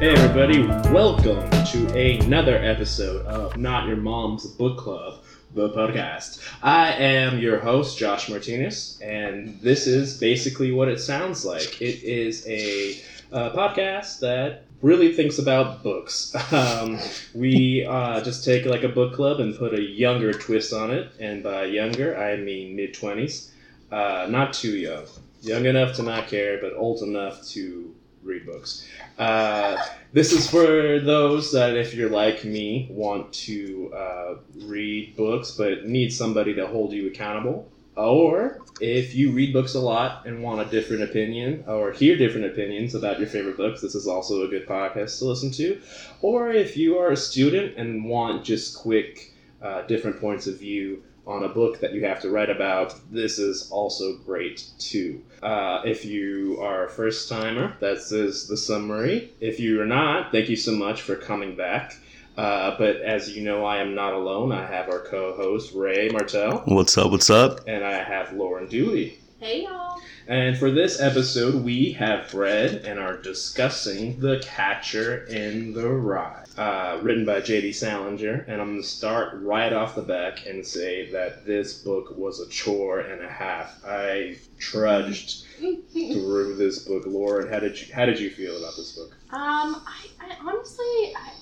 everybody. Welcome to another episode of Not Your Mom's Book Club, the podcast. I am your host, Josh Martinez, and this is basically what it sounds like. It is a uh, podcast that really thinks about books. Um, we uh, just take like a book club and put a younger twist on it, and by younger, I mean mid 20s. Uh, not too young. Young enough to not care, but old enough to read books. Uh, this is for those that, if you're like me, want to uh, read books but need somebody to hold you accountable. Or if you read books a lot and want a different opinion or hear different opinions about your favorite books, this is also a good podcast to listen to. Or if you are a student and want just quick, uh, different points of view on a book that you have to write about, this is also great too. Uh, if you are a first timer, this is the summary. If you are not, thank you so much for coming back. Uh, but as you know, I am not alone. I have our co host, Ray Martell, What's up? What's up? and I have Lauren Dooley. Hey y'all. And for this episode, we have read and are discussing The Catcher in the Rye, uh, written by J.D. Salinger. And I'm going to start right off the back and say that this book was a chore and a half. I trudged through this book. Lauren, how did you, how did you feel about this book? Um, I, I honestly, I,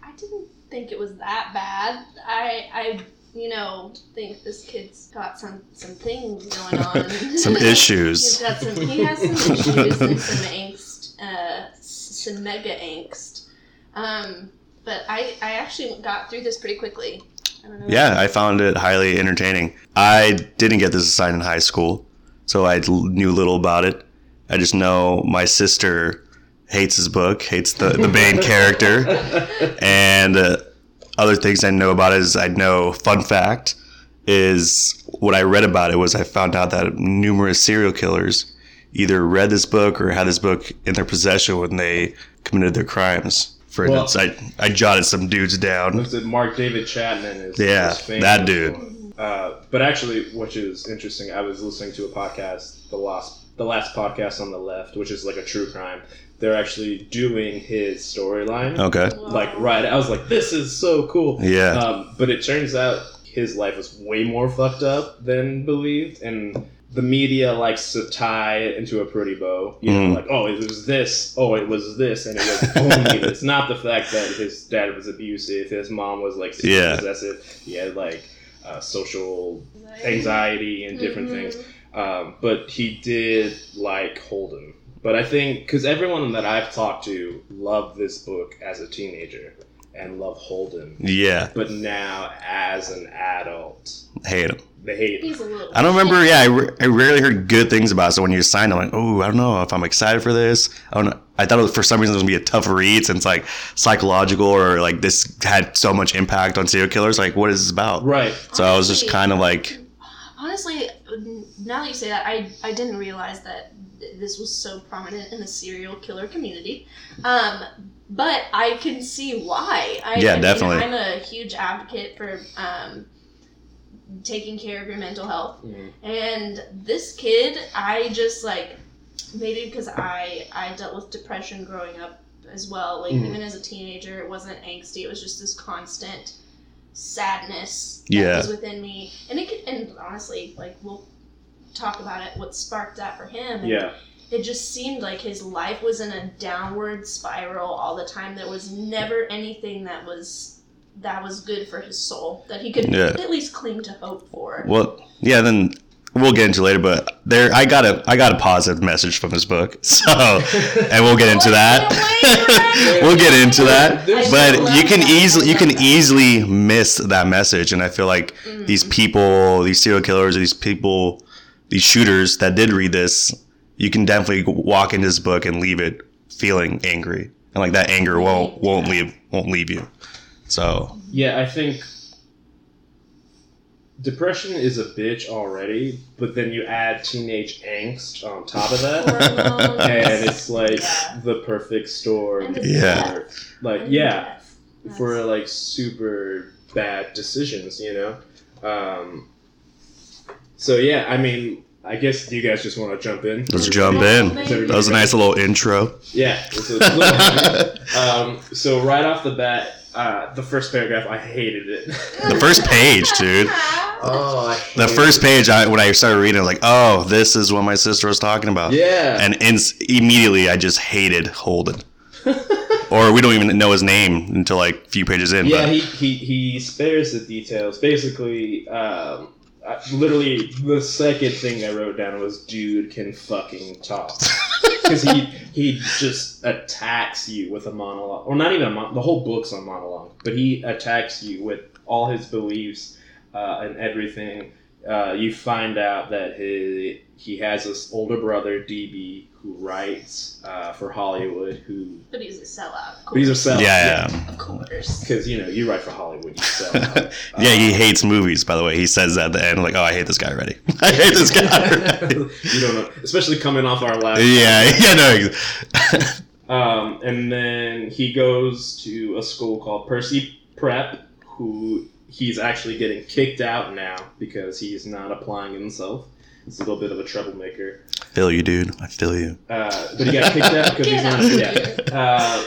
I didn't think it was that bad. I, I, you know, think this kid's got some some things going on. Some He's issues. got some. He has some issues and some angst. Uh, s- some mega angst. Um, but I, I actually got through this pretty quickly. I don't know. Yeah, I found it highly entertaining. I didn't get this assigned in high school, so I l- knew little about it. I just know my sister hates this book, hates the, the main character, and uh, other things I know about it is I know, fun fact, is what I read about it was I found out that numerous serial killers either read this book or had this book in their possession when they committed their crimes. For Well- instance, I, I jotted some dudes down. Looks at Mark David Chapman is Yeah, is famous that dude. Mm-hmm. for. Uh, but actually, which is interesting, I was listening to a podcast, the last the last podcast on the left, which is like a true crime. They're actually doing his storyline, Okay. Wow. like right. I was like, this is so cool. Yeah. Um, but it turns out his life was way more fucked up than believed, and the media likes to tie it into a pretty bow. You know, Mm. like, oh, it was this, oh, it was this, and it was only this. Not the fact that his dad was abusive, his mom was like super Yeah. possessive, he had like uh, social Anxiety. anxiety and different Mhm. things. Um, but he did like Holden. But I think because everyone that I've talked to loved this book as a teenager and love Holden Yeah, but now as an adult, hate him. they hate it. He's a little. I don't remember. Yeah, I, ra- I rarely heard good things about. it, So when you signed, I'm like, oh, I don't know if I'm excited for this. I don't. Know. I thought it was, for some reason it was gonna be a tough read since like psychological or like this had so much impact on serial killers. Like, what is this about? Right. So I was just Honestly, kind of like, Honestly, now that you say that, I, I didn't realize that th- this was so prominent in the serial killer community. Um, but I can see why. I, Yeah, I mean, definitely. I'm a huge advocate for um, taking care of your mental health. And this kid, I just like maybe because I I dealt with depression growing up as well. Like Mm-hmm. Mhm. even as a teenager, it wasn't angsty. It was just this constant sadness that Yeah. was within me. And it could, and honestly, like we'll talk about it. What sparked that for him? And Yeah. It just seemed like his life was in a downward spiral all the time. There was never anything that was that was good for his soul that he could Yeah. at least cling to hope for. well, yeah. Then we'll get into it later. But there, I got a I got a positive message from this book. So and we'll get into that. we'll get into that. There's- But you can easily you can easily miss that message, and I feel like Mhm. these people, these serial killers, these people, these shooters that did read this, you can definitely walk into this book and leave it feeling angry, and like that anger won't won't leave won't leave you. So Yeah, I think depression is a bitch already, but then you add teenage angst on top of that. Hormones. And it's like Yeah. the perfect story. And Yeah. for- Like, And yeah, death. That's- for like super bad decisions, you know? Um, so, yeah, I mean, I guess you guys just want to jump in. let's jump in. That was a nice little intro. Yeah. it's a- Um, so right off the bat, uh, the first paragraph, I hated it. The first page, dude. Oh, I The hated first it. page, I, when I started reading, I was like, "Oh, this is what my sister was talking about." Yeah. And ins- immediately, I just hated Holden. or we don't even know his name until like a few pages in. yeah, but he, he, he spares the details. Basically, um, I, literally the second thing I wrote down was dude can fucking talk. Because he, he just attacks you with a monologue. Or not even a mon- the whole book's a monologue, but he attacks you with all his beliefs uh, and everything. Uh, you find out that his, he has this older brother, DB, who writes uh, for Hollywood, who. But he's a sellout. Of But he's a course. sellout. Yeah, Of course. Because you know you write for Hollywood, you sell. out. yeah, he Uh, hates movies. By the way, he says that at the end, like, "Oh, I hate this guy already. I hate this guy." Already. you don't know, especially coming off our last. yeah, yeah, no. ex- Um, and then he goes to a school called Percy Prep, who he's actually getting kicked out now because he's not applying himself. He's a little bit of a troublemaker, feel you, dude. I feel you. uh, but he got kicked out because he's Get out not. of Yeah. here. Uh,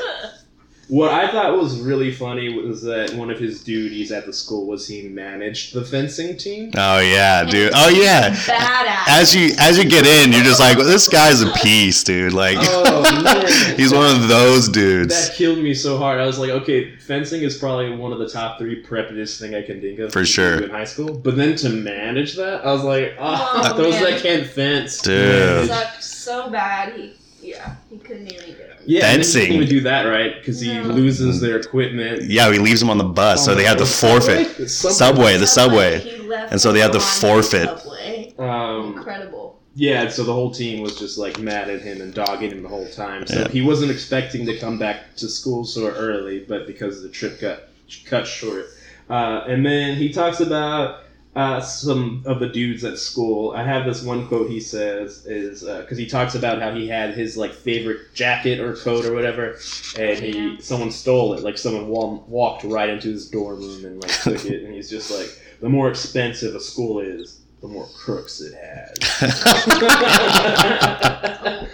What I thought was really funny was that one of his duties at the school was he managed the fencing team. Oh yeah, dude. Oh yeah. Badass. As you as you get in, you're just like, well, "This guy's a piece, dude." Like, Oh, man. he's one of those dudes That killed me so hard. I was like, okay, fencing is probably one of the top three preppiest thing I can think of For to sure. do in high school. But then to manage that, I was like, ah, Oh, those man. that can't fence, Dude. manage. sucked so bad. He, yeah, he couldn't even do it. Yeah, and then he Fencing. can't even do that right because he No. loses their equipment. Yeah, he leaves them on the bus, so they have Oh, to forfeit. Subway? Subway, the subway. He left And so they had to on the forfeit. Subway. Um, Incredible. yeah, and so the whole team was just like mad at him and dogging him the whole time. So Yeah. he wasn't expecting to come back to school so early, but because the trip got cut short. Uh, and then he talks about uh, some of the dudes at school. I have this one quote he says is because he talks about how he had his like favorite jacket or coat or whatever, and he Yeah. someone stole it. Like someone wa- walked right into his dorm room and like took it. And he's just like, the more expensive a school is, the more crooks it has. Oh,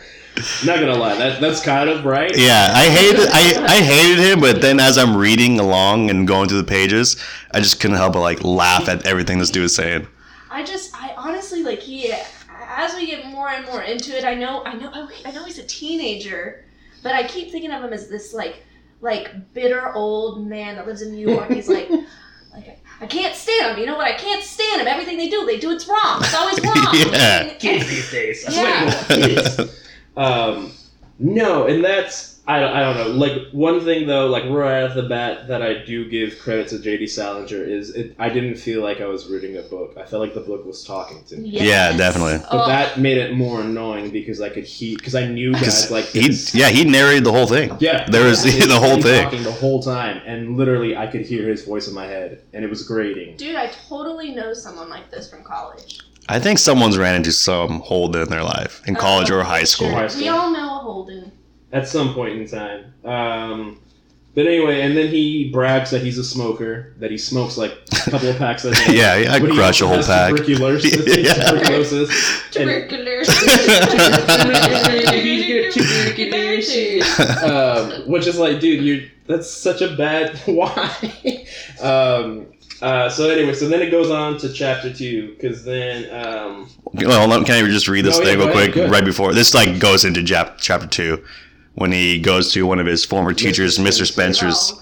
Not gonna lie, that that's kind of right. Yeah, I hated I, I hated him, but then as I'm reading along and going through the pages, I just couldn't help but like laugh at everything this dude was saying. I just, I honestly like he. As we get more and more into it, I know, I know, I know he's a teenager, but I keep thinking of him as this like, like bitter old man that lives in New York. He's like. Like, I can't stand him. You know what? I can't stand him. Everything they do, they do it's wrong. It's always wrong. Yeah. And- kids these days. I Yeah. swear to God, kids. um, no, and that's I, I don't know. Like one thing though, like right off the bat, that I do give credit to J.D. Salinger is it, I didn't feel like I was reading a book. I felt like the book was talking to me. Yeah, definitely. But Oh, that made it more annoying because I could hear because I knew guys Because like he this. yeah he narrated the whole thing. Yeah, There was- It's the whole him thing. talking the whole time, and literally I could hear his voice in my head, and it was grating. Dude, I totally know someone like this from college. I think someone's ran into some Holden in their life in college or high school. High Sure. school. We all know a Holden. at some point in time. Um, but anyway, and then he brags that he's a smoker, that he smokes like a couple of packs a day. Yeah, I But he crush a whole has pack. Tuberculosis. Yeah. tuberculosis. And, Tuberculosis. um, which is like, dude, you that's such a bad why. um, uh, so anyway, so then it goes on to chapter two, because then um, Well, hold on, can I just read this No, yeah, thing go real ahead, quick? go ahead. Right before this, like goes into jap- chapter two, when he goes to one of his former teachers, Mr. Spencer's,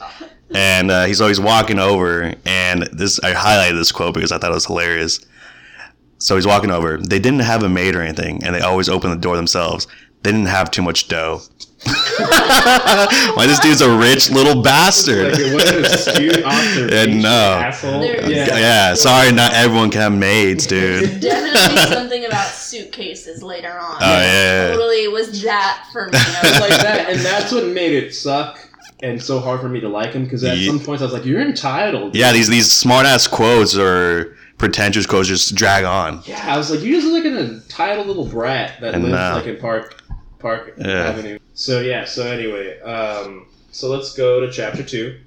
and uh, he's always walking over. And this, I highlighted this quote because I thought it was hilarious. So he's walking over. They didn't have a maid or anything, and they always open the door themselves. They didn't have too much dough. Why this dude's a rich little bastard? like it was an astute observation, and no. asshole. There is- Yeah. Yeah. sorry, not everyone can have maids, dude. Definitely something about suitcases later on. Oh, yeah. Totally was that for me. I was like like, that, and that's what made it suck and so hard for me to like him because at Ye- some points I was like, "You're entitled." Yeah, these these smart ass quotes or pretentious quotes just drag on. Yeah, I was like, "You're just like an entitled little brat that And lives now- like in Park Park Yeah. Avenue." So yeah. So anyway, um, so let's go to chapter two.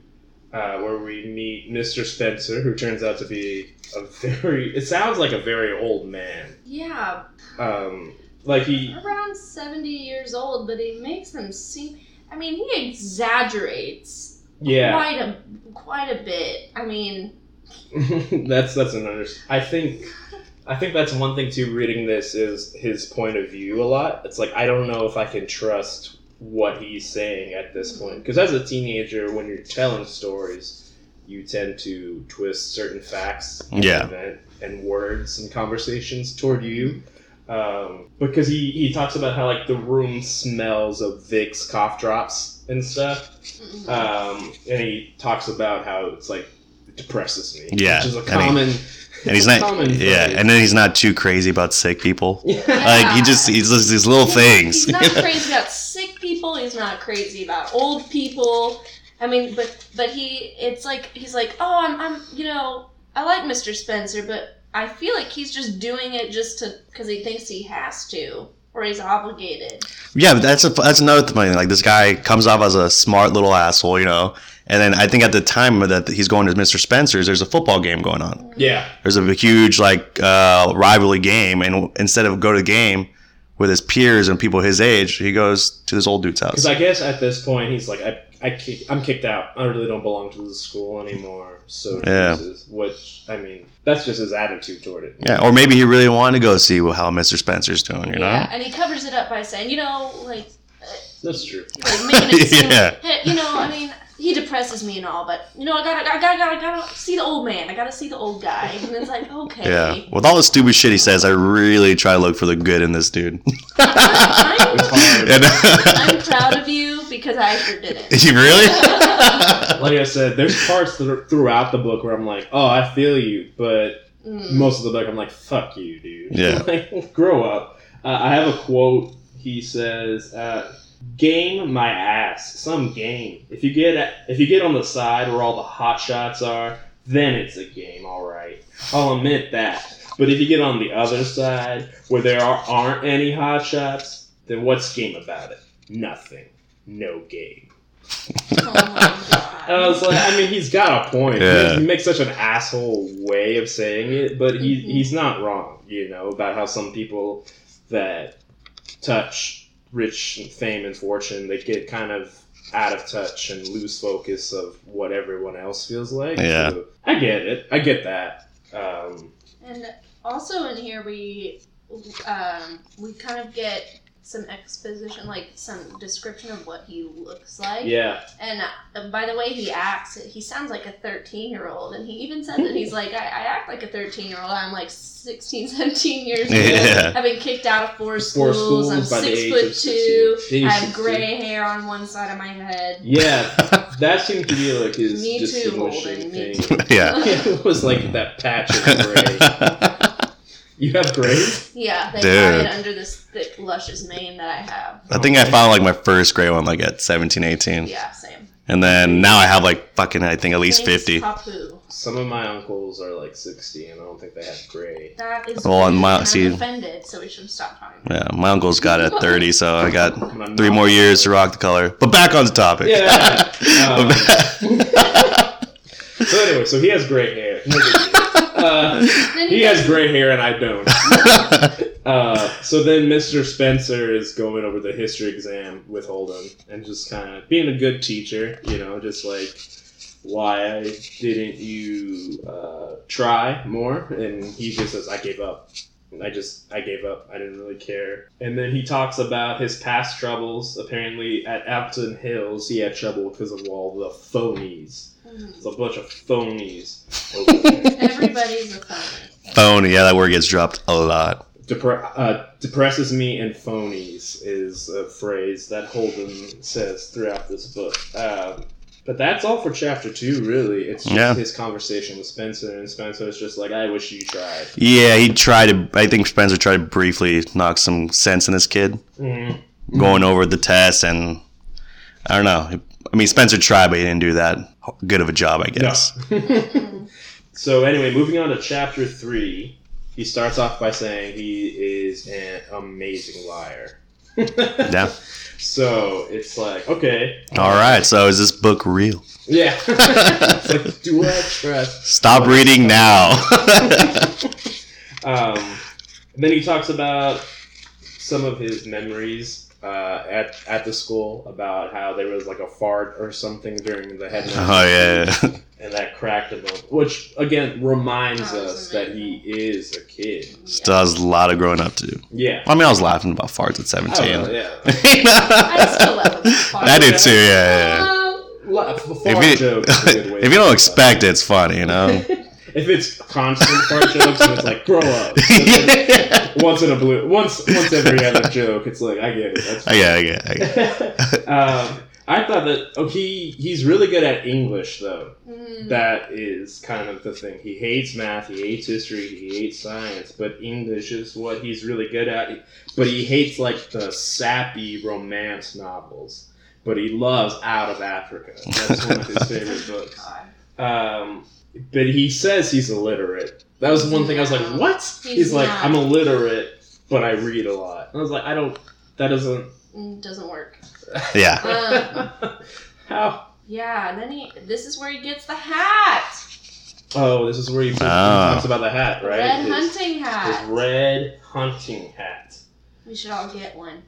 Uh, where we meet Mr. Spencer, who turns out to be a very, it sounds like a very old man. yeah, Um, like he, around 70 years old, but he makes them seem. I mean, he exaggerates Yeah, quite a quite a bit. I mean, that's that's an under. I think I think that's one thing too. Reading this is his point of view a lot. It's like I don't know if I can trust what he's saying at this point because as a teenager, when you're telling stories, you tend to twist certain facts, and Yeah. event and words and conversations toward you. Um, because he, he talks about how like the room smells of Vicks cough drops and stuff. mm, Um, and he talks about how it's like it depresses me. Yeah, which is a and he- common. and it's he's a not common yeah phrase. and then he's not too crazy about sick people yeah, like he just he's just these little he's not- things He's not crazy about sick people. He's not crazy about old people. I mean, but but he, it's like he's like, oh, I'm, I'm, you know, I like Mr. Spencer, but I feel like he's just doing it just to because he thinks he has to or he's obligated. yeah but that's a that's another funny thing like this guy comes off as a smart little asshole you know and then i think at the time that he's going to mr spencer's there's a football game going on yeah, there's a huge like uh, rivalry game, and instead of go to the game with his peers and people his age, he goes to this old dude's house. because I guess at this point he's like, I, I kick, I'm kicked out. I really don't belong to the school anymore. So Yeah. deuces, which I mean, that's just his attitude toward it. yeah, or maybe he really wanted to go see how Mr. Spencer's doing, you know? Yeah, and he covers it up by saying, you know, like That's true. like making it seem, Yeah. hey, you know, I mean, he depresses me and all, but you know, I gotta, I gotta, gotta, gotta see the old man. I gotta see the old guy, and it's like, okay, Yeah. With all the stupid shit he says, I really try to look for the good in this dude. and, I'm proud of you because I sure didn't. you really? Like I said, there's parts that are throughout the book where I'm like, oh, I feel you, but Mm. most of the book, I'm like, fuck you, dude. Yeah. like, grow up. Uh, I have a quote. He says, uh, "Game my ass, some game. If you get if you get on the side where all the hot shots are, then it's a game, all right. I'll admit that. But if you get on the other side where there are, aren't any hot shots, then what's game about it? Nothing. No game." Oh my And I was God. like, I mean, he's got a point. He- Yeah. He, makes such an asshole way of saying it, but he, Mhm. he's not wrong, you know, about how some people that touch rich fame and fortune, they get kind of out of touch and lose focus of what everyone else feels like. Yeah. So, I get it. I get that. Um, And also in here we, um, we kind of get some exposition, like some description of what he looks like. yeah. And uh, by the way he acts, he sounds like a 13 year old. And he even said that he's like, I, I act like a 13 year old. I'm like 16, 17 years old. Yeah. I've been kicked out of four schools. Four schools I'm by the six age foot of two. 16. I Jesus, dude. have gray hair on one side of my head. Yeah, that seemed to be like his Me too, distinguishing Holden, me thing. yeah. it was like that patch of gray. you have gray? Yeah, they Dude. hide under this thick, luscious mane that I have. I think I found like my first gray one like at 17, 18. Yeah, same. And then now I have like fucking, I think at least Name's 50. Papu. Some of my uncles are like 60 and I don't think they have gray. That is. Well, and my- I'm see- offended, so we should stop talking. about Yeah, my uncle's got it at 30, so I got My three mom- more years to rock the color. But back on the topic. Yeah. But back- So anyway, so he has gray hair. Uh, it. Then he goes- has gray hair and I don't. Uh, so then Mr. Spencer is going over the history exam with Holden and just kind of being a good teacher, you know, just like, why didn't you uh, try more? And he just says, I gave up. I just, I gave up. I didn't really care. And then he talks about his past troubles. Apparently at Appleton Hills, he had trouble because of all the phonies. Mhm. It's a bunch of phonies over there. Everybody's a phony. Phony. Yeah, that word gets dropped a lot. Depre- uh, depresses me and phonies is a phrase that Holden says throughout this book. Um, but that's all for chapter two, really. It's just Yeah. his conversation with Spencer, and Spencer is just like, "I wish you tried." Yeah, he tried to, I think Spencer tried to briefly knock some sense in this kid, Mm. going over the test and I don't know. I mean, Spencer tried, but he didn't do that good of a job, I guess. Mm. So anyway, moving on to chapter three, he starts off by saying he is an amazing liar. Yeah. So it's like, okay, All right, so is this book real? yeah. it's like, do I trust Stop reading now. Um, and then he talks about some of his memories uh, at at the school about how there was like a fart or something during the headmaster. Oh yeah. and that cracked him open, which again reminds Oh, us that's that he amazing. is a kid. Still has a lot of growing up to do. Yeah. I mean, I was laughing about farts at I don't know, seventeen. yeah. I still love him. I did too. Um, Yeah, yeah. La- f- yeah. Fart If you joke is a good way if you to don't put expect it, it's funny, you know. that. if it's constant fart jokes, and it's like grow up. once in a blue, once once every other joke, it's like I get it. That's I get, I get, I get. fine. um, I thought that oh he he's really good at English though. Mm-hmm. mm, That is kind of the thing. He hates math, he hates history, he hates science, but English is what he's really good at. But he hates like the sappy romance novels. But he loves Out of Africa. That's one of his favorite books. Um, but he says he's illiterate. That was one thing I was like, what? He's, He's like, not. I'm illiterate, but I read a lot. I was like, I don't. That doesn't. Mm, Doesn't work. Um, Yeah. How? Yeah, and then he. This is where he gets the hat. Oh, this is where he Ah. talks about the hat, right? Red His- hunting his hat. red hunting hat. We should all get one.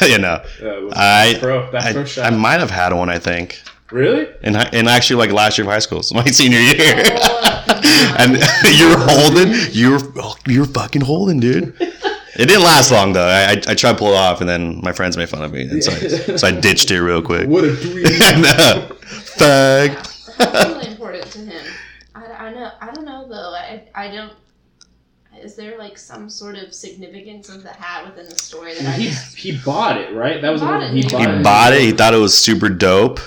you know, Uh, with I- pro, back pro I, shot. I might have had one. I think, really? and and actually, like last year of high school, so my senior year. Oh, come on. and you're holding, you're oh, you're fucking holding, dude. It didn't last long though. I, I, I tried to pull it off, and then my friends made fun of me, and so I, so I ditched it real quick. What a dweeb. no, Yeah, fuck. That's really important to him. I, I know. I don't know though. I I don't. Is there like some sort of significance of the hat within the story that I he, he bought it, right? That was Bought the it, one he yeah. He bought. bought it. He thought it was super dope,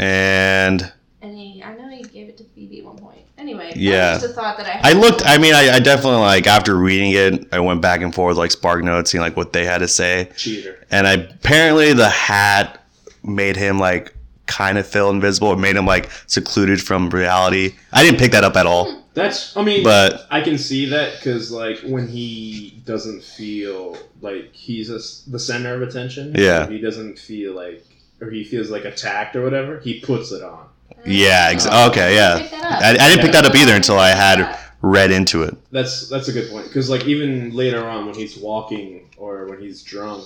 and and he I know he gave it to Phoebe at one point. Anyway, Yeah. yeah. Just a thought that I I. Had. looked. I mean, I, I definitely like after reading it, I went back and forth like Spark Notes, seeing like what they had to say, Cheater. and I, apparently the hat made him like kind of feel invisible. It made him like secluded from reality. I didn't pick that up at all, That's. I mean, but I can see that because, like, when he doesn't feel like he's a s the center of attention, Yeah. he doesn't feel like, or he feels like attacked or whatever, he puts it on. yeah, ex- okay, yeah. Pick that up. I, I didn't pick Yeah. that up either until I had read into it. That's that's a good point because, like, even later on when he's walking or when he's drunk,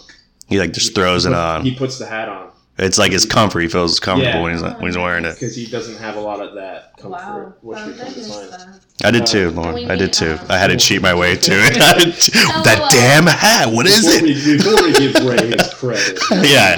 He like just throws he it puts- on. He puts the hat on It's like his comfort. He feels comfortable Yeah. when he's when he's wearing it. because he doesn't have a lot of that comfort, Wow. which Um, we come that to is, find. uh, I did too, Uh, Lauren. we I did need, too. um, I had to cheat my way to it. I had to- that LOL. damn hat. What is before it? We, before we give Ray his credit, uh, yeah,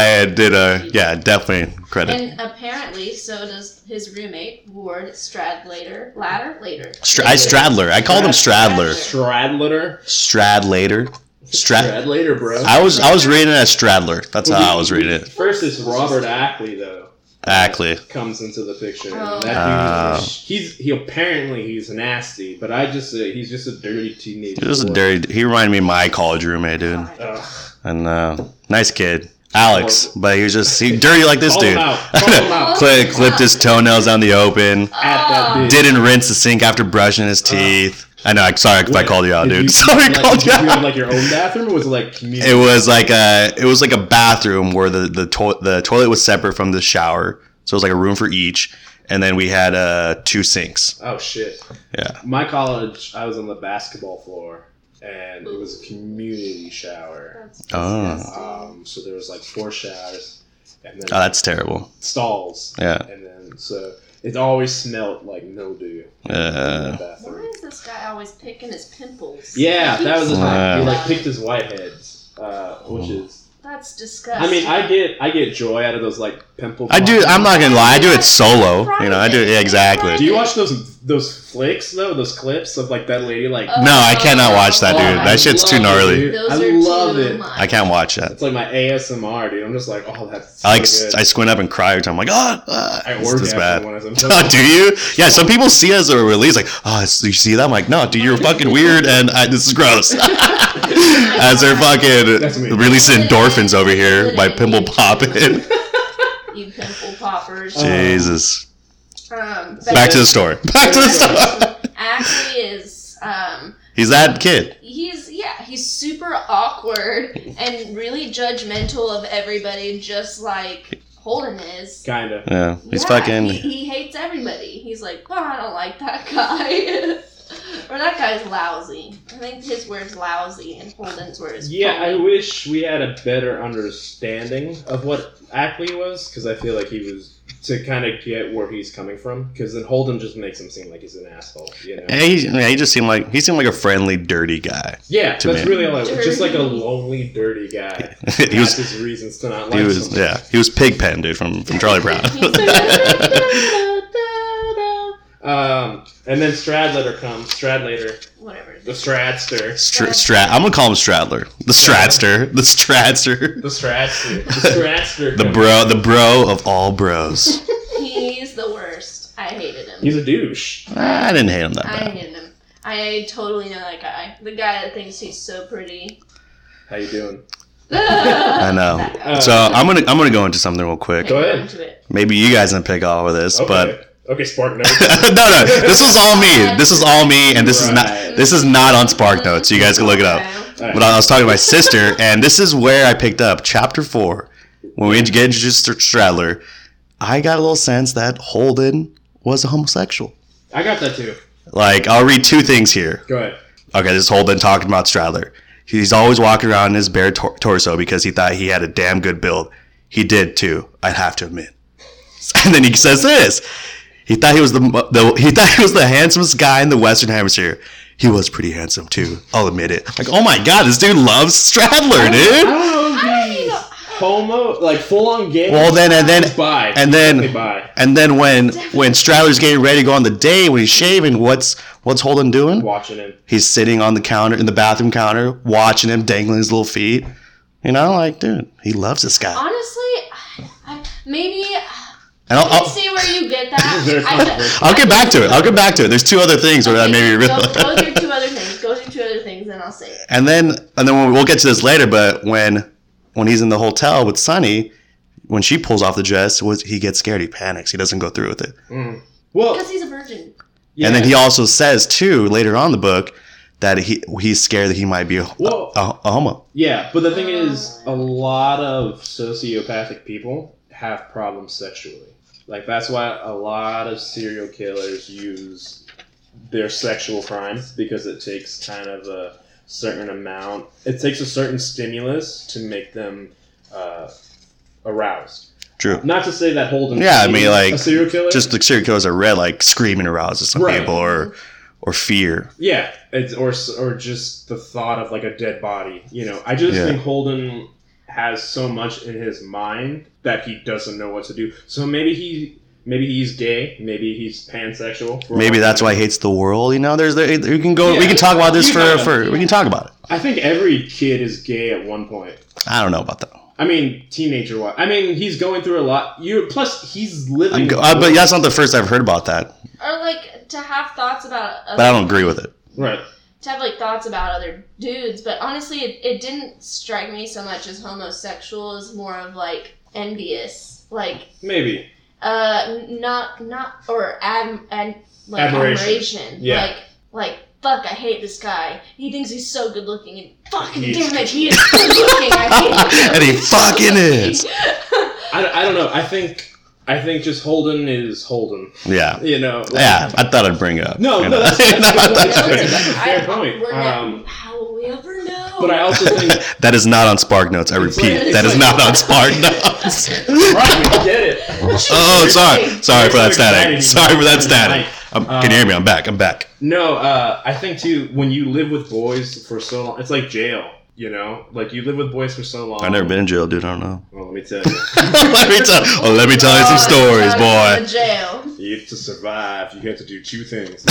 I did a yeah, definitely credit. And apparently, so does his roommate Ward Stradlater. Ladder later. Stra- I Stradler. I called him Stradler. Stradlater, Strad later. Strad. Stradlater, bro. I was I was reading it as Stradler. That's how I was reading it. First is Robert Ackley though. Ackley. Uh. comes into the picture. Oh. And that dude, is- he's he apparently he's nasty, but I just say he's just a dirty teenager. He was a boy. dirty. He reminded me of my college roommate, dude. Ugh. And uh, nice kid, Alex. But he was just he, dirty like this Call him dude. out. Call him out. Clip, clipped his toenails on the open. At that Oh. bitch. Didn't rinse the sink after brushing his teeth. I know. I'm sorry if I What? called you out, Did dude. you- sorry, I like, called did you you have out. like your own bathroom or was it like community? It was like a it was like a bathroom where the the, to- the toilet was separate from the shower, so it was like a room for each, and then we had uh two sinks. oh shit. Yeah. My college, I was on the basketball floor and it was a community shower. That's Oh. disgusting. Um, so there was like four showers and then Oh, that's terrible. stalls. Yeah. And then so it always smelled like mildew in the Uh, bathroom. Why is this guy always picking his pimples? Yeah, He that was the keeps time. He talking like about picked it. his whiteheads, uh, which is. That's disgusting. I mean, I get I get joy out of those like pimple. I do. I'm not gonna lie. I do it solo. You know. I do. Yeah, Do exactly. you watch those those flicks though? Those clips of like that lady like. Oh, No, I cannot watch that, dude. I That shit's love too it, gnarly. dude. Those I are love too it. much. I can't watch that. It's like my ASMR, dude. I'm just like, oh, that's. I like. so s- good. I squint up and cry every time. I'm like, ah, ah. I it's orgasm just bad. when I'm. Oh, do you? Yeah, some people see it as a release, like, oh, it's- you see that? I'm like, no, dude, you're fucking weird, and I, this is gross. as they're That's me. fucking releasing endorphins over here by pimple popping. You pimple poppers. Uh, Jesus. Um, but Back to the story. Back to the story. Ashley is um, He's that kid. he's yeah, he's super awkward and really judgmental of everybody, just like Holden is. Kind of. Yeah, he's Yeah, fucking. He, he hates everybody. He's like, oh, I don't like that guy, or that guy's lousy. I think his word's lousy and Holden's word is Yeah, I phony. wish we had a better understanding of what Ackley was, because I feel like he was to kind of get where he's coming from. Because then Holden just makes him seem like he's an asshole, you know. And he, yeah, he just seemed like he seemed like a friendly, dirty guy. yeah, to that's me. really all I was. Just like a Dirty. lonely, dirty guy. he That's was, his reasons to not like he was, something. yeah, he was Pigpen, dude, from from Charlie Brown. Um, and then Stradlater comes. Stradlater, Whatever. the Stradster, Str- Strat, I'm gonna call him Stradler, the Stratster, the Stratster, the Stradster, the Stradster. the comes. bro, the bro of all bros. He's the worst. I hated him. He's a douche. I didn't hate him that I bad. hated him. I totally know that guy. The guy that thinks he's so pretty. How you doing? I I know. That guy. Uh, So I'm gonna I'm gonna go into something real quick. Go ahead. Into it. Maybe you guys didn't pick all of this, but okay, Spark no, no. This was all me. This is all me, and this is Right. not. This is not on Spark Notes. You guys can look it up. But I was talking to my sister, and this is where I picked up chapter four. When we get introduced to Stradler, I got a little sense that Holden was a homosexual. I got that too. Like, I'll read two things here. Go ahead. Okay, this is Holden talking about Stradler. He's always walking around in his bare tor- torso because he thought he had a damn good build. He did too, I'd have to admit. And then he says this. He thought he was the, mo- the he thought he was the handsomest guy in the Western Hemisphere. He was pretty handsome too. I'll admit it. Like, oh my god, this dude loves Stradler, dude. I don't know if he's homo, like full on gay. Well, then and then he's bi. and Definitely then bi. and then when when Stradler's getting ready to go on the day when he's shaving, what's what's Holden doing? Watching him. He's sitting on the counter in the bathroom counter, watching him dangling his little feet. You know, like dude, he loves this guy. Honestly, I, I, maybe And I'll, I I'll, see where you get that. Very I, controversial. I'll get back to it. I'll get back to it. There's two other things where that made me go, go realize. through two other things. Go through two other things, and I'll say it. And then and then we'll- we'll get to this later. But when when he's in the hotel with Sunny, when she pulls off the dress, was he gets scared. He panics. He doesn't go through with it. Mm. Well, Because he's a virgin. yeah. And then he also says too later on in the book that he he's scared that he might be a, a, Well- a homo. yeah, but the thing is, a lot of sociopathic people have problems sexually. Like that's why a lot of serial killers use their sexual crimes because it takes kind of a certain amount. It takes a certain stimulus to make them uh, aroused. True. Not to say that Holden. Yeah, I mean, is like, a serial killer. Just the serial killers are read like screaming arouses some Right. people or or fear. yeah, it's, or s- or just the thought of like a dead body. You know, I just Yeah. think Holden has so much in his mind that he doesn't know what to do. So maybe he maybe he's gay. Maybe he's pansexual. for Maybe all that's I why know. he hates the world. You know, there's there, we can go we Yeah. can talk about this You for know. for we can talk about it. I think every kid is gay at one point. I don't know about that. I mean, teenager wise. I mean, he's going through a lot. You plus he's living. I'm go, uh, but that's not the first I've heard about that. Or like to have thoughts about. But I don't agree with it. right. to have like thoughts about other dudes, but honestly, it, it didn't strike me so much as homosexual as more of like envious, like Maybe uh, n- not not or ad and like Admiration. admiration, Yeah. like like fuck, I hate this guy. He thinks he's so good looking, and fucking He's- damn it, he is good looking. I hate him. and he fucking is. I, I don't know. I think I think just Holden is Holden. Yeah. You know. like- Yeah. I thought I'd bring it up. No, you no, know. that's, that's, I that's, thought- fair. That's a fair point. We're not- Um, how will we ever know? but I also think, that is not on Spark Notes. I It's repeat, like- it's that is like- not on Spark Notes. right, we get it. Oh, sorry, sorry for that It's so static. exciting. Sorry for that static. Right. Um, can you uh, hear me? I'm back. I'm back. No, uh, I think too when you live with boys for so long, it's like jail. You know, like you live with boys for so long. I've never been in jail, dude. I don't know. Well, let me tell you, let me tell. Oh, let me tell you some stories, Oh, boy. Jail. you to survive, you have to do two things.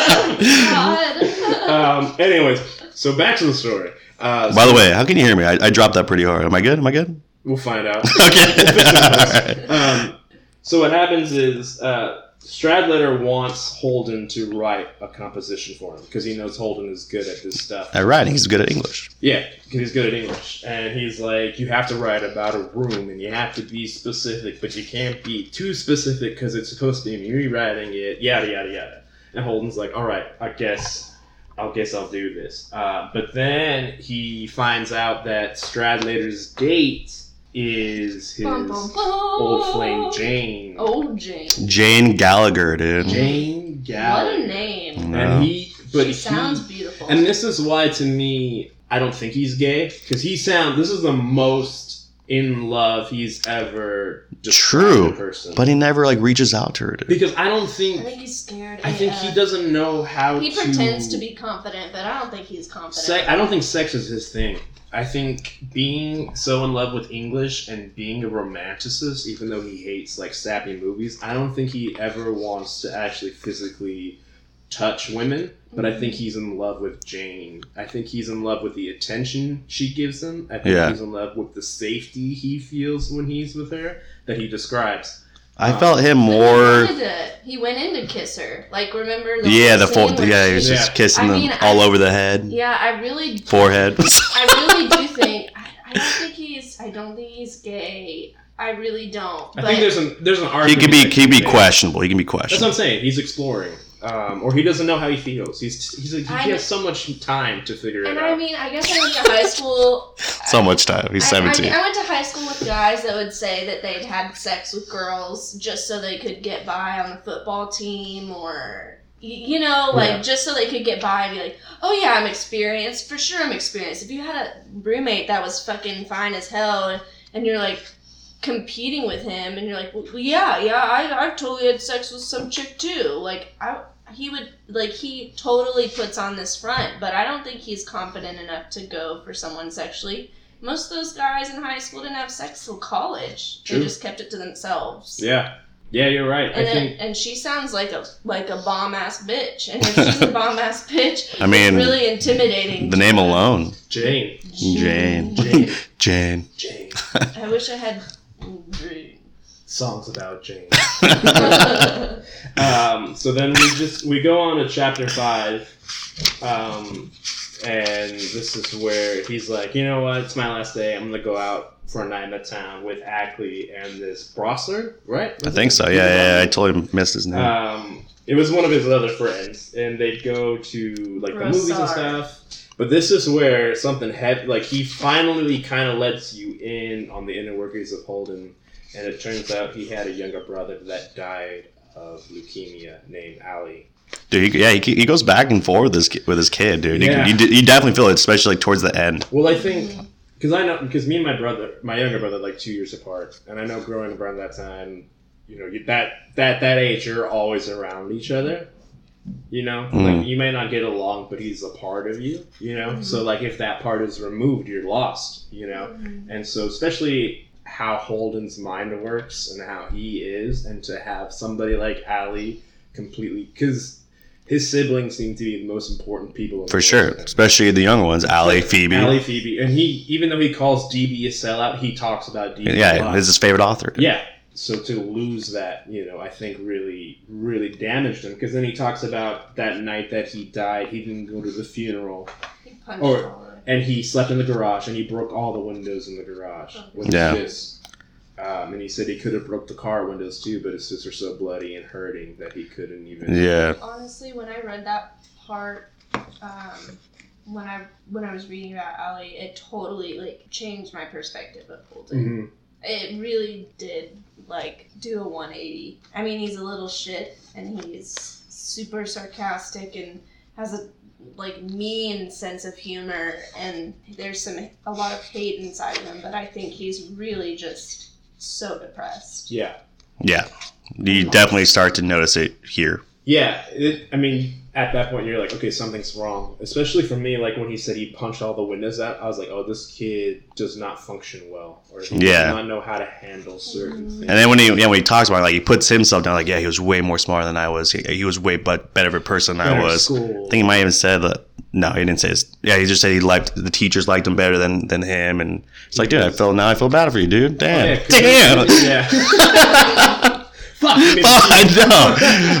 God. um, anyways, so back to the story. Uh, By the way, how can you hear me? I, I dropped that pretty hard. Am I good? Am I good? we'll find out. Okay. All right. um, so what happens is uh, Stradlater wants Holden to write a composition for him because he knows Holden is good at this stuff. At writing, he's good at English. Yeah, because he's good at English, and he's like, you have to write about a room, and you have to be specific, but you can't be too specific because it's supposed to be me writing it. Yada yada yada. And Holden's like, all right, I guess, I guess I'll do this. Uh, but then he finds out that Stradlater's date is his Bum, bum, Oh. bum. old flame Jane. Old Jane. Jane Gallagher, dude. Jane What a Gallagher. name. No. And he But she he- sounds beautiful. And this is why, to me, I don't think he's gay because he sounds. This is the most in love he's ever. described True, a person. But he never like reaches out to her. Dude. because I don't I think think he's scared. I think AF. he doesn't know how. He pretends to be confident, but I don't think he's confident. Se- I don't think sex is his thing. I think being so in love with English and being a romanticist, even though he hates like sappy movies, I don't think he ever wants to actually physically touch women. But I think he's in love with Jane. I think he's in love with the attention she gives him. I think Yeah. he's in love with the safety he feels when he's with her that he describes. I felt him But he more. wanted to- He went in to kiss her. Like remember? The Yeah, the scene full. where Yeah, he she- was just Yeah. kissing I them mean, all I- over the head, Yeah, I really, forehead. I really do think. I, I don't think he's. I don't think he's gay. I really don't. I But think there's an there's an he argument. could be. that He could be made. questionable. He can be That's what questionable. I'm saying. He's exploring, um, or he doesn't know how he feels. He's he's he I- has so much time to figure it and out. I mean, I guess I went to high school. So much time. He's I- I mean, seventeen. I, went to high school with guys that would say that they'd had sex with girls just so they could get by on the football team or. y- You know, like Yeah. just so they could get by and be like, oh yeah, I'm experienced. For sure I'm experienced. If you had a roommate that was fucking fine as hell and, and you're like competing with him and you're like, well, yeah, yeah, I, I've totally had sex with some chick too. Like, I, he would, like, he totally puts on this front, but I don't think he's confident enough to go for someone sexually. Most of those guys in high school didn't have sex till college. True. They just kept it to themselves. yeah, yeah, you're right. And, I then, think and she sounds like a like a bomb ass bitch. And if she's a bomb ass bitch, I mean, it's really intimidating. the name alone, Jane, Jane. Jane, Jane. Jane, I wish I had. Jane. songs about Jane. Um, so then we just we go on to chapter five, um, and this is where he's like, you know what, it's my last day. I'm gonna go out for a night in the town with Ackley and this Brossler, right? I think so. Yeah, yeah. yeah. I totally missed his name. Um, it was one of his other friends, and they'd go to like the movies and Rosar. stuff. But this is where something heavy, like he finally kind of lets you in on the inner workings of Holden, and it turns out he had a younger brother that died of leukemia named Ali. Dude, he, yeah, he, he goes back and forth with his ki- with his kid, dude. Yeah. You, you, you definitely feel it, especially like towards the end. Well, I think because I know because me and my brother, my younger brother, like two years apart, and I know growing up around that time, you know, you, that that that age, you're always around each other. You know, like Mm. you may not get along, but he's a part of you. You know, Mhm. so like if that part is removed, you're lost. You know, and so especially how Holden's mind works and how he is, and to have somebody like Allie completely because his siblings seem to be the most important people in the For world sure, to him. especially the young ones, Allie, Phoebe. Ali Phoebe, and he even though he calls DB a sellout, he talks about DB. a yeah, lot. is his favorite author. yeah. So to lose that, you know, I think really, really damaged him because then he talks about that night that he died. He didn't go to the funeral, He punched Or- all of it. and he slept in the garage, and he broke all the windows in the garage with Yeah. his fist. Um, and he said he could have broke the car windows too, but his fists were so bloody and hurting that he couldn't even. yeah. Honestly, when I read that part, um, when I when I was reading about Ali, it totally like changed my perspective of Mhm. Holden. It really did like do a one eighty. I mean, he's a little shit, and he's super sarcastic and has a like mean sense of humor and there's some a lot of hate inside of him but i think he's really just so depressed Yeah. Yeah. You definitely start to notice it here. Yeah, it, I mean, at that point, you're like, okay, something's wrong. Especially for me, like when he said he punched all the windows out, I was like, oh, this kid does not function well, or he Yeah. does not know how to handle certain Mhm. things. And then when he yeah, when he talks about it, like he puts himself down, like yeah, he was way more smarter than I was. He, he was way but better of a person than I Better was. School. I think he might even said that. No, he didn't say. His, yeah, he just said he liked the teachers liked him better than than him, and it's like, dude, I feel now I feel bad for you, dude. Damn, Oh, Yeah, 'cause- damn. Yeah. Fuck. you made me I do it.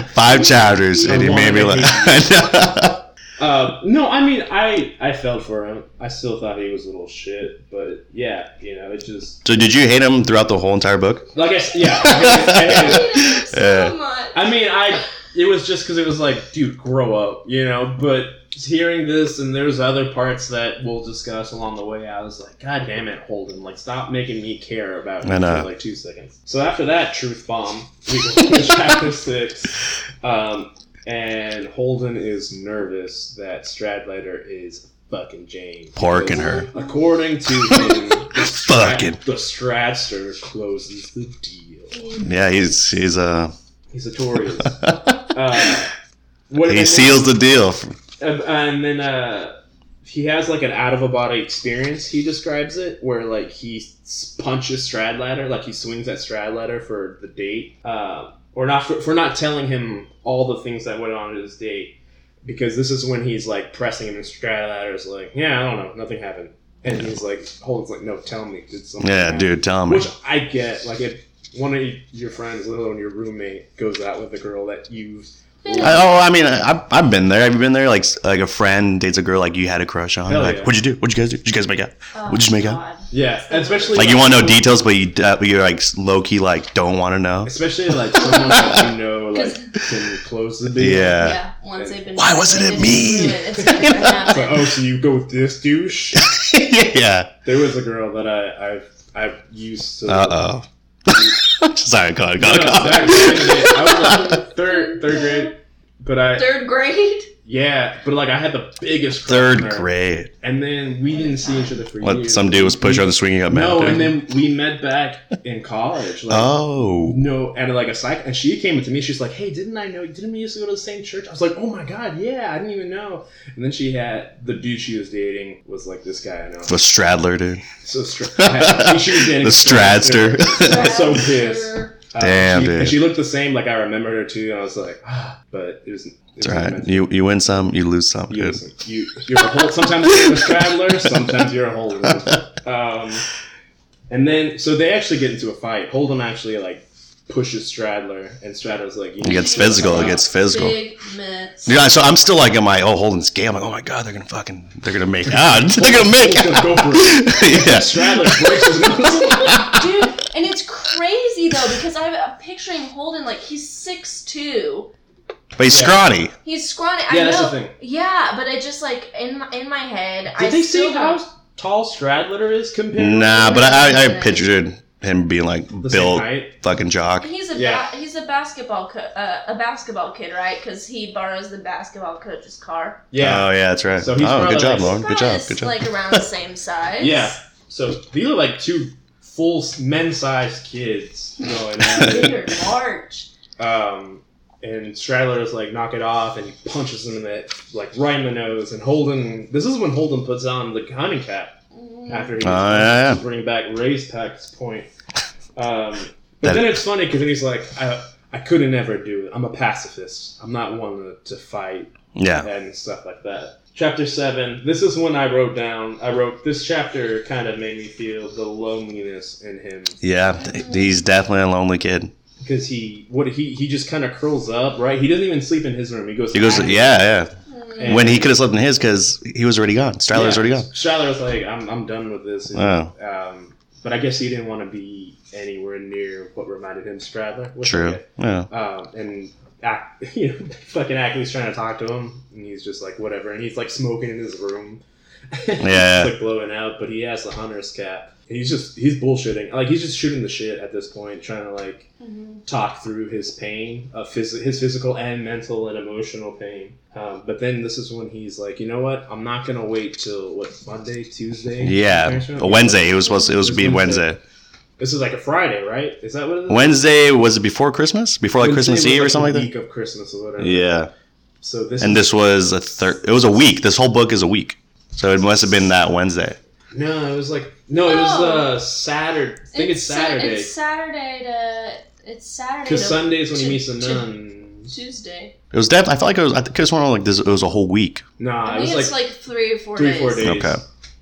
know. Five chapters, and A it long made me like. I Uh, no, I mean, I I felt for him. I still thought he was a little shit, but yeah, you know, it just know. so, did you hate him throughout the whole entire book? like I s- yeah. I hated- I hated it. Yeah. so much. I mean, I it was just because it was like, dude, grow up, you know. But hearing this and there's other parts that we'll discuss along the way, I was like, God damn it, Holden, like stop making me care about you I know. for like two seconds. So after that, truth bomb, we go to chapter six, um, and Holden is nervous that Stradlater is fucking James. Porking Because her. According to him, the Strat- Fucking. the Stradster closes the deal. Yeah, he's he's uh He's a Tory. uh, what- he and seals the deal. then, uh, and then uh, he has like an out of a body experience. He describes it where like he s- punches Stradladder, like he swings at Stradladder for the date, uh, or not for, for not telling him all the things that went on at his date, because this is when he's like pressing him, and Stradladder's like, "Yeah, I don't know, nothing happened," and he's like, Holden's like, "No, tell me, did something?" Yeah, happen?" dude, tell me. Which I get. Like if one of your friends, let alone your roommate, goes out with a girl that you've I, oh, I mean, I, I've been there. Have you been there? Like, like a friend dates a girl like you had a crush on. Hell like, yeah. what'd you do? What'd you guys do? Did you guys make out? Oh, Would you make God. yeah, especially Like, you want to know details, but you uh, you're like low key like don't want to know. especially like someone that you know like can close the deal. Yeah. Yeah. once they've been. uh, Why wasn't it me? It's gonna happen. So, oh, so you go with this douche? yeah. There was a girl that I I've, I've used to. Uh oh. Sorry, go on, go No, on, no, go on. back in the day, I was like third third grade, but I Third grade. yeah, but like I had the biggest crush on Third her. grade. and then we didn't see each other for What? years. Some dude was pushing on the swinging up No, mountain. and then we met back in college. Like, oh. No, and like a psych, and she came to me. She's like, "Hey, didn't I know? Didn't we used to go to the same church?" I was like, "Oh my god, yeah, I didn't even know." And then she had the dude she was dating was like this guy I know. The Stradler dude. So stra- I- she was dating the Stradster. was so pissed. Uh, Damn, she, dude. And she looked the same. Like I remembered her too. And I was like, ah, but it was. It That's was right. You you win some, you lose some, You, dude. listen, you, you're a whole, sometimes you're a straddler, sometimes you're a holder. Um, and then, so they actually get into a fight. Holden actually like pushes Stradler, and Stradler's like, you It gets physical. It gets physical. Big mess. Yeah, so I'm still like in my oh Holden's game. Like, oh my god, they're gonna fucking, they're gonna make out. They're gonna make Holden's out. gonna go for yeah. Stradler breaks his nose. Dude, and it's crazy though because I'm uh, picturing Holden like he's six two. But he's Yeah. scrawny. He's scrawny. I Yeah, know. that's the thing. Yeah, but I just like in my, in my head. Did I they still see have- how tall Stradler is compared? Nah, but I, I pictured him being like The same Bill height? fucking jock. He's a Yeah. ba- he's a basketball co- uh, a basketball kid, right? Because he borrows the basketball coach's car. Yeah. Oh yeah, that's right. So he's oh, probably good job, like- Lauren. Good job. Guys, Good job. Like around the same size. Yeah. so these are like two full men-sized kids going at it. Big or large. Um, and Stradler is like, knock it off, and he punches him in the like right in the nose. And Holden, this is when Holden puts on the hunting cap after he Oh, yeah, yeah. bringing back Ray's Pack's point. Um, but That- then it's funny because then he's like, I, I couldn't ever do it. I'm a pacifist. I'm not one to, to fight yeah. and stuff like that. Chapter seven. This is when I wrote down. I wrote this chapter kind of made me feel the loneliness in him Yeah, th- he's definitely a lonely kid. because he what he he just kind of curls up, right? He doesn't even sleep in his room. He goes. He goes, back. yeah, yeah. And- When he could have slept in his because he was already gone. Styler's already gone. Styler was like, I'm I'm done with this. And, Oh, um, but I guess he didn't want to be anywhere near what reminded him of Stradler. which- true. Yeah. Um, and Ack, you know, fucking Ackley's trying to talk to him, and he's just like whatever, and he's like smoking in his room. Yeah. He's, like blowing out, but he has the hunter's cap. And he's just he's bullshitting, like he's just shooting the shit at this point, trying to like Mhm. talk through his pain, of phys- his physical and mental and emotional pain. Um, but then this is when he's like, you know what? I'm not gonna wait till what Monday, Tuesday. Yeah. A Wednesday. It was supposed. It was to be Wednesday. This is like a Friday, right? Is that what it is? Wednesday was it before Christmas? Before like Christmas Wednesday Eve or was, like, something the like Week of Christmas or that. whatever. Yeah. So this is, And this was a third. It was a week. This whole book is a week. So it must have been that Wednesday. no, it was like no, it was No. uh Saturday. I think it's, Sa- Saturday Oh. It's Saturday to. It's Saturday. because to Sunday's when he to- meets the to- nuns. Tuesday. It was definitely. I felt like it was. I think it was more like this. It was a whole week. Nah, I Ah, it think was like, it's like, three or four three days. four days. Okay.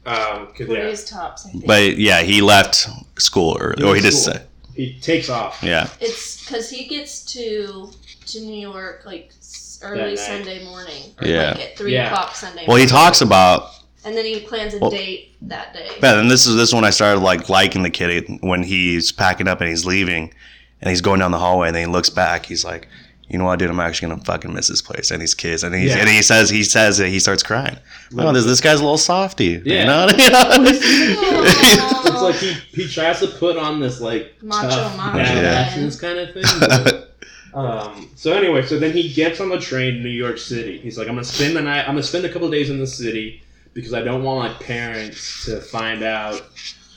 Um, 'cause, Four yeah, days tops. I think. But yeah, he left school early. He Or left he just school. said, he takes off. yeah. It's because he gets to to New York like s- early That night. Sunday morning, or Yeah. like at three Yeah. o'clock Sunday. Well, he morning. talks about. and then he plans a Well- date that day. Yeah, and this is this one I started like liking the kid when he's packing up and he's leaving, and he's going down the hallway and then he looks back. He's like, you know what, dude, I'm actually gonna fucking miss this place and these kids. And he Yeah. and he says he says that he starts crying. Oh, this this guy's a little softy. Yeah. You know what I It's like he, he tries to put on this like Macho, tough, macho bad man. actions kind of thing. but mean? Um, so anyway, so then he gets on the train to New York City. He's like, I'm gonna spend the night. I'm gonna spend a couple days in the city because I don't want my parents to find out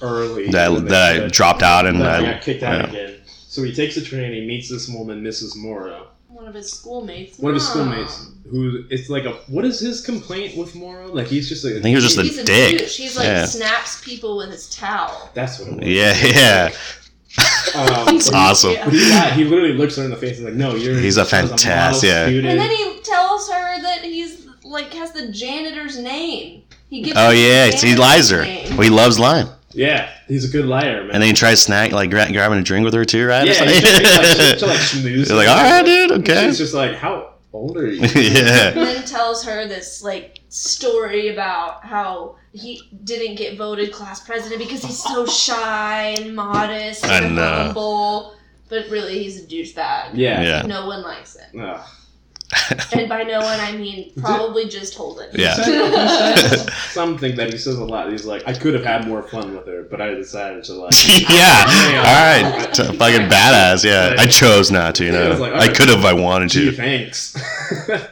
early that, that I that dropped out and I I, got kicked out yeah. again. So he takes the train. and He meets this woman, Mrs. Morrow, One of his schoolmates. one of his Mom. schoolmates. Who it's like a what is his complaint with Morrow? Like he's just like I think he was just a He's a dick. douche. He's like Yeah. snaps people with his towel. that's what it was. Yeah, yeah. Um, It's awesome. Yeah. But he, yeah, he literally looks her in the face and like, no, you're. He's a I was model fantastic- yeah. student. And then he tells her that he's like has the janitor's name. He gives Oh her the yeah, it's he janitor's lies her. name. Well, he loves lying, yeah, he's a good liar, man. and then he tries snack like gra- grabbing a drink with her too, right? yeah, Or something. he's just, like, just to, like schmooze. You're like, all right, dude, okay. She's just like, how old are you? yeah, and then tells her this like story about how he didn't get voted class president because he's so shy and modest I and know. humble. But really, he's a douchebag. Yeah. yeah. No one likes it. Ugh. And by no one, I mean probably just Holden. Yeah. He said- he said something that he says a lot. He's like, I could have had more fun with her, but I decided to like. yeah. All right. T- fucking badass. Yeah. I chose not to, you Yeah, I know. was like, all I right. could have if I wanted Gee, to. thanks.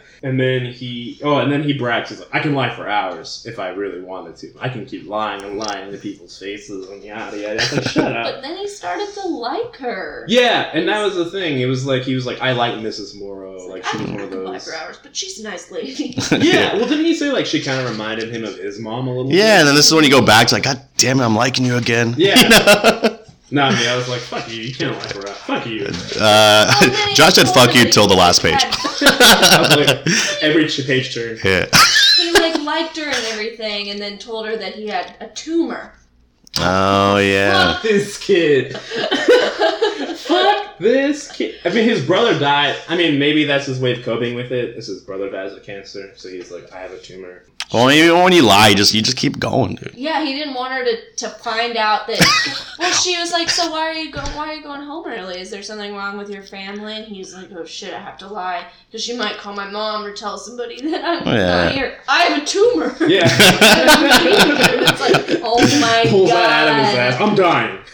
and then he, oh, and then he brags. He's like, I can lie for hours if I really wanted to. I can keep lying and lying into people's faces and yada yada. It's like, shut up. But then he started to like her. Yeah, and that was the thing. It was like he was like, I like Mrs. Morrow. He's Like Like, she I was don't one of know why those. for hours, but she's a nice lady. Yeah, well, didn't he say like she kind of reminded him of his mom a little? Yeah, and bit? then this is when you go back to like, God damn it, I'm liking you again. Yeah. You know? No, I mean, I was like, fuck you, you can't like her. up. Fuck you. Oh, then uh, he Josh said told fuck her you that till the he last page. I was like, every ch- page turn. yeah. He like liked her and everything, and then told her that he had a tumor. Oh yeah. This kid. Fuck this kid. I mean, his brother died. I mean, maybe that's his way of coping with it. Is his brother dies of cancer, so he's like, I have a tumor. Well, even when you lie, you just you just keep going, dude. Yeah, he didn't want her to, to find out that. Well, she was like, "So why are you going? Why are you going home early? Is there something wrong with your family?" And he's like, "Oh shit, I have to lie because she might call my mom or tell somebody that I'm Oh, Yeah. not here. I have a tumor." Yeah. it's like, oh my Pulls god, that out of his ass. I'm dying.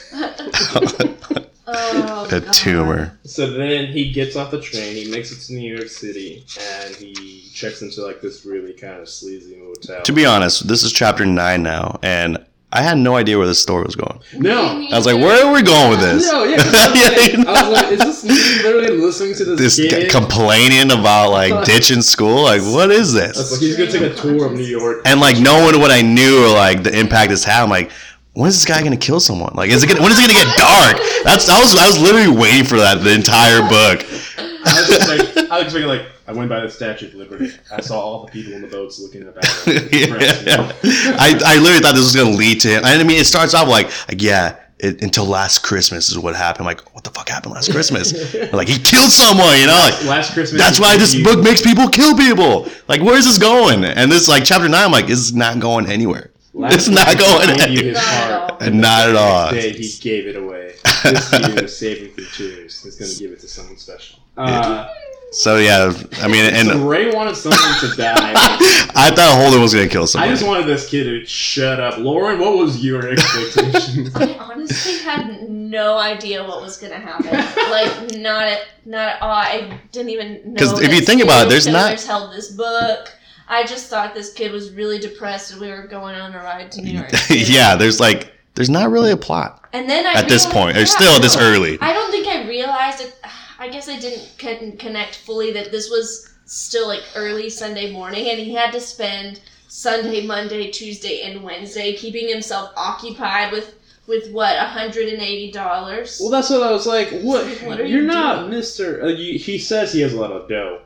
Oh, a God. tumor. So then he gets off the train, he makes it to New York City, and he checks into like this really kind of sleazy motel. To be honest, this is chapter nine now, and I had no idea where this story was going. no, I was like, where are we going with this? no, yeah, 'cause I, was like, I was like, is this dude literally listening to this, This guy kid? complaining about like ditching school, like what is I was this? like, he's gonna take a tour of New York. And like knowing what I knew, or like the impact this had, I'm like, when is this guy gonna kill someone? Like, is it gonna, when is it gonna get dark? That's I was I was literally waiting for that the entire book. I was just like, I was thinking like, I went by the Statue of Liberty. I saw all the people in the boats looking at the yeah. back. I, I literally thought this was gonna lead to him. I mean, it starts off like, like yeah, it, until last Christmas is what happened. Like, what the fuck happened last Christmas? like, he killed someone, you know? Like, Last Christmas. that's he why gave this you- book makes people kill people. Like, where is this going? And this, like, chapter nine, I'm like, this is not going anywhere. Last it's not Christmas going he gave you anywhere. his Not at heart. all. And not at all. Day he gave it away. This year, saving for tears, he's gonna give it to someone special. Uh, So yeah, I mean, so and Ray wanted someone to die. I thought Holden was gonna kill I someone. just wanted this kid to shut up. Lauren, what was your expectation? I honestly had no idea what was gonna happen. Like not at not at all. I didn't even know. 'Cause if that you think about it, there's serial not- killers held this book. I just thought this kid was really depressed, and we were going on a ride to New York. City. yeah, there's like, there's not really a plot And then I at this realized- point. It's yeah, still this no. early. I don't think I realized it. I guess I didn't con- connect fully that this was still like early Sunday morning, and he had to spend Sunday, Monday, Tuesday, and Wednesday keeping himself occupied with with what hundred and eighty dollars. well, that's what I was like. What? What are You're you not doing? Mister. Uh, you, he says he has a lot of dough.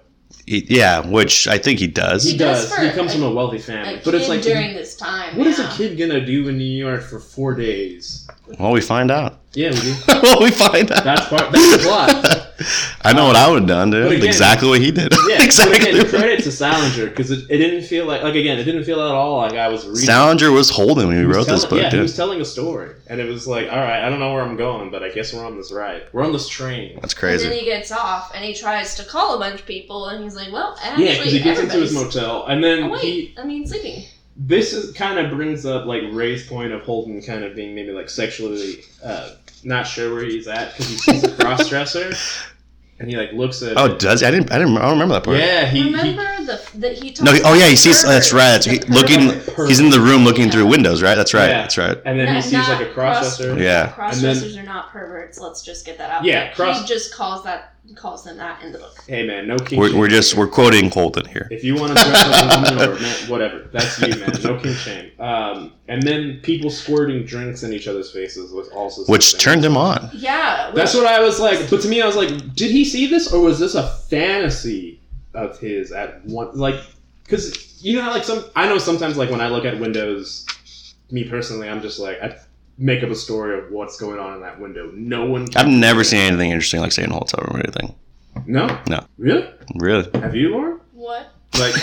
He- yeah, which I think he He, does. He does does. He for comes a- from a wealthy a family, kid but it's like, during this time. what is yeah. a kid gonna do in New York for four days? Well, we find out. Yeah, we do. well, we find out. that's part. That's the plot. I know what I would have done, dude. But again- exactly what he did. Yeah, exactly. But again, credit to Salinger because it, it didn't feel like like again it didn't feel at all like I was reading. Salinger was holding when he, He was wrote this telling- book, Yeah, he was dude. telling a story, and it was like, all right, I don't know where I'm going, but I guess we're on this ride. We're on this train. That's And then crazy. he gets off and he tries to call a bunch of people, and he's like, "Well, actually, Yeah, because he gets into his everybody's- motel, and Oh, then wait, he. I mean, sleeping. This is kind of brings up like Ray's point of Holden kind of being maybe like sexually uh, not sure where he's at because he's, he's a cross dresser, and he like looks at. Oh, it. does he? I didn't I didn't I don't remember that part. yeah, he. he- Remember the that he talked No, he- oh yeah, he to sees. Herbert, That's right. That's, the he, pervert. looking, he's in the room looking through Yeah. windows, right? That's right. Yeah. That's right. and then he Not- sees like a not cross- crossdresser. Yeah. And then- Crossdressers are not perverts. Let's just get that out. Yeah, there. cross- he just calls that calls them that in the book. Hey man, no king. We're, we're just we're quoting Holden here. If you want to dress like a woman or man, whatever, that's you, man. No king shame. Um, and then people squirting drinks in each other's faces was also Which something. turned him on. Yeah, That's what I was like. But to me, I was like, did he see this, or was this a fantasy of his at one? Like, because you know, how, like some I know sometimes, like when I look at windows, me personally, I'm just like I make up a story of what's going on in that window. No one. I've never seen anything interesting like staying in a hotel room or anything. No. No. Really? Really. Have you, Lauren? what. Like,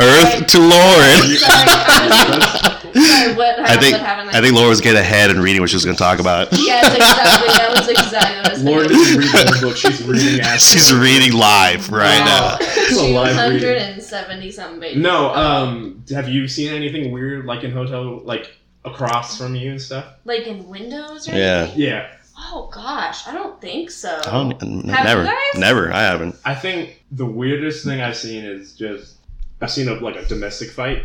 Earth to Lauren. Sorry, what, I think what happened? I think Lauren was getting ahead and reading what she was going to talk about. Yes, exactly. That was exactly what I was Lauren thinking. is reading her book. She's reading. Ass- She's reading live right Wow. now. It's a live reading. 270 something babies. No. Um. Have you seen anything weird, like in hotel, like across from you and stuff? Like in windows or Yeah. anything? Yeah. Oh gosh, I don't think so. I don't, Oh, n- Have never, you guys? never. I haven't. I think the weirdest thing I've seen is just I've seen a, like a domestic fight.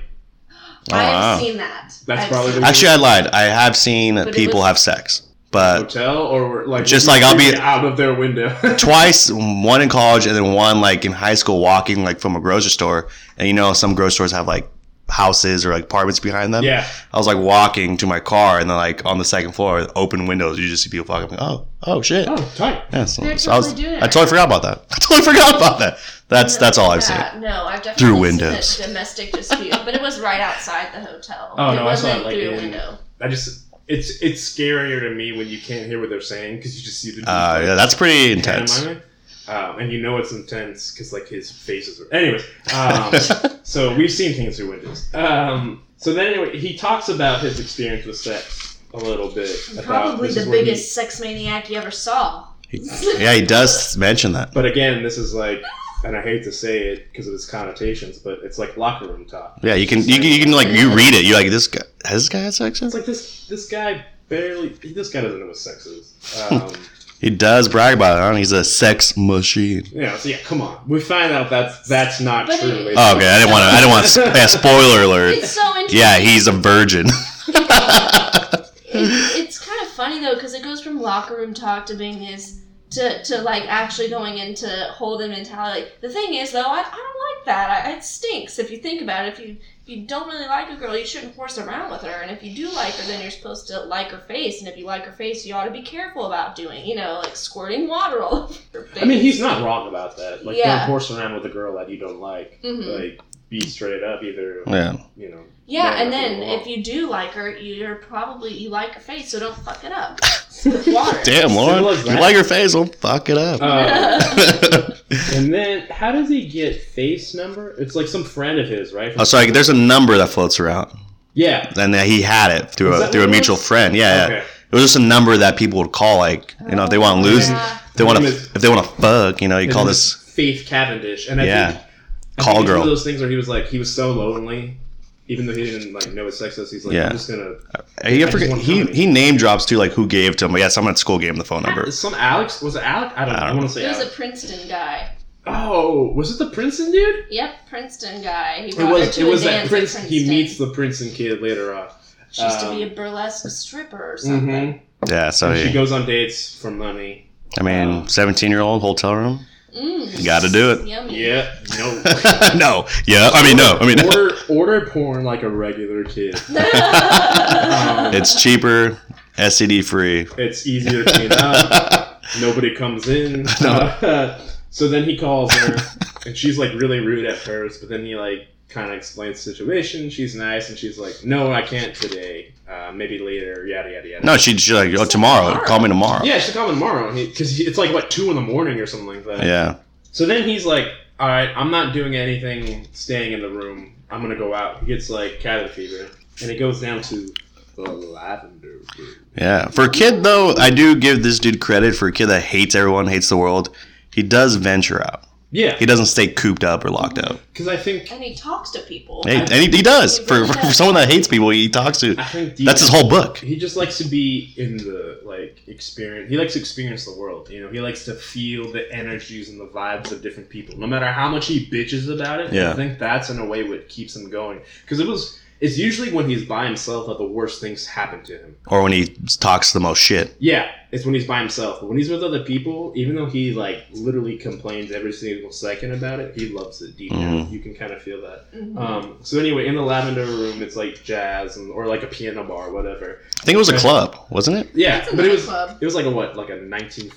Oh, I've wow. seen that. That's I've probably seen the- Actually, I lied. I have seen But it people was- have sex, but hotel or like Uh, Just like I'll be- out of their window. twice. One in college, and then one like in high school, walking like from a grocery store. And you know, some grocery stores have like houses or like apartments behind them. yeah, I was like walking to my car, and then like on the second floor, open windows, you just see people fucking. Oh, oh shit. oh tight. Yeah, so, They're so I, was, totally doing it I totally forgot about that. I totally forgot about that. That's that's all I've seen. Yeah, No, I've definitely Through seen windows. a domestic dispute, but it was right outside the hotel. Oh, it no, I saw wasn't it, like, through a in- window. I just it's it's scarier to me when you can't hear what they're saying because you just see the dude, Uh, like, yeah, that's pretty intense. pantomiming. Um, and you know it's intense because like his faces are. Anyways, um, so we've seen things through windows. Um, so then anyway, he talks about his experience with sex a little bit. About, Probably this the is where he- biggest sex maniac you ever saw. Yeah, he does mention that. But again, this is like, and I hate to say it because of its connotations, but it's like locker room talk. Yeah, you can you can, you can like you read it. You're like this guy has this guy had sex? It's like this this guy barely. This guy doesn't know what sex is. Um, He does brag about it. Huh? He's a sex machine. you know, so yeah, come on. We find out that's that's not But true. it- It's- Oh, okay, I didn't want to. I didn't want to. Yeah, spoiler alert. It's so interesting. Yeah, he's a virgin. It's, it's kind of funny though because it goes from locker room talk to being his to, to like actually going into holding mentality. The thing is though, I, I don't like that. I, it stinks if you think about it. If you if you don't really like a girl, you shouldn't horse around with her. And if you do like her, then you're supposed to like her face. And if you like her face, you ought to be careful about doing. You know, like squirting water all over her face. I mean, he's not wrong about that. Like, Yeah. don't horse around with a girl that you don't like. Mhm. Like, be straight up. Either yeah, you know. Yeah, Yeah, and then yeah. if you do like her, you're probably you like her face, so don't fuck it up. With water. damn, Lauren, Simple as you that. like your face? Well, fuck it up. Um, oh, and then, how does he get face number? It's like some friend of his, right? so like, Oh, there's a number that floats around, yeah. and then he had it through Is a that through a what it mutual was? friend. Yeah, yeah, Okay. it was just a number that people would call, like you know, if they want to lose, Yeah. if they want to His if they want to fuck, you know, you His call name is this Faith Cavendish, and I Yeah. think I Call think it's One girl. of those things where he was like, he was so lonely, even though he didn't like know what sex is. He's like, Yeah. I'm just gonna. He, just forget, want he, somebody. he name drops too, like who gave to him. But yeah, someone at school gave him the phone number. Is Some Alex was it Alex? I don't. I I, don't want to say It was a Alex. Princeton guy. oh, was it the Princeton dude? Yep, Princeton guy. He It brought her was. to It a was that dance at Prince. Princeton. He meets the Princeton kid later on. She used to be um, a burlesque stripper or something. Mm-hmm. Yeah, so she he, goes on dates for money. I mean, seventeen year old hotel room. Mm. Gotta do it. Yummy. Yeah. No. no, yeah, I mean no, I mean order order porn like a regular kid. Um, it's cheaper, STD free. It's easier to clean up. Nobody comes in. No. Uh, so then he calls her, and she's like really rude at first, but then he like kind of explains the situation. She's nice, and she's like, "No, I can't today. Uh, maybe later. Yada yada yada." no, she she like oh tomorrow, call me tomorrow. Yeah, she'll call him tomorrow because it's like what two in the morning or something like that. yeah. So then he's like, "All right, I'm not doing anything. Staying in the room. I'm gonna go out." He gets like cabin fever, and it goes down to the lavender. room. Yeah. For a kid though, I do give this dude credit. For a kid that hates everyone, hates the world, he does venture out. Yeah, He doesn't stay cooped up or locked up. because I think and he talks to people. Hey, and he, he does. For, for someone that hates people, he talks to. I think deep- That's his whole book. He just likes to be in the like experience. He likes to experience the world. You know, he likes to feel the energies and the vibes of different people, no matter how much he bitches about it. Yeah. I think that's in a way what keeps him going because it was. It's usually when he's by himself that the worst things happen to him. Or when he talks the most shit. Yeah, it's when he's by himself. But when he's with other people, even though he like literally complains every single second about it, he loves it deep down. You can kind of feel that. Mhm. Um, so anyway, in the lavender room, it's like jazz and, or like a piano bar, whatever. I think it was a club, wasn't it? Yeah, That's a but it was nightclub. it was like a what, like a 1940s,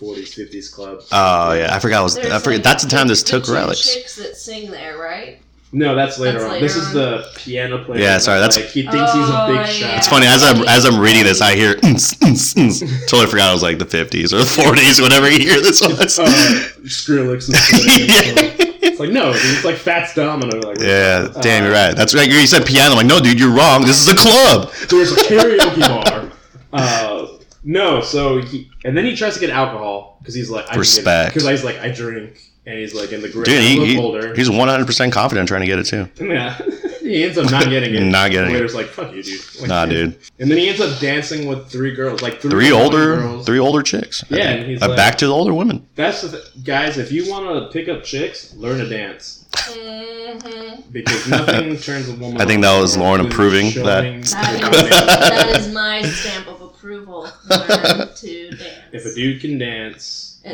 50s club. Oh yeah, I forgot. it Was, I There's, forget. like, that's the time this took two relics. Chicks that sing there, right? No, that's later That's on. later this is on. the piano player. Yeah, sorry, that's- like, he thinks he's a Oh, big yeah. shot. It's funny as I'm as I'm reading this, I hear "Unz, unz, unz." totally forgot it was like the 50s or the 40s, whatever year this was. Uh, Skrillex. And stuff. It's like no, dude, it's like Fats Domino. Like yeah, damn, uh, you're right. That's right. You said piano. I'm like, no, dude, you're wrong. This is a club. there's a karaoke bar. Uh, no, so he, and then he tries to get alcohol because he's like I Respect. because he's like I drink and he's like in the grip Dude, he, he- holder. he's 100 percent confident trying to get it too. yeah, he ends up not getting it. Not getting the it. waiter's like fuck you, dude. Like, Nah, dude. And then he ends up dancing with three girls, like three, Three young older, girls. three older chicks. Yeah, and he's Uh, like- back to the older women. That's the th- guys. If you want to pick up chicks, learn to dance Mm-hmm. because nothing turns a woman. I think on that was more Lauren than approving showing That is my stamp of approval. Learn to If a dance. dude can dance, you,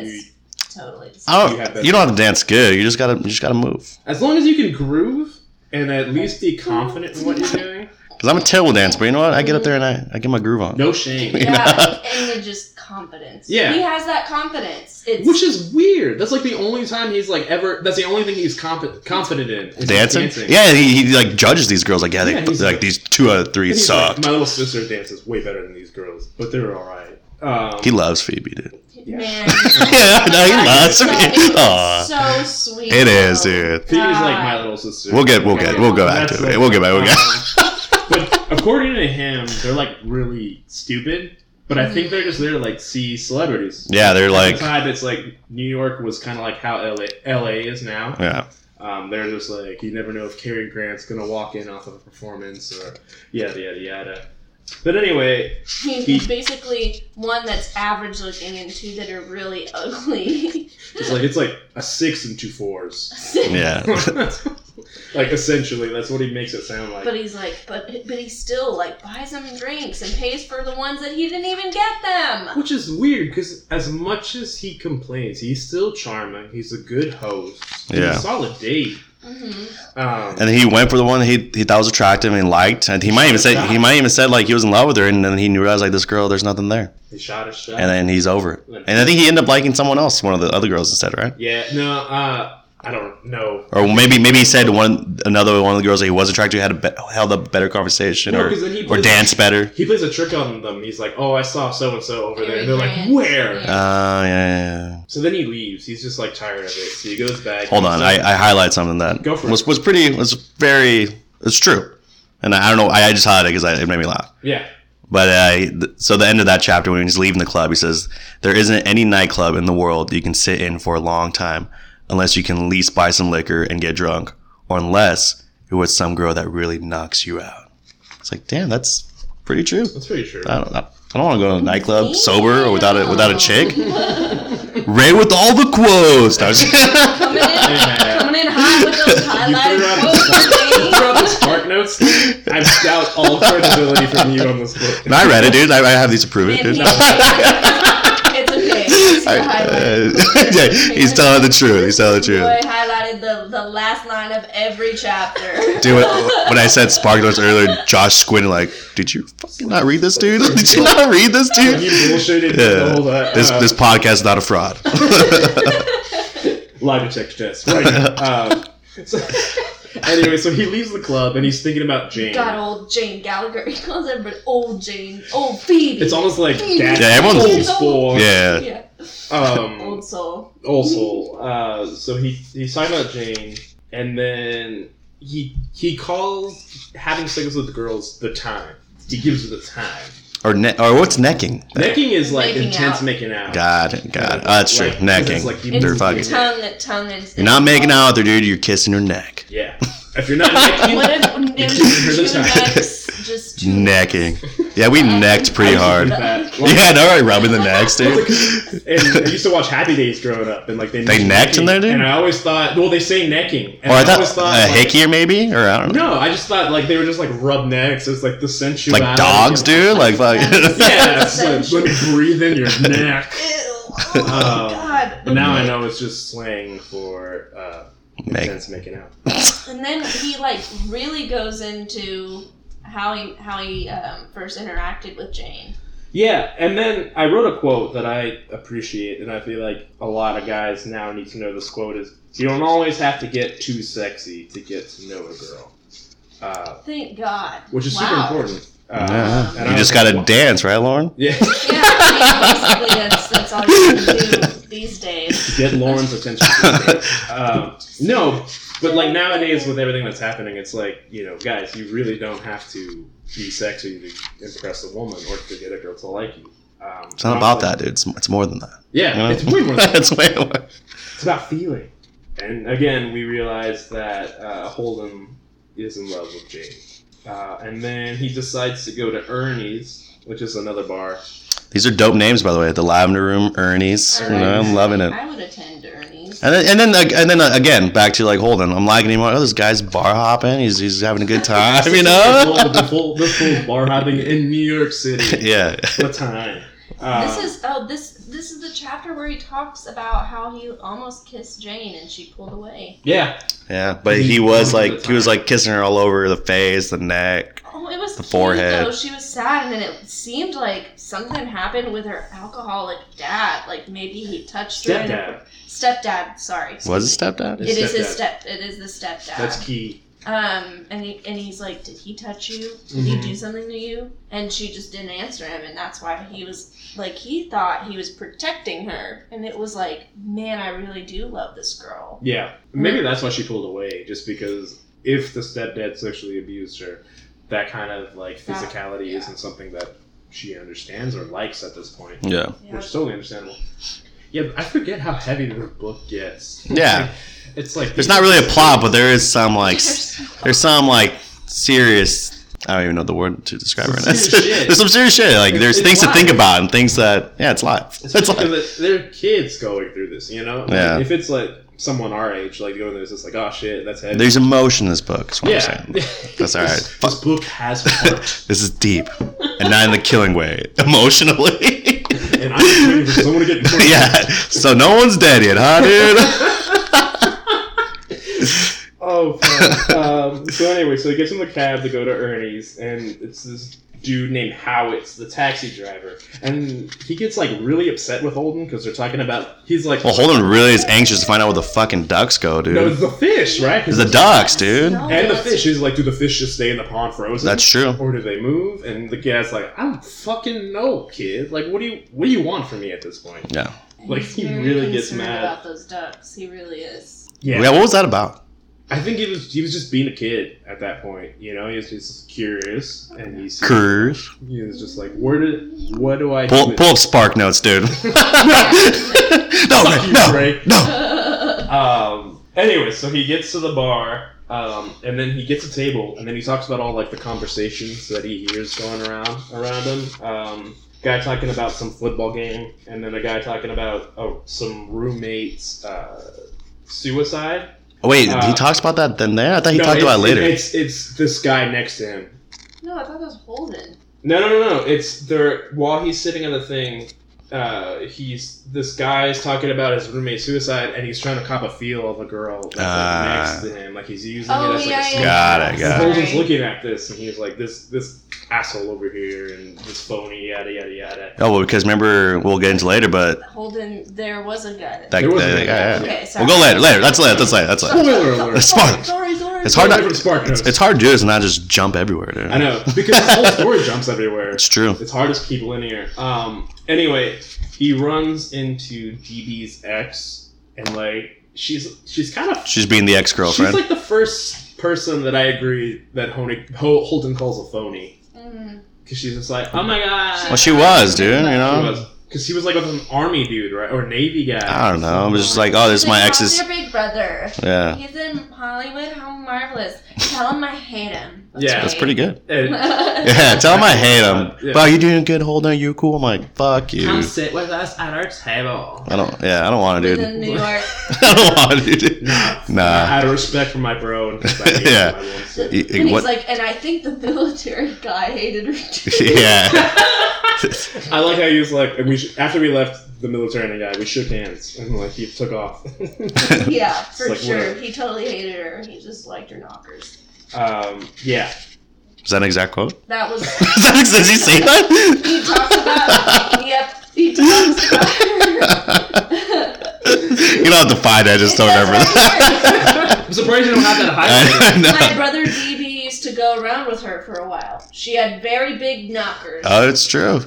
It's totally. the I You have don't. that- You don't have to dance good. You just gotta. You just gotta move. as long as you can groove and at least be confident in what you're doing, Cause I'm a terrible dancer, but you know what? I get up there and I, I get my groove on. no shame. Yeah, and the just confidence. Yeah. he has that confidence. It's Which is weird. That's like the only time he's like ever. That's the only thing he's comp- confident in. is dancing? dancing. Yeah, he, he like judges these girls. Like, yeah, they, Yeah, he's- like these two out of three And he's suck. Like, My little sister dances way better than these girls, but they're all right. Um, he loves Phoebe, dude. man. yeah, no, he that is loves Phoebe. Aw. so, so sweet. it is, though. dude. Phoebe's like God. my little sister. We'll get, we'll get, we'll go back Uh, That's to it. like- We'll get back, we'll get. Um, but according to him, they're like really stupid. But I think they're just there to like see celebrities. Yeah, they're At like, the time, it's like New York was kind of like how LA, LA is now. yeah, Um, they're just like you never know if Cary Grant's gonna walk in off of a performance or yada yada yada. But anyway, He's basically one that's average looking and two that are really ugly. it's like it's like a six and two fours. yeah. like essentially, that's what he makes it sound like. But he's like, but but he still like buys them drinks and pays for the ones that he didn't even get them. Which is weird because as much as he complains, he's still charming. He's a good host. He's Yeah. a solid date. hmm Um, And he went for the one he he thought was attractive and liked. And he might even said he might even said like he was in love with her, and then he knew I was like this girl, there's nothing there. he shot his shot. And then he's over it. And I think he ended up liking someone else, one of the other girls instead, right? yeah, no, uh, I don't know. Or maybe maybe he said one another one of the girls that he was attracted to had a be- held a better conversation No, or 'cause then he or plays- dance better. He plays a trick on them. He's like, "Oh, I saw so and so over there." And they're like, Very "Where?" grand. Uh, yeah, yeah, yeah. So then he leaves. He's just like tired of it. So he goes back. Hold on, He's like- I, I highlight something that Go for it. was was pretty was very it's true, and I, I don't know I, I just highlighted because it made me laugh. yeah, But uh, th- so the end of that chapter when he's leaving the club, he says there isn't any nightclub in the world you can sit in for a long time unless you can at least buy some liquor and get drunk, or unless you're with some girl that really knocks you out. It's like damn, that's pretty true. that's pretty sure. I don't, I don't want to go to a nightclub sober or without a without a chick. Ray with all the quotes. No, I'm just- Coming in, Yeah. coming in hot with those You threw out highlights. Throughout the Spark Notes, I doubt all credibility from you on this book. No, I read it, dude. I, I have these to prove it, Man, dude. he- it's okay. It's the I- highlight. uh, yeah, he's telling the truth. He's telling the Boy truth. highlighted the, the last line of every chapter. Dude, when- when I said spark notes earlier, Josh squinted like, "Did you fucking not read this, dude? Did you not read this, You dude?" bullshitted the Yeah. whole uh, This this podcast is not a fraud. lie detector test. Right. um, so, anyway, so he leaves the club and he's thinking about Jane. Got old Jane Gallagher. He calls everybody old Jane, old Phoebe. It's almost like dad. Yeah, everyone's- old sport. yeah, yeah, Um, old soul. old soul. Uh, so he he's talking about Jane, and then he he calls having sex with girls the time. He gives her the time. Or ne- or what's necking? Necking is like Making intense out. making out. God, God, oh, that's true. Like, 'cause necking. it's like you They're move fucking. your- Tongue, tongue is. Oh, You're not making out with her, dude. You're kissing her neck. Yeah. If you're not necking, What if there's Here's the two time. necks, just two Necking. Yeah, we necked pretty I hard. used to do that. Well, Yeah, all right, rubbing the necks, dude. And I used to watch Happy Days growing up, and like they They necked in there, dude? And I always thought, well, they say necking, and Or I always thought thought a like- hickey, maybe, or I don't know, No, I just thought like they were just like rub necks. It's like the sensuality. like dogs, of- dude. Like fuck. Yeah, it's like, let me breathe in your neck. Ew. Oh my Uh, god. But now I know it's just slang for uh, Meg. intense making out. And then he like really goes into how he how he um, first interacted with Jane. Yeah, and then I wrote a quote that I appreciate, and I feel like a lot of guys now need to know this quote is: "You don't always have to get too sexy to get to know a girl," uh, Thank God. which is super Wow. important. Uh, Yeah. and I You was just gotta like, dance, right, Lauren? Yeah, Yeah, I mean, basically that's that's all you can do these days. get Lauren's attention. um, no, but like nowadays with everything that's happening, it's like you know, guys, you really don't have to be sexy to impress a woman or to get a girl to like you. Um, It's not about that, dude. It's, it's more than that. Yeah, you know? it's way more. Than that. it's way more. It's about feeling. And again, we realize that uh, Holden is in love with Jane. Uh, and then he decides to go to Ernie's, which is another bar. These are dope names, by the way. The Lavender Room, Ernie's. You know, I'm loving it. I would attend Ernie's. And then, and then, ag- and then uh, again, back to like, hold on, I'm liking him. Oh, this guy's bar hopping. He's, he's having a good time, you The full, the know? full, the full bar hopping in New York City. yeah. What time? Uh, This is oh this this is the chapter where he talks about how he almost kissed Jane and she pulled away. yeah. Yeah. But He- he was all the like, he was like kissing her all over the face, the neck. Oh, it was The cute, forehead. though. She was sad, and it seemed like something happened with her alcoholic dad. Like maybe he touched her. in the- Stepdad. Stepdad. Sorry. Was it stepdad? His It is his stepdad. step. It is the stepdad. That's key. Um, and he, and he's like, did he touch you? Did Mhm. Mm-hmm. he do something to you? And she just didn't answer him, and that's why he was like, he thought he was protecting her, and it was like, man, I really do love this girl. Yeah. Maybe that's why she pulled away, just because if the stepdad sexually abused her, that kind of like That- physicality yeah. isn't something that she understands or likes at this point. Yeah. Yeah. which is totally understandable. Yeah, but I forget how heavy the book gets. Yeah. it's like There's not really a plot, but there is some like, s- there's some like serious. I don't even know the word to describe Some right now. serious shit. there's some serious shit. Like, there's It's things to think life. about and things that, yeah, it's life. It's It's life. because they're kids going through this, you know. Like, Yeah. if it's like someone our age, like going through this, it's like, oh shit, that's heavy. There's emotion in this book, is what I'm yeah, saying. That's all right. This, this book has heart, This is deep, and not in the killing way, emotionally. and I'm just waiting for someone to get in front of yeah. So no one's dead yet, huh, dude? Oh, fuck. um, so anyway, so he gets in the cab to go to Ernie's, and it's this dude named Howitz, the taxi driver, and he gets like really upset with Holden because they're talking about he's like, well, Holden really is anxious to find out where the fucking ducks go, dude. no, it's the fish, right? It's the ducks, dude. No, and the that's- fish is like, do the fish just stay in the pond frozen? That's true. or do they move? And the guy's like, I don't fucking know, kid. Like, what do you what do you want from me at this point? Yeah. Like, He's he very really gets concerned mad. about those ducks. He really is. yeah. what was that about? I think he was he was just being a kid at that point. You know, he was just curious, and he's Curse. he was just like, where did what do I do Pull, with- pull up spark notes, dude. no, Fuck you, no, Drake. no. Um. Anyway, so he gets to the bar, um, and then he gets a table, and then he talks about all like the conversations that he hears going around around him. Um, guy talking about some football game, and then a guy talking about oh, some roommates. Uh, Suicide. Oh, Wait, Uh, he talks about that then there? I thought he No, talked about it it's- later. It's it's this guy next to him. no, I thought that was Holden. No, no, no, no. It's there while he's sitting on the thing. Uh, he's this guy is talking about his roommate's suicide, and he's trying to cop a feel of a girl that's like, Ah. next to him. Like he's using Oh it as like yeah, a yeah. slut. Got it, And got it. Holden's looking at this, and he's like, "This, this asshole over here, and this phony, yada yada yada." oh, well, because remember, we'll get into later, but Holden, there was a guy. That, that, There was that- a- yeah, yeah. okay, sorry. We'll go later. Later. That's later. That's later. That's later. Spoiler alert! It's fine. Sorry, sorry. It's hard Sorry not- for the spark notes. It's hard to do is not just jump everywhere, dude. I know because the whole story jumps everywhere. It's true. It's hard to keep linear. Um. Anyway, he runs into DB's ex, and like she's she's kind of She's being the ex girlfriend. She's like the first person that I agree that Honig, Ho- Holden calls a phony. Mhm. because she's just like, oh my god. Well, she um, was, dude. You She know, was. Because he was like with an army dude, right? Or navy guy. I don't know. It was just like, oh, this is my He's ex's. Your big brother. Yeah, He's in Hollywood. How marvelous! Tell him I hate him. Yeah. that's pretty good. And Yeah, tell him I hate him. Yeah. Wow, you're doing good, Holden. You're cool. I'm like, fuck you. come sit with us at our table. I don't. Yeah, I don't want to, He's dude. in New York. I don't want to, dude. Nah. Out of respect for my bro and things like Yeah. that, I won't sit. Y- y- And he's What? like, and I think the military guy hated her too. Yeah. I like how he was like, and we sh- after we left the military and the guy, we shook hands and like he took off. Yeah, for like, sure. whatever. He totally hated her. He just liked her knockers. um, yeah, Is that an exact quote? That was. Is that, does he say He talks about. yep. He talks about her. that? you don't have to find it. I just don't remember that. I'm surprised you don't have that high. I My know. brother DB used to go around with her for a while. She had very big knockers. Oh, it's true.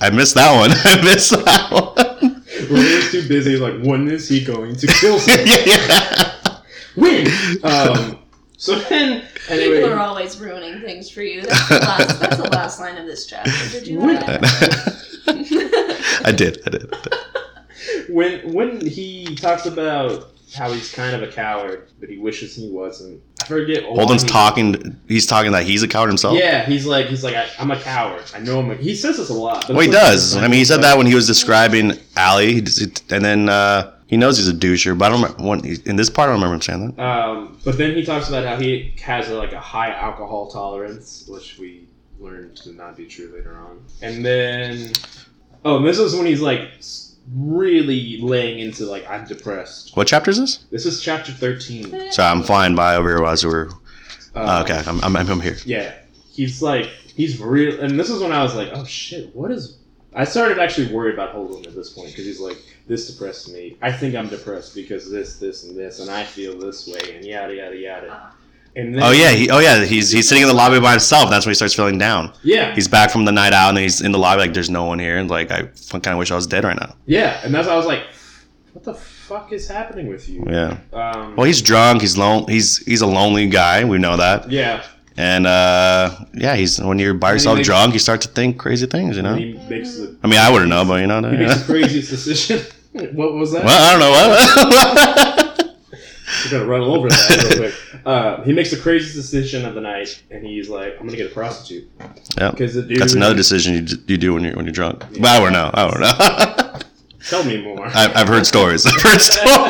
I missed that one. I missed that one. We're always too busy. Like, when is he going to kill someone? yeah, yeah. When? Um, so then, People are anyway, always ruining things for you. That's the last, that's the last line of this chapter. Did you know that? I did. I did. when when he talks about how he's kind of a coward, but he wishes he wasn't. I forget. why Holden's he- talking. He's talking that he's a coward himself. Yeah, he's like he's like I, I'm a coward. I know I'm. A, he says this a lot. but Well, he it's like- does. I mean, he said that when he was describing Allie, he just- and then uh, he knows he's a doucher. But I don't remember. When, in this part, I don't remember him saying that. Um, but then he talks about how he has a, like a high alcohol tolerance, which we learned to not be true later on. And then, oh, and this is when he's like s- really laying into like I'm depressed. What chapter is this? This is chapter thirteen. Um, Sorry, I'm flying by over here while we're. Uh, Oh, okay, I'm, I'm, I'm here. Yeah, he's like he's real, and this is when I was like, oh shit, what is? I started actually worried about Holden at this point because he's like, this depressed me. I think I'm depressed because this, this, and this, and I feel this way, and yada yada yada. And then, Oh yeah, he, oh yeah, he's he's sitting in the lobby by himself. That's when he starts feeling down. yeah, He's back from the night out, and he's in the lobby like, "There's no one here," and like, I kind of wish I was dead right now. Yeah, and that's I was like, what the fuck is happening with you? Yeah. Um, Well, he's drunk. He's lone. He's he's a lonely guy. We know that. yeah, And uh, yeah, he's when you're by And he yourself makes- drunk, you start to think crazy things. You know. he makes the I mean, I wouldn't know, but you know. he makes the Yeah. craziest decision. what was that? Well, I don't know what. We're gonna run over that real quick. Uh, he makes the craziest decision of the night, and he's like, I'm gonna get a prostitute. Yeah. because the dude That's another decision you, d- you do when you're when you're drunk. But I don't know. I don't know. Tell me more. I, I've heard stories. I've heard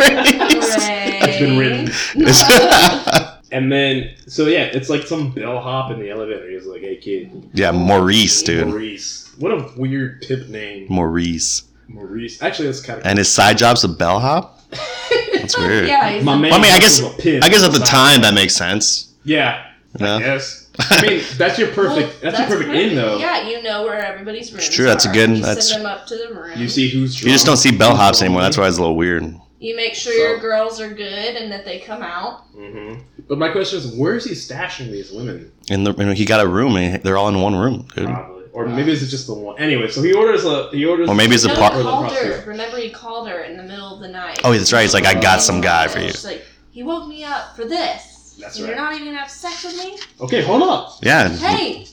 stories. it's been written. It's- And then, so yeah, it's like some bellhop in the elevator. He's like, "Hey kid, yeah, Maurice, dude. Maurice. What a weird pimp name, Maurice. Maurice. Actually, that's kind of And his side job's a bellhop? That's weird. yeah, he's my man. Well, I mean, I guess- was a pimp. I guess at the time that makes sense. yeah, You know? Yes. I mean, that's your perfect. Well, that's, your perfect perfect. end, though. Yeah, you know where everybody's rooms true, that's a are. good- You that's- send them up to the room. You see who's. You just don't see drunk, who's bellhops anymore. That's why it's a little weird. You make sure So- your girls are good and that they come out. lonely. Mhm. But my question is, where is he stashing these women? And the, you know, he got a room, and they're all in one room, dude. Probably, or maybe it's just the one. Anyway, so he orders a. He orders. Or maybe it's a no, par- he Or the called her. prostitute. Remember, he called her in the middle of the night. Oh, that's right. He's like, I got some guy for you. She's like, he woke me up for this. That's And right. You're not even gonna have sex with me? Okay, hold up. Yeah. Hey.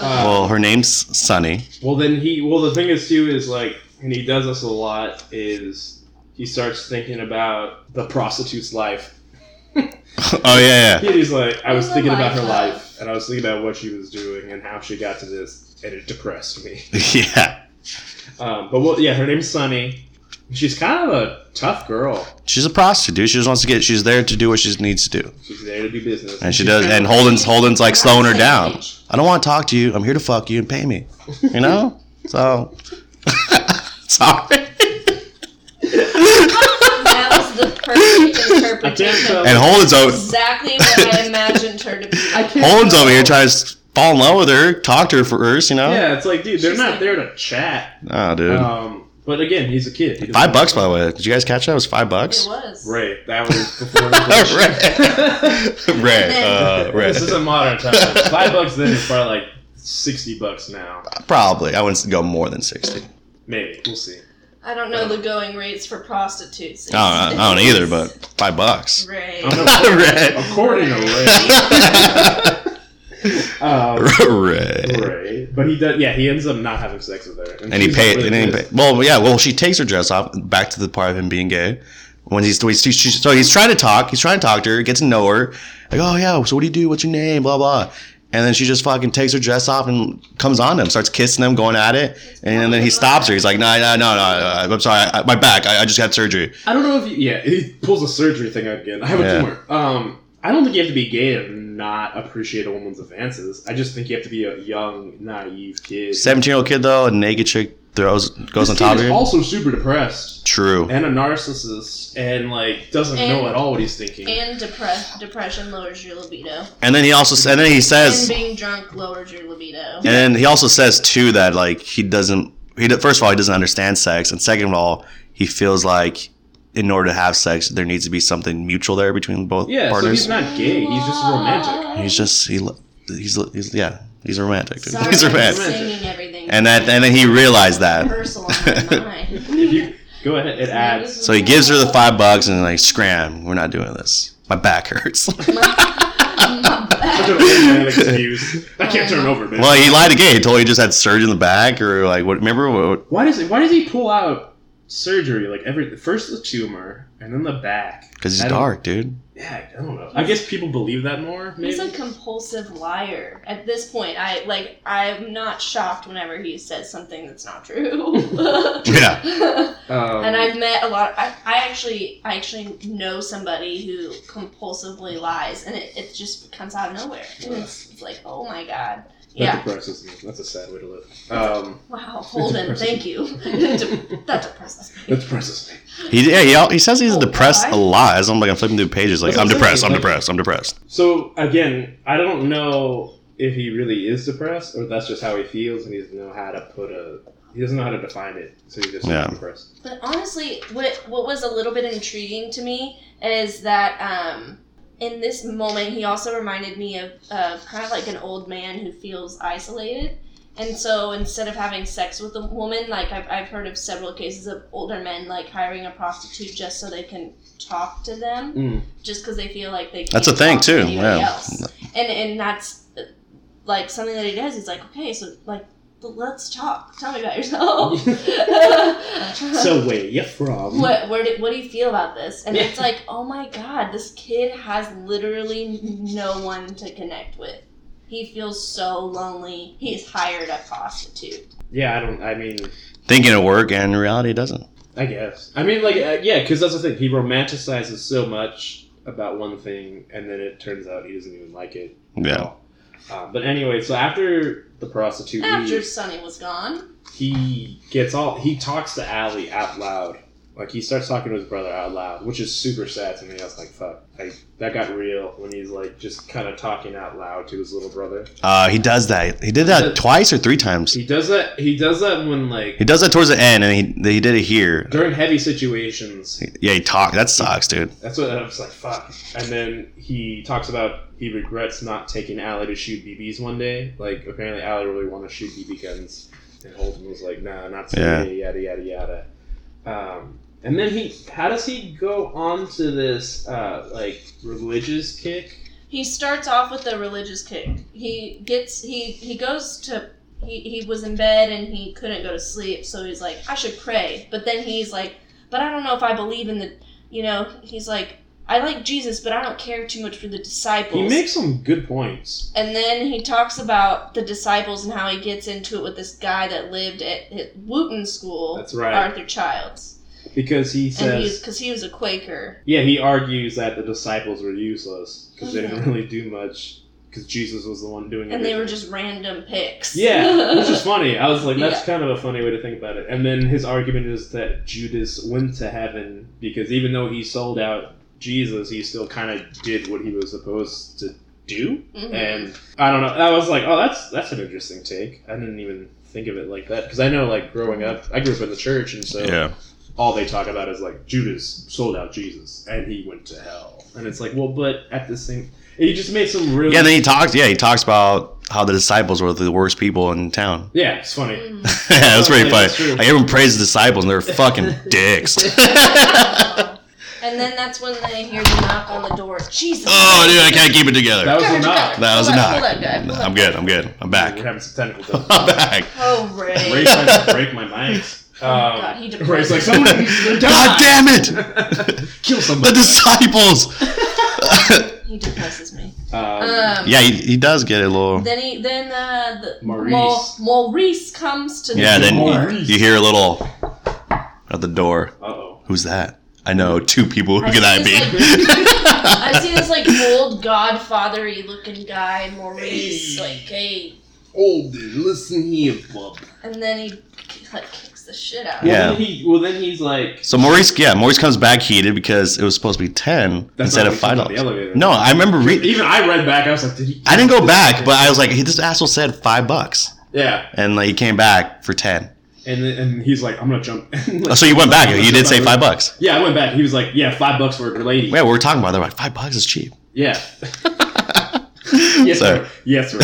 Uh, Well, her name's Sunny. Well, then he. Well, the thing is too is like, and he does this a lot. Is he starts thinking about the prostitute's life. oh, yeah, yeah. He's like, I was Who's thinking about alive, her huh? life, and I was thinking about what she was doing and how she got to this, and it depressed me. Yeah. Um, but well, yeah, her name's Sunny. She's kind of a tough girl. She's a prostitute. She just wants to get, she's there to do what she needs to do. She's there to do business. And she she's does, kind and of- Holden's, Holden's like slowing her down. Age. I don't want to talk to you. I'm here to fuck you and pay me. You know? So. Sorry. That was the perfect I can't interpretation. tell. of And Holden's over, Exactly what I imagined her to be. I can't Holden's tell. over here trying to fall in love with her, talk to her first, you know? Yeah, it's like, dude, they're She's not like- there to chat. Nah, dude. Um, but again, he's a kid. He doesn't- five bucks, by the way. Did you guys catch that? It was five It bucks? was. Right, that was before. English. Red. Uh, This is red. a modern time. Five bucks then is probably like sixty bucks now. Probably. I wouldn't go more than 60. Maybe we'll see. I don't know the going rates for prostitutes. I don't, I don't either, but five bucks. Right. I don't know. red. According to Ray. Um, right. Right. But he does. Yeah, he ends up not having sex with her, And he she's paid. really And then he pissed. paid. Well, yeah. Well, she takes her dress off. Back to the part of him being gay. When he's, he's she's- so he's trying to talk. He's trying to talk to her. Gets to know her. Like, oh yeah. So what do you do? What's your name? Blah blah. And then she just fucking takes her dress off and comes on him, starts kissing him, going at it, and then he stops her. He's like, no, no, no, no, I'm sorry, I, my back, I, I just had surgery. I don't know if you, yeah, he pulls a surgery thing out again. I have a Yeah. tumor. Um, I don't think you have to be gay to not appreciate a woman's advances. I just think you have to be a young, naive kid. 17 year old kid though, a naked chick throws goes This on top kid of is him. Also, super depressed True. and a narcissist, and like doesn't And- know at all what he's thinking. And depress- depression lowers your libido. And then he also and then he says and being drunk lowers your libido. and then he also says too that like he doesn't he d- first of all he doesn't understand sex and second of all he feels like in order to have sex there needs to be something mutual there between both yeah, so partners. he's not gay. He's just romantic. he's, just he lo- he's, lo- he's yeah he's romantic. dude. Sorry, He's I'm romantic. singing everything. And that and then he realized that. Reversal on my mind. If you go ahead, it adds. So he gives her the five bucks and like scram we're not doing this. My back hurts. My Such a back. romantic excuse. I can't turn over, bitch. well, he lied again. He told her he just had surgery in the back or like what? Remember what? Why does why does he pull out surgery like every first the tumor and then the back? Because he's I don't- dark, dude. Yeah, I don't know. I guess people believe that more. Maybe. He's a compulsive liar. At this point, I like I'm not shocked whenever he says something that's not true. Yeah. um, and I've met a lot. I, I actually I actually know somebody who compulsively lies, and it, it just comes out of nowhere. And it's, it's like, oh my god, that yeah, depresses me. That's a sad way to live. Um, wow, Holden, depressing. thank you. that depresses that me. depresses me. He yeah, he, al- he says he's Oh, depressed a God. lot. As I'm like I'm flipping through pages, like That's I'm what I'm depressed, saying, I'm like- depressed, I'm depressed. So again, I don't know if he really is depressed or if that's just how he feels, and he doesn't know how to put a. He doesn't know how to define it, so he's just Yeah. depressed. But honestly, what what was a little bit intriguing to me is that um, in this moment, he also reminded me of, of kind of like an old man who feels isolated. And so instead of having sex with a woman, like I've, I've heard of several cases of older men like hiring a prostitute just so they can talk to them, Mm. just because they feel like they can't That's a thing talk to too. anybody Yeah, else and and that's uh, like something that he does. He's like, okay, so like l- let's talk. Tell me about yourself. So where you from? what where did, what do you feel about this? And Yeah. it's like, oh my god, this kid has literally no one to connect with. He feels so lonely. He's hired a prostitute. Yeah, I don't. I mean, thinking it work and in reality it doesn't. I guess. I mean, like, uh, yeah, because that's the thing. He romanticizes so much about one thing, and then it turns out he doesn't even like it. at Yeah, all. Uh, but anyway, so after the prostitute After leaves, Sonny was gone, he gets all he talks to Allie out loud. Like he starts talking to his brother out loud, which is super sad to me. I was like, "Fuck!" I, that got real when he's like just kind of talking out loud to his little brother. uh, he does that. He did that Does- twice or three times. He does that. He does that when like He does that towards the end, and he he did it here. during heavy situations. Yeah, he talked. That sucks, dude. That's what I was like, fuck. And then he talks about he regrets not taking Allie to shoot BBs one day. Like, apparently Allie really wanted to shoot BB guns. And Holden was like, nah, not today, yada, yada, yada. Um, and then he, how does he go on to this, uh, like, religious kick? he starts off with a religious kick. He gets he he goes to he, he was in bed and he couldn't go to sleep, so he's like, I should pray. But then he's like, but I don't know if I believe in the you know, he's like, I like Jesus, but I don't care too much for the disciples. He makes some good points. and then he talks about the disciples and how he gets into it with this guy that lived at, at Wooten School, That's right. Arthur Childs. Because he And he's says, because he was a Quaker. yeah, he argues that the disciples were useless because they didn't really do much because Jesus was the one doing it. And they were just random picks. Yeah, which is funny. I was like, that's kind of a funny way to think about it. And then his argument is that Judas went to heaven because even though he sold out Jesus, he still kind of did what he was supposed to do. Mhm. And I don't know. I was like, oh, that's that's an interesting take. I didn't even think of it like that because I know, like, growing up, I grew up in the church, and so Yeah, all they talk about is like Judas sold out Jesus and he went to hell. And it's like, well, but at the same, he just made some really yeah. And then he talks. Yeah, he talks about how the disciples were the worst people in town. yeah, it's funny. Mhm. That's pretty Yeah, funny. that's true. Like everyone praised the disciples, and they're fucking dicks. and And then that's when they hear you knock on the door. Jesus. Oh, dude, I can't keep it together. That That was was, a knock. That was a knock. Hold up, guy. Hold I'm up. good. I'm good. I'm back. We're having some technical I'm difficulties. back. Oh, Ray. Ray's trying to break my mics. Um, Oh God, he depressed. Ray's like, someone needs to God die. damn it! Kill The somebody. disciples. He depresses me. um, Um, yeah, he, he does get a little. Then he then uh, the Maurice. Ma- Maurice comes to the Yeah, then door. you, you hear a little at the door. uh-oh. Who's that? I know two people. Who I can I see be? I see this like old godfathery looking guy, Maurice, like hey, Old dude, listen here, bub. and then he like kicks the shit out. of him. Yeah. Well, then he, well, then he's like, so Maurice, yeah, Maurice comes back heated because it was supposed to be ten That's instead not of what five he took dollars. the elevator. No, I remember. Re- even I read back. I was like, did he? I didn't go back, but I was like, hey, this asshole said five bucks, yeah. and like he came back for ten. And then, and he's like, I'm gonna jump. And, like, Oh, so you went back. You did say five bucks. yeah, I went back. He was like, yeah, five bucks for a lady. Yeah, we were talking about. it. They're like five bucks is cheap. Yeah. yes, Sorry. sir. Yes, sir.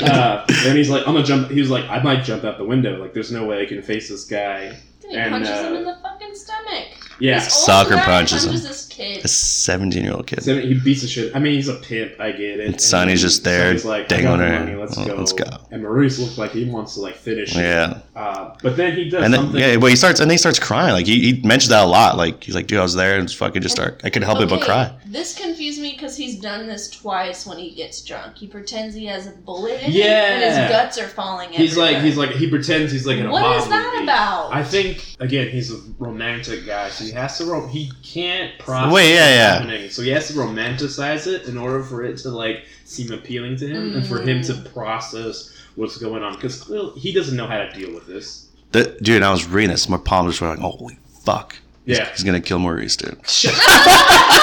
uh, and he's like, I'm gonna jump. He was like, I might jump out the window. Like, there's no way I can face this guy. Then he And, punches uh, him in the fucking stomach. Yeah. This old Soccer guy punches him. this kid. a seventeen-year-old kid. So he beats the shit. I mean, he's a pimp. I get it. And Sonny's just there, Sonny's like, I got dangling the her. money. Let's Oh, go. let's go. And Maurice looks like he wants to like finish. it. Yeah, Uh, but then he does and then something. yeah, well, he starts and then he starts crying. Like he, he mentions that a lot. Like he's like, dude, I was there and fucking just start. I couldn't help it but Okay, cry. This confused me because he's done this twice when he gets drunk. He pretends he has a bullet in him, Yeah. and his guts are falling. He's like, everywhere. he's like, he pretends he's like in a What mob is that movie. about? I think again, he's a romantic guy, so he has to. Rom- he can't process Wait, yeah, what's yeah. happening, so he has to romanticize it in order for it to like seem appealing to him and for him to process what's going on because clearly he doesn't know how to deal with this. The, dude, I was reading this. My palms were like, holy fuck. Yeah. He's gonna kill Maurice, dude.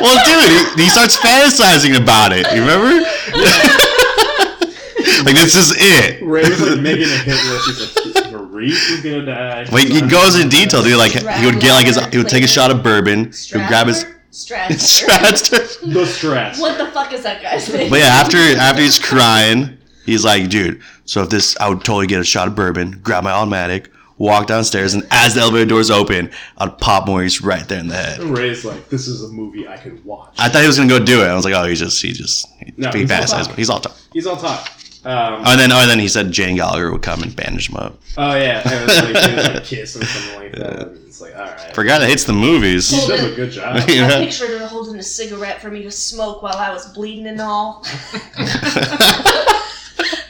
well, dude, he, he starts fantasizing about it. You remember? like this is it. Ray was like making a hit list. He's like, Maurice is gonna die. Like he goes in detail, dude. Like he would get like his, he would take a shot of bourbon, he would grab his Stratford? strats. The stress. What the fuck is that guy's name? But yeah, after after he's crying, he's like, dude. So if this, I would totally get a shot of bourbon, grab my automatic, walk downstairs, and as the elevator doors open, I'd pop Maurice right there in the head. And Ray's like, this is a movie I could watch. I thought he was gonna go do it. I was like, oh, he just he just he, No, he he's all fantasized. talk. He's all talk. He's all talk. Um, Oh, and then oh, and then he said Jane Gallagher would come and bandage him up. oh yeah, and it's like, it was like kiss or something like that. and It's like all right. Forgot it hates the movies. She does a good job. you I know? pictured her holding a cigarette for me to smoke while I was bleeding and all.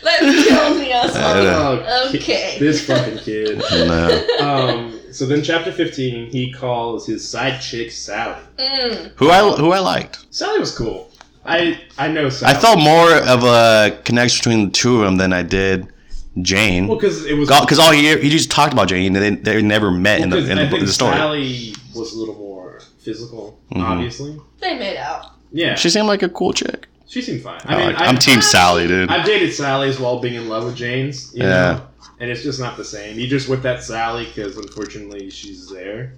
That killed me. I was I like, know. Oh, ki- Okay. This fucking kid. no. Um, so then, chapter 15, he calls his side chick Sally. mm, Who I who I liked. Sally was cool. I I know Sally. I felt more of a connection between the two of them than I did Jane. well because it was Because all he he just talked about Jane. and They they never met well, in the 'cause in I the, book- think the story. Sally was a little more physical, Mhm. obviously. they made out. Yeah, she, She seemed like a cool chick. seemed fine. I I mean, like- I, I'm Team Sally, dude. I've dated Sallys while being in love with Janes. You Yeah. Know? And it's just not the same. You just with that Sally because unfortunately she's there. you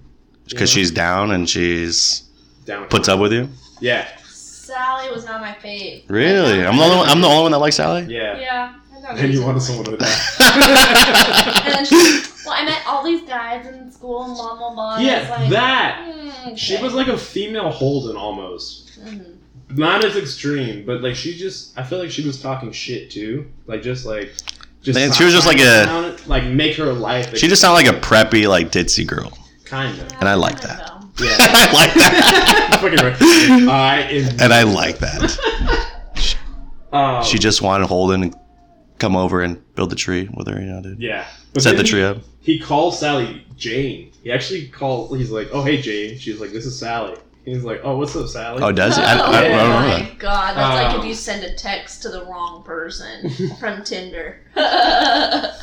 Because know? she's down and she's down. puts up with you. Yeah, Sally was not my fave. Really? I'm the only one, I'm the only one that likes Sally. yeah. Yeah. I thought And it you was wanted okay. someone with that. And then she, well, I met all these guys in school and blah blah blah. and I yeah, was like, that. mm, okay. She was like a female Holden almost. Mhm. Not as extreme, but like she just I feel like she was talking shit too. Like just like just Man, she was just like a- a like make her life She just sounded like a preppy, like ditzy girl. kind of. And I like don't that. know. Yeah. I like that. Fucking right. I am- And I like that. um, She just wanted Holden to come over and build the tree with her, you know, dude. Yeah. But Set then the he- tree up. He calls Sally Jane. He actually called he's like, Oh hey Jane. She's like, This is Sally. He's like, Oh, what's up, Sally? Oh, does he? I, I, I Yeah. don't oh know my that. god, that's like Um, if you send a text to the wrong person from Tinder. That's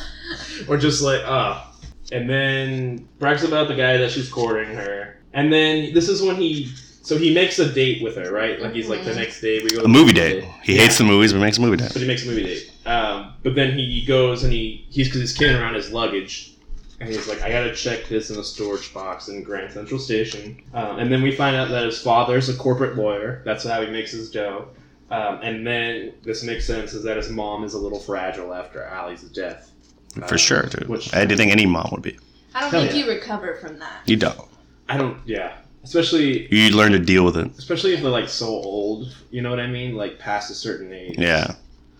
or just like uh and then brags about the guy that she's courting her and then this is when he so he makes a date with her right like he's like the next day we go to A movie date. He hates the movies, but makes a movie date. but he makes a movie date um, but then he goes and he he's because he's carrying around his luggage and he's like i gotta check this in a storage box in grand central station um, and then we find out that his father's a corporate lawyer that's how he makes his dough um, and then this makes sense is that his mom is a little fragile after Allie's death For Uh, sure, dude. which- I didn't think any mom would be. I don't Hell think yeah. you recover from that. You don't. I don't. Yeah. especially You learn to deal with it. especially if they're like so old. You know what I mean? Like past a certain age. Yeah.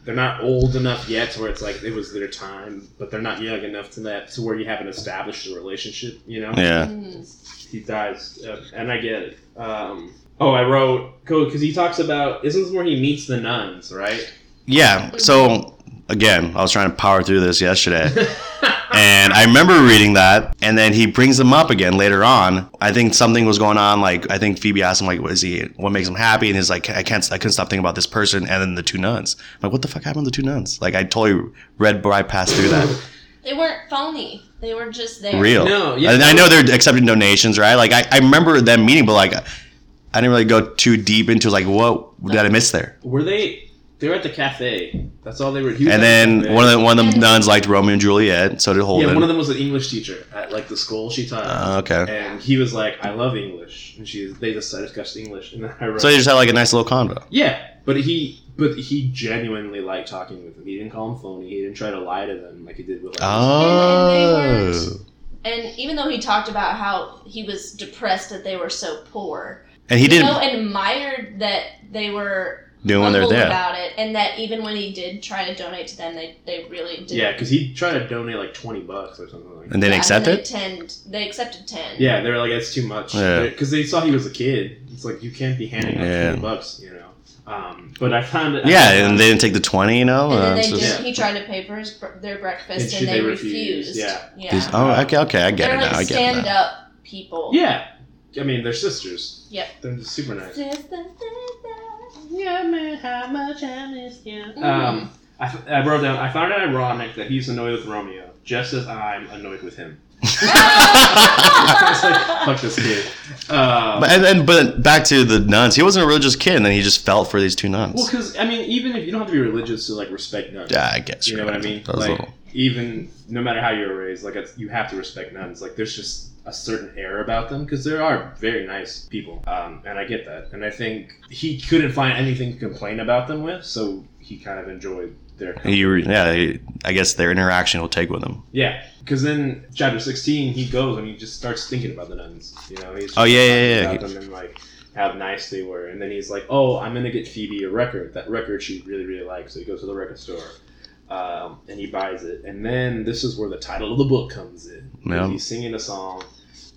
They're not old enough yet to where it's like it was their time, but they're not young enough to that to where you haven't established a relationship. You know? Yeah. Mm. he dies, uh, and I get it. Um, oh, I wrote because he talks about isn't this where he meets the nuns, right? Yeah. So again, I was trying to power through this yesterday. And I remember reading that, and then he brings them up again later on. I think something was going on. Like I think Phoebe asked him, like, "What is he? What makes him happy?" And he's like, "I can't, I couldn't stop thinking about this person." And then the two nuns. I'm like, what the fuck happened to the two nuns? Like I totally read right past through that. They weren't phony. They were just there. Real. No, yeah. And I know they're accepting donations, right? Like I, I remember them meeting, but like I didn't really go too deep into like what did I miss there. were they? They were at the cafe. That's all they were. he was And at the then cafe. one of the one of the nuns liked Romeo and Juliet, so did yeah, Holden. one of them was an English teacher at like the school she taught. at. Uh, okay. and he was like, "I love English," and she they just discussed English, and then I wrote, So they just had like a nice little convo. "Yeah." But he, but he genuinely liked talking with them. He didn't call them phony. He didn't try to lie to them like he did with. us. And- and they Oh. weren't- And even though he talked about how he was depressed that they were so poor, And he you didn't know, admired that they were do when they're humble there. about it, and that even when he did try to donate to them, they, they really did. Yeah, because he tried to donate like twenty bucks or something like. that. And they didn't accept they it? Tend, they accepted ten. Yeah, they were like, "That's too much," Yeah. because they saw he was a kid. It's like you can't be handing out Yeah. twenty bucks, you know. Um, but I found it. Yeah, and they didn't take the 20, you know? And then Uh, they it's just- did, he tried to pay for his, br- their And breakfast, she- and, they, they refused, refused. yeah. just- Oh, okay, okay, I get They're it like now. I get it stand now. up people. yeah, I mean they're sisters. Yep. they're just super nice. Just the- the- Yeah, man, how much I miss you. Mhm. Um, I, f- I wrote down. I found it ironic that he's annoyed with Romeo, just as I'm annoyed with him. I was like, fuck this kid. Um, But, and then, but back to the nuns. He wasn't a religious kid, and then he just felt for these two well, nuns. because I mean, even if you don't have to be religious to like respect nuns, Yeah, I guess. you you're know what I right. mean? That was Like, a little- even no matter how you were raised, like it's, you have to respect nuns. Like there's just a certain air about them because there are very nice people, um, and I get that. And I think he couldn't find anything to complain about them with, so he kind of enjoyed their. he, re- yeah, he- I guess their interaction will take with him. Yeah, because then chapter sixteen, he goes and he just starts thinking about the nuns. You know, he's Oh, yeah, yeah, yeah. talking about them and like how nice they were, and then he's like, "Oh, I'm gonna get Phoebe a record. That record she really really likes." So he goes to the record store, um, and he buys it, and then this is where the title of the book comes in. Yeah. He's singing a song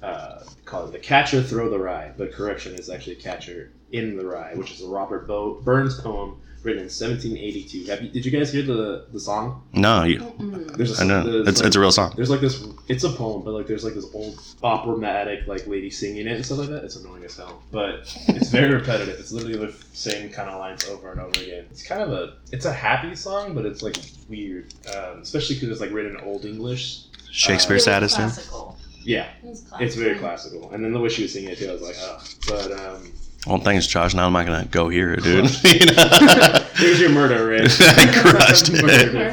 uh, called "The Catcher Throw the Rye," but correction is actually "Catcher in the Rye," which is a Robert Bo- Burns poem written in 1782. Have you, did you guys hear the the song? No, you, Mm-mm. There's a, I know. there's It's, like- it's a real song. there's like this. It's a poem, but like there's like this old operatic like lady singing it and stuff like that. It's annoying as hell, but it's very repetitive. It's literally the same kind of lines over and over again. It's kind of a. It's a happy song, but it's like weird, um, especially because it's like written in Old English. Shakespeare It was saddest him. classical. Yeah, It was it's Mm-hmm. very classical. classical, and then the way she was singing it too, I was like, oh. But um, Well, thanks, Josh. Now I'm not going to go here, dude. You know? there's your murder, Rich. I crushed it. Murder.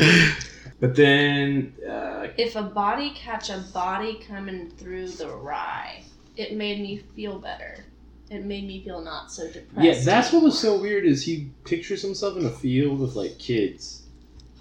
But then, uh, If a body catch a body coming through the rye, it made me feel better. It made me feel not so depressed. yeah, that's what was so weird is he pictures himself in a field with like kids.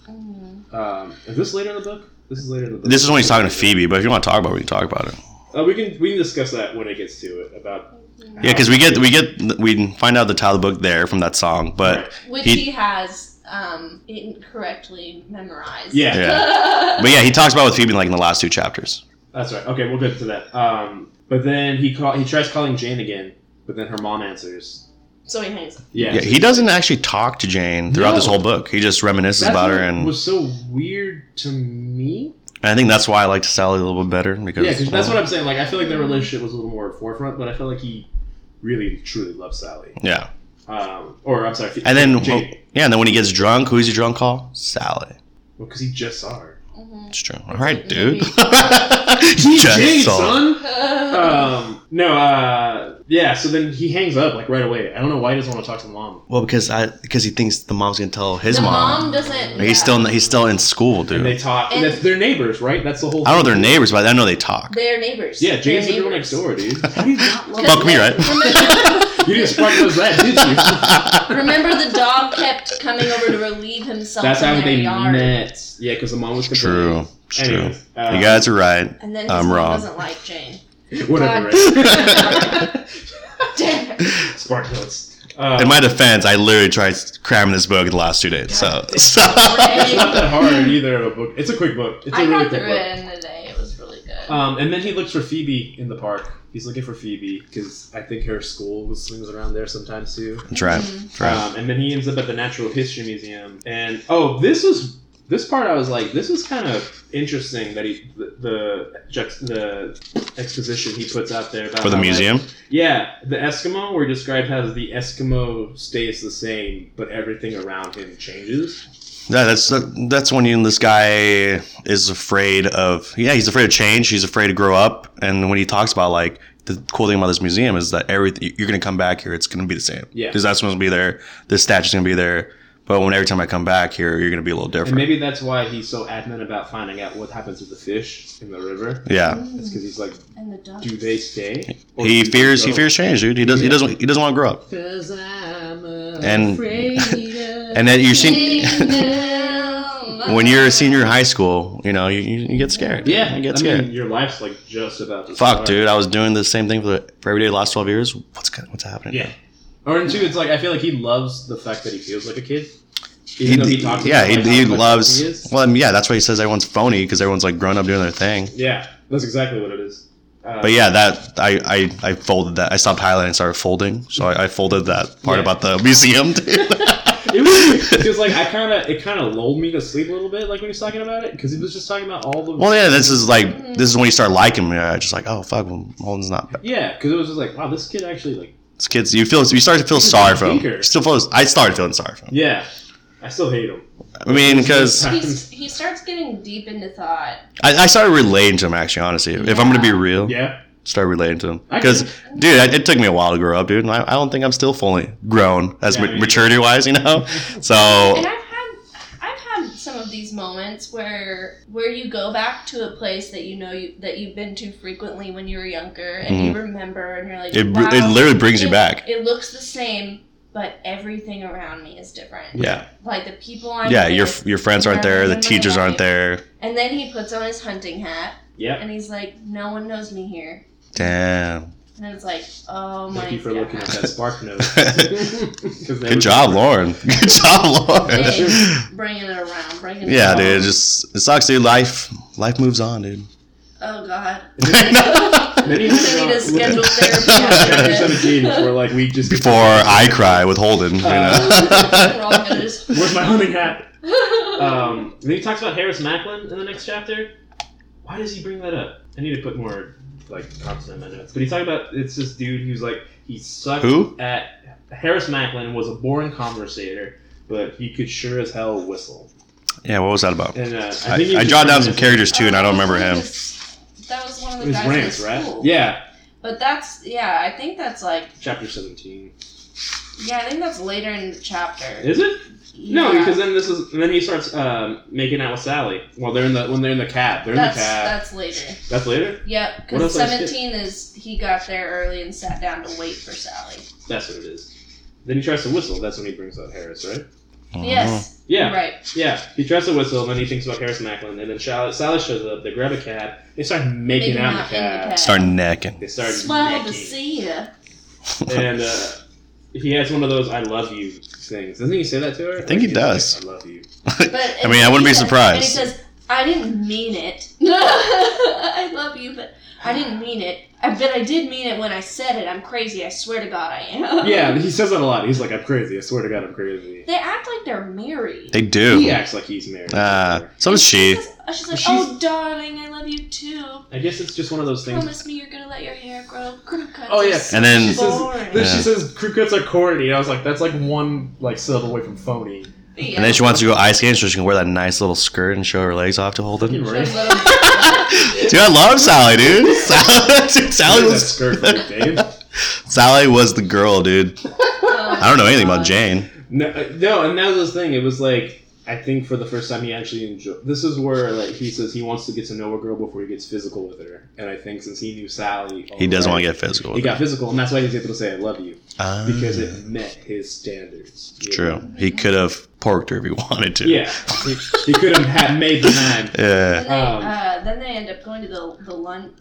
Mhm. Um, is this later in the book? This is later in the book. This is when he's talking to Phoebe, but if you want to talk about it, we can talk about it. Uh, we can we can discuss that when it gets to it about Mhm. Yeah, because we get we get we find out the title of the book there from that song, but Which he- he, has um, incorrectly memorized. Yeah. but yeah, he talks about it with Phoebe like in the last two chapters. that's right. Okay, we'll get to that. Um, but then he call he tries calling Jane again, but then her mom answers. so he hangs. Yeah, Yeah, he doesn't actually talk to Jane throughout this No. whole book. He just reminisces That's about her, what and, was so weird to me. and I think that's why I liked Sally a little bit better because Yeah, because that's what I'm saying. Like, I feel like their relationship was a little more forefront, but I feel like he really truly loves Sally. yeah. Um, or I'm sorry, And then well, Jane, yeah, and then when he gets drunk, who's he drunk call? Sally. because he just saw her. Uh, Mhm. It's true. All right, dude. Jane, just saw. son. Mm-hmm. Um, no, uh, yeah. So then he hangs up like right away. I don't know why he doesn't want to talk to mom. Well, because I because he thinks the mom's gonna tell his the mom. mom doesn't. He's still he's still in school, dude. And they talk. And, And- that's their neighbors, right? That's the whole. I don't know their neighbors, but I know they talk. They're neighbors. Yeah, Jane's the They're girl next neighbors. door, dude. How do you not love Fuck me, right? Remember- You didn't spark those that, did you? Remember, the dog kept coming over to relieve himself. That's in how their they yard. met. Yeah, because the mom was complaining. True. It's true. Anyways, um, You guys are right. And then I'm his mom wrong. doesn't like Jane. Whatever. God. Damn it. Spark notes. Uh, In my defense, I literally tried cramming this book the last two days. So, so it's not that hard either of a book. It's a quick book. It's a I really got quick through book. it in a day. It was really good. Um, and then he looks for Phoebe in the park. He's looking for Phoebe because I think her school swings around there sometimes too. that's right. Mhm. Right. Um, and then he ends up at the Natural History Museum. And oh, this was this part I was like, this is kind of interesting that he the the, juxt- the exposition he puts out there about For the how, like, museum, yeah, the Eskimo were described as the Eskimo stays the same, but everything around him changes. yeah, that's that's when you, this guy is afraid of. Yeah, he's afraid of change. He's afraid to grow up. And when he talks about like the cool thing about this museum is that everything you're gonna come back here, it's gonna be the same. Yeah. because that's supposed to be there. This statue's gonna be there. But when every time I come back here, you're gonna be a little And different. maybe that's why he's so adamant about finding out what happens to the fish in the river. yeah, It's because he's like, and the ducks. do they stay? Or he do they fears he go? fears change, dude. He does he Yeah. doesn't he doesn't want to grow up. Cause I'm And- afraid of And then you're changing. seen. when you're a senior in high school, you know, you, you, you get scared. yeah, you get I scared. mean, uh, your life's like just about to Fuck, start. dude, I was doing the same thing for, the, for every day the last twelve years. What's gonna- what's happening? Yeah. Or and two, it's like I feel like he loves the fact that he feels like a kid, He, even though he talks. yeah, about, he, like, he how much loves. he is. well, I mean, yeah, that's why he says everyone's phony because everyone's like grown up doing their thing. Yeah, that's exactly what it is. Uh, But yeah, that I, I, I folded that. I stopped highlighting and started folding. So I, I folded that part Yeah. about the museum. Dude. it was because like I kind of it kind of lulled me to sleep a little bit, like when he was talking about it, because he was just talking about all the well, yeah, this is like this is when you start liking me. I just like, oh fuck, well, Holden's not. yeah, because it was just like wow, this kid actually like This kid's you feel you start to feel He's a sorry for him. thinker. Still feels I started feeling sorry for him. yeah, I still hate him. I mean, because He's, he starts getting deep into thought. I, I started relating to him actually. Honestly, if I'm gonna be real, yeah, start relating to him I because can- dude I, it took me a while to grow up dude and I, I don't think i'm still fully grown as Yeah, ma- I mean- maturity wise you know And so I've had I've had some of these moments where where you go back to a place that you know you, that you've been to frequently when you were younger, and you remember, and you're like, Mm-hmm. it, wow, it literally brings you it- back It looks the same, but everything around me is different. yeah Like the people I'm yeah with. your your friends aren't there the Remember teachers that. aren't there And then he puts on his hunting hat, yeah. and he's like, "No one knows me here." damn And it's like, "Oh my Thank you for god!" looking at that spark note. 'Cause that good was- job lauren good job lauren Hey. bringing it around, bringing it yeah around. dude it just it sucks dude life life moves on dude Oh god. Then he went We need to on- schedule therapy Chapter after seventeen, this. where like we just before i cry with holden you We're all know Uh, gonna just- Where's my hunting hat? Um, then he talks about Harris Macklin in the next chapter. Why does he bring that up? I need to put more like content in my notes. But he's talking about it's this dude who's like he sucked Who? at Harris Macklin was a boring conversator, but he could sure as hell whistle. yeah what was that about And uh, I, i, think he I, was jot down trying some to- characters too and i don't remember him That was one of It the was guys Rance, in right? school. Yeah, But that's yeah, I think that's like chapter seventeen. yeah, I think that's later in the chapter. Is it? No, Yeah. because then this is and then he starts um, making out with Sally while they're in the when they're in the cab. They're in that's the cab. that's later. That's later. Yep, What because else I skipped? seventeen is he got there early and sat down to wait for Sally. That's what it is. Then he tries to whistle. That's when he brings out Harris, right? Uh-huh. Yes, Yeah, right. yeah. He tries to whistle, and then he thinks about Harris Macklin, and then Sally, Sally shows up. They grab a cab. They start making, Making out in the out in the cab. cab. start necking They start Swell to necking. see you. And uh, he has one of those "I love you" things. Doesn't he say that to her? I think he does. I love you. But I mean, I wouldn't be he says- surprised. And he says, "I didn't mean it. I love you, but I didn't mean it. I bet I did mean it when I said it. I'm crazy. I swear to God, I am." Yeah, he says that a lot. He's like, "I'm crazy. I swear to God, I'm crazy." They act like they're married. they do He acts like he's married. Ah, so is She she. says- She's like, She's- "Oh, darling, I love you too. I guess it's just one of those things. Promise me you're gonna let your hair grow. Crew cuts Oh, are yeah. so And then- She says- boring." Then Yeah. she says crew cuts are corny. And I was like, that's like one like syllable away from phony. Yeah. And then she wants to go ice skating so she can wear that nice little skirt and show her legs off to Holden. Fucking Dude, right. She's like, I love Sally, dude. Sally, dude, Sally Look at that was skirt for you, babe. Sally was the girl, dude. "Oh, I don't know anything about God." Jane. No, uh, no, and that was the thing. It was like I think for the first time he actually enjoyed. This is where like he says he wants to get to know a girl before he gets physical with her, and I think since he knew Sally, He doesn't want already, to get physical. He With her. got physical, and that's why he's able to say "I love you" Ah, because it met his standards. you know? true. He could have porked her if he wanted to. Yeah, he, he could have had made the nine. Yeah. Then they, Um, uh, then they end up going to the the lunch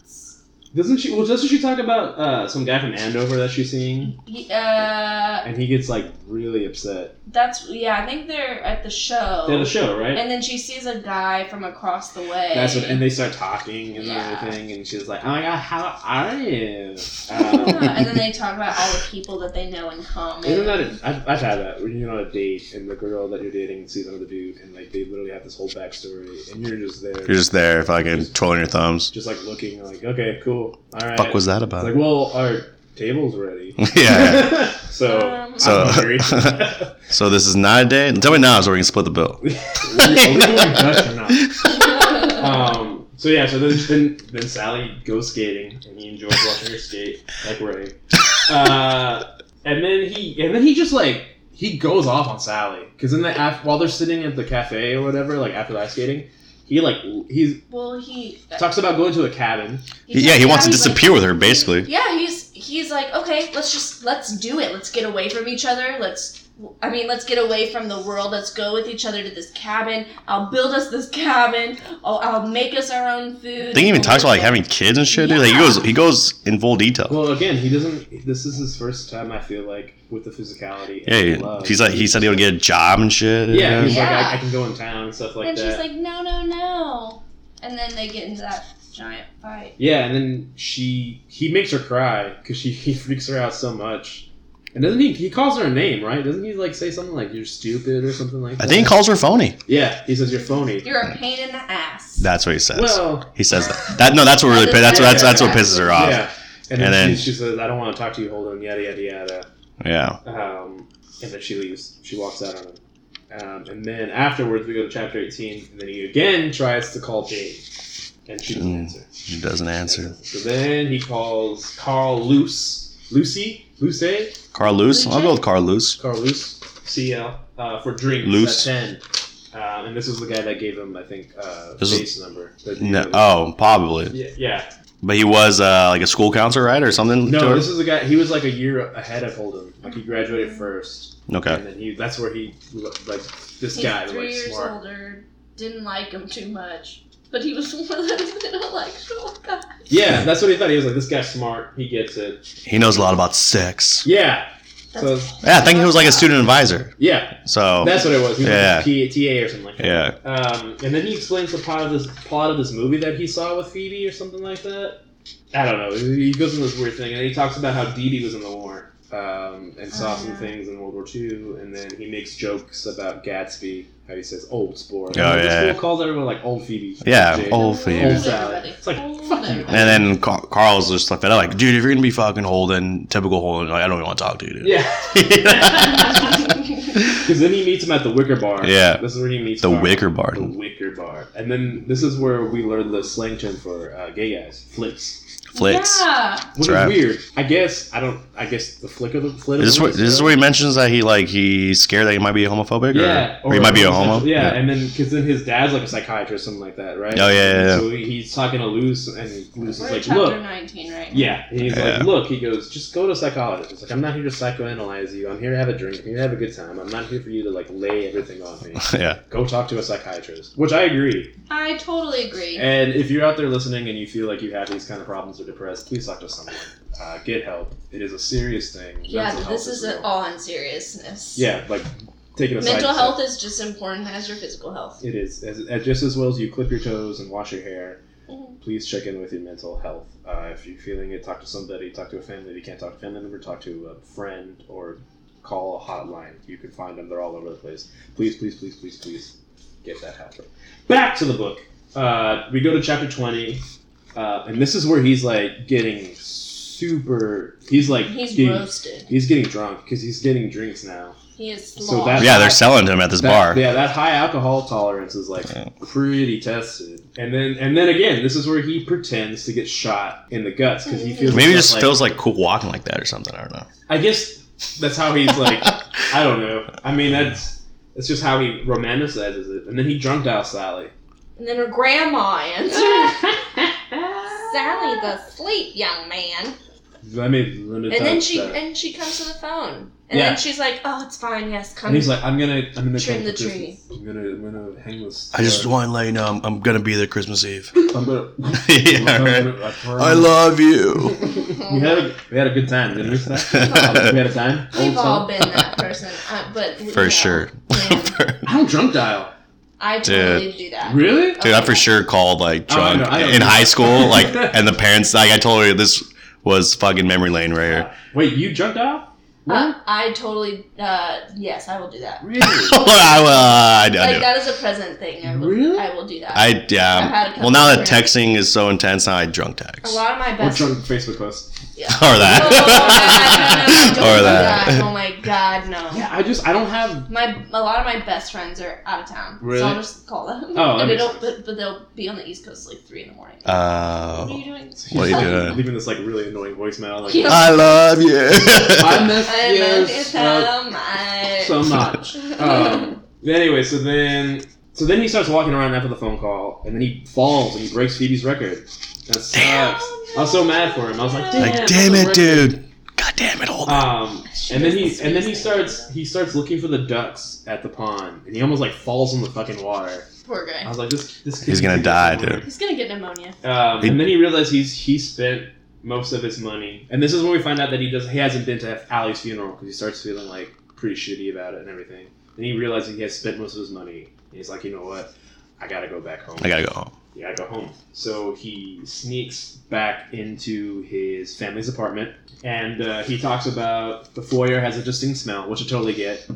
Doesn't she? Well, doesn't she talk about uh, some guy from Andover that she's seeing, Y- Uh, and he gets like really upset? that's yeah. I think they're at the show. They have a show, right? And then she sees a guy from across the way. That's what, and they start talking and Yeah. everything, and she's like, "Oh my god, how are you?" Yeah, Um, and then they talk about all the people that they know in common. isn't that? A, I've, I've had that. When you're on a date, and the girl that you're dating sees another dude, and like they literally have this whole backstory, and you're just there, You're just there, fucking twirling your thumbs. just like looking, like, "Okay, cool, all right." Fuck was that It's about? like, well, our table's ready. yeah. so, Um, So- I'm hungry. So this is not a date. Tell me now so we can split the bill. Are we- are we going Dutch or not? Um, so yeah, so then, then then Sally goes skating, and he enjoys watching her skate, like running. Uh, and then he and then he just like he goes off on Sally because then the, af- while they're sitting at the cafe or whatever, like after the ice skating, he like he well, he talks about going to a cabin. yeah, he wants to he's like- disappear with her, basically. Yeah, he's he's like, okay, let's just let's do it. Let's get away from each other. Let's I mean, let's get away from the world. Let's go with each other to this cabin. I'll build us this cabin. I'll, I'll make us our own food. I think he even talks about like having kids and shit. Dude. Like he goes, he goes in full detail. Well, again, he doesn't. This is his first time. I feel like with the physicality. Yeah, and he- the love. he's like, he said he would get a job and shit. Yeah, he's like Yeah. I, I can go in town and stuff like and that. she's like, no, no, no. And then they get into that giant fight. Yeah, and then she he makes her cry because she he freaks her out so much. And doesn't he he calls her a name, right? Doesn't he like say something like "you're stupid" or something like that? I think he calls her phony. Yeah, he says you're phony. You're a pain in the ass. That's what he says. well, he says that. That no, that's what really pi- that's that's that's what pisses her off. Yeah. yeah. And, And then, then- she, she says, "I don't want to talk to you, Holden." Yada yada yada. Um, and then she leaves. She walks out on him. Um, and then afterwards, we go to chapter eighteen, and then he again tries to call Jane, and she doesn't Mm. answer. she doesn't answer. So then he calls Carl Luce, Lucy, Luce. Carl Luce, I'll go with Carl Luce. Carl Luce, CL, uh, for drinks Luce. at 10. Um, and this was the guy that gave him, I think, uh, This was- base number. The- No, oh, probably. Yeah, yeah. But he was uh, like a school counselor, right, or something. to No, her? this is the guy. He was like a year ahead of Holden. Like he graduated first, okay. and then he—that's where he like this He's guy was three like years smart. older. Didn't like him too much, but he was one of those intellectual guys. Yeah, that's what he thought. He was like, "This guy's smart. He gets it." He knows a lot about sex. Yeah. So Yeah, I think he was like a student advisor. yeah, So that's what it was. He was Oh. Yeah. like a P- TA or something like that. yeah, Um, and then he explains the plot of this plot of this movie that he saw with Phoebe or something like that. I don't know. He goes into this weird thing, and he talks about how Dee Dee was in the war um, and saw some Uh-huh. things in World War II. And then he makes jokes about Gatsby, how he says old sport. Oh, And this yeah. fool calls everyone like old Phoebe. yeah. Jake. Oh, Phoebe. Old Sally. It's like fuck you. And then Car- Carl's just like, like, dude, if you're gonna be fucking Holden, typical Holden, like, I don't even want to talk to you, dude. Yeah, because then he meets him at the Wicker Bar. Yeah. this is where he meets the Carl. Wicker Bar. The Wicker Bar, and then this is where we learn the slang term for uh, gay guys, flits. Flicks. Yeah. Which That's right. is weird. I guess I don't. I guess the flick of the flit. of Is this the where, wrist, this is though? where he mentions that he like he's scared that he might be homophobic, or- Yeah, or, he might be a homosexual- homo. Yeah, and then because then his dad's like a psychiatrist or something like that, right? Oh, yeah, yeah, yeah. So he- he's talking to Luce, and Luce is We're in like, chapter "Look, 19 right now. yeah." And he's Yeah. like, "Look," he goes, "Just go to a psychologist." It's like, "I'm not here to psychoanalyze you. I'm here to have a drink. I'm here to have a good time. I'm not here for you to like lay everything on me. yeah. Go talk to a psychiatrist." Which I agree. I totally agree. And if you're out there listening and you feel like you have these kind of problems or depressed, please talk to someone. Uh, get help. It is a serious thing. yeah, Mental this health is real. it all in seriousness. Yeah, like taking a side Mental step. health is just important as your physical health. It is as, as just as well as you clip your toes and wash your hair. Mhm. Please check in with your mental health. Uh, if you're feeling it, talk to somebody. Talk to a family. If you can't talk to a family member, talk to a friend or call a hotline. You can find them. They're all over the place. Please, please, please, please, please get that help. Back to the book. Uh, we go to chapter twenty, uh, and this is where he's like getting super. He's like He's getting, roasted. he's getting drunk because he's getting drinks now. He is So sloth. that's- Yeah, they're selling to him at this That- bar. Yeah, that high alcohol tolerance is like Yeah. pretty tested. And then and then again, this is where he pretends to get shot in the guts because he feels Maybe he himself just feels like cool walking like that or something. I don't know. I guess that's how he's like. I don't know. I mean, that's that's just how he romanticizes it. And then he drunk dial Sally. and then her grandma answers, Sally's asleep, young man. Let me. Let me And then touch she that. and she comes to the phone. And Yeah. then she's like, Oh, it's fine, yes, come And he's like, I'm gonna, I'm gonna Trim come the for Christmas. tree. I'm gonna, I'm gonna hang this. I just want to let you know I'm, I'm gonna be there Christmas Eve. I'm gonna. yeah, I'm right. gonna- promise. I love you. we had a, we had a good time, didn't we? Steph? we had a time. Old We've song. all been that person, uh, but we- For no. sure. Yeah. I don't drunk dial. I totally do that. Really? Dude, I for sure called like Oh, I drunk know, I know. in high school, like, and the parents, like, I told her this was fucking memory lane right here. Wait, you drunk dial? Uh, Really? I totally. Uh, yes, I will do that. really? I, will- uh, I do. Like that is a present thing. I will, Really? I will do that. I I've had a yeah. couple Well, now that friends. texting is so intense, now I drunk a text or lot of my Or best. drunk Facebook posts. Yeah. that, No, no, no, no, no, or no, don't do that. Oh my god, no. Yeah, I just I don't have. My a lot of my best friends are out of town, Really? so I'll just call them. Oh, that and they makes don't, sense. but, but they'll be on the East Coast like three in the morning. what are Uh, you doing? What are you doing? Leaving this like really annoying voicemail. Like, Yeah. I love you. I miss I you love so- them. I... so much. Um, anyway, so then so then he starts walking around after the phone call, and then he falls and he breaks Phoebe's record. That sucks. I was so mad for him. I was like, damn. like, damn it, dude. God damn it, hold on. Um, and then he and then he starts he starts looking for the ducks at the pond, and he almost like falls in the fucking water. Poor I guy. was like, this this He's kid's gonna get die, somewhere. He's gonna get pneumonia. Um, and then he realized he's he spent most of his money, and this is when we find out that he does he hasn't been to Allie's funeral because he starts feeling like pretty shitty about it and everything. Then he realizes he has spent most of his money. And he's like, you know what, I gotta go back home. I gotta go home. You gotta go home. So he sneaks back into his family's apartment, and uh, he talks about the foyer has a distinct smell, which I totally get.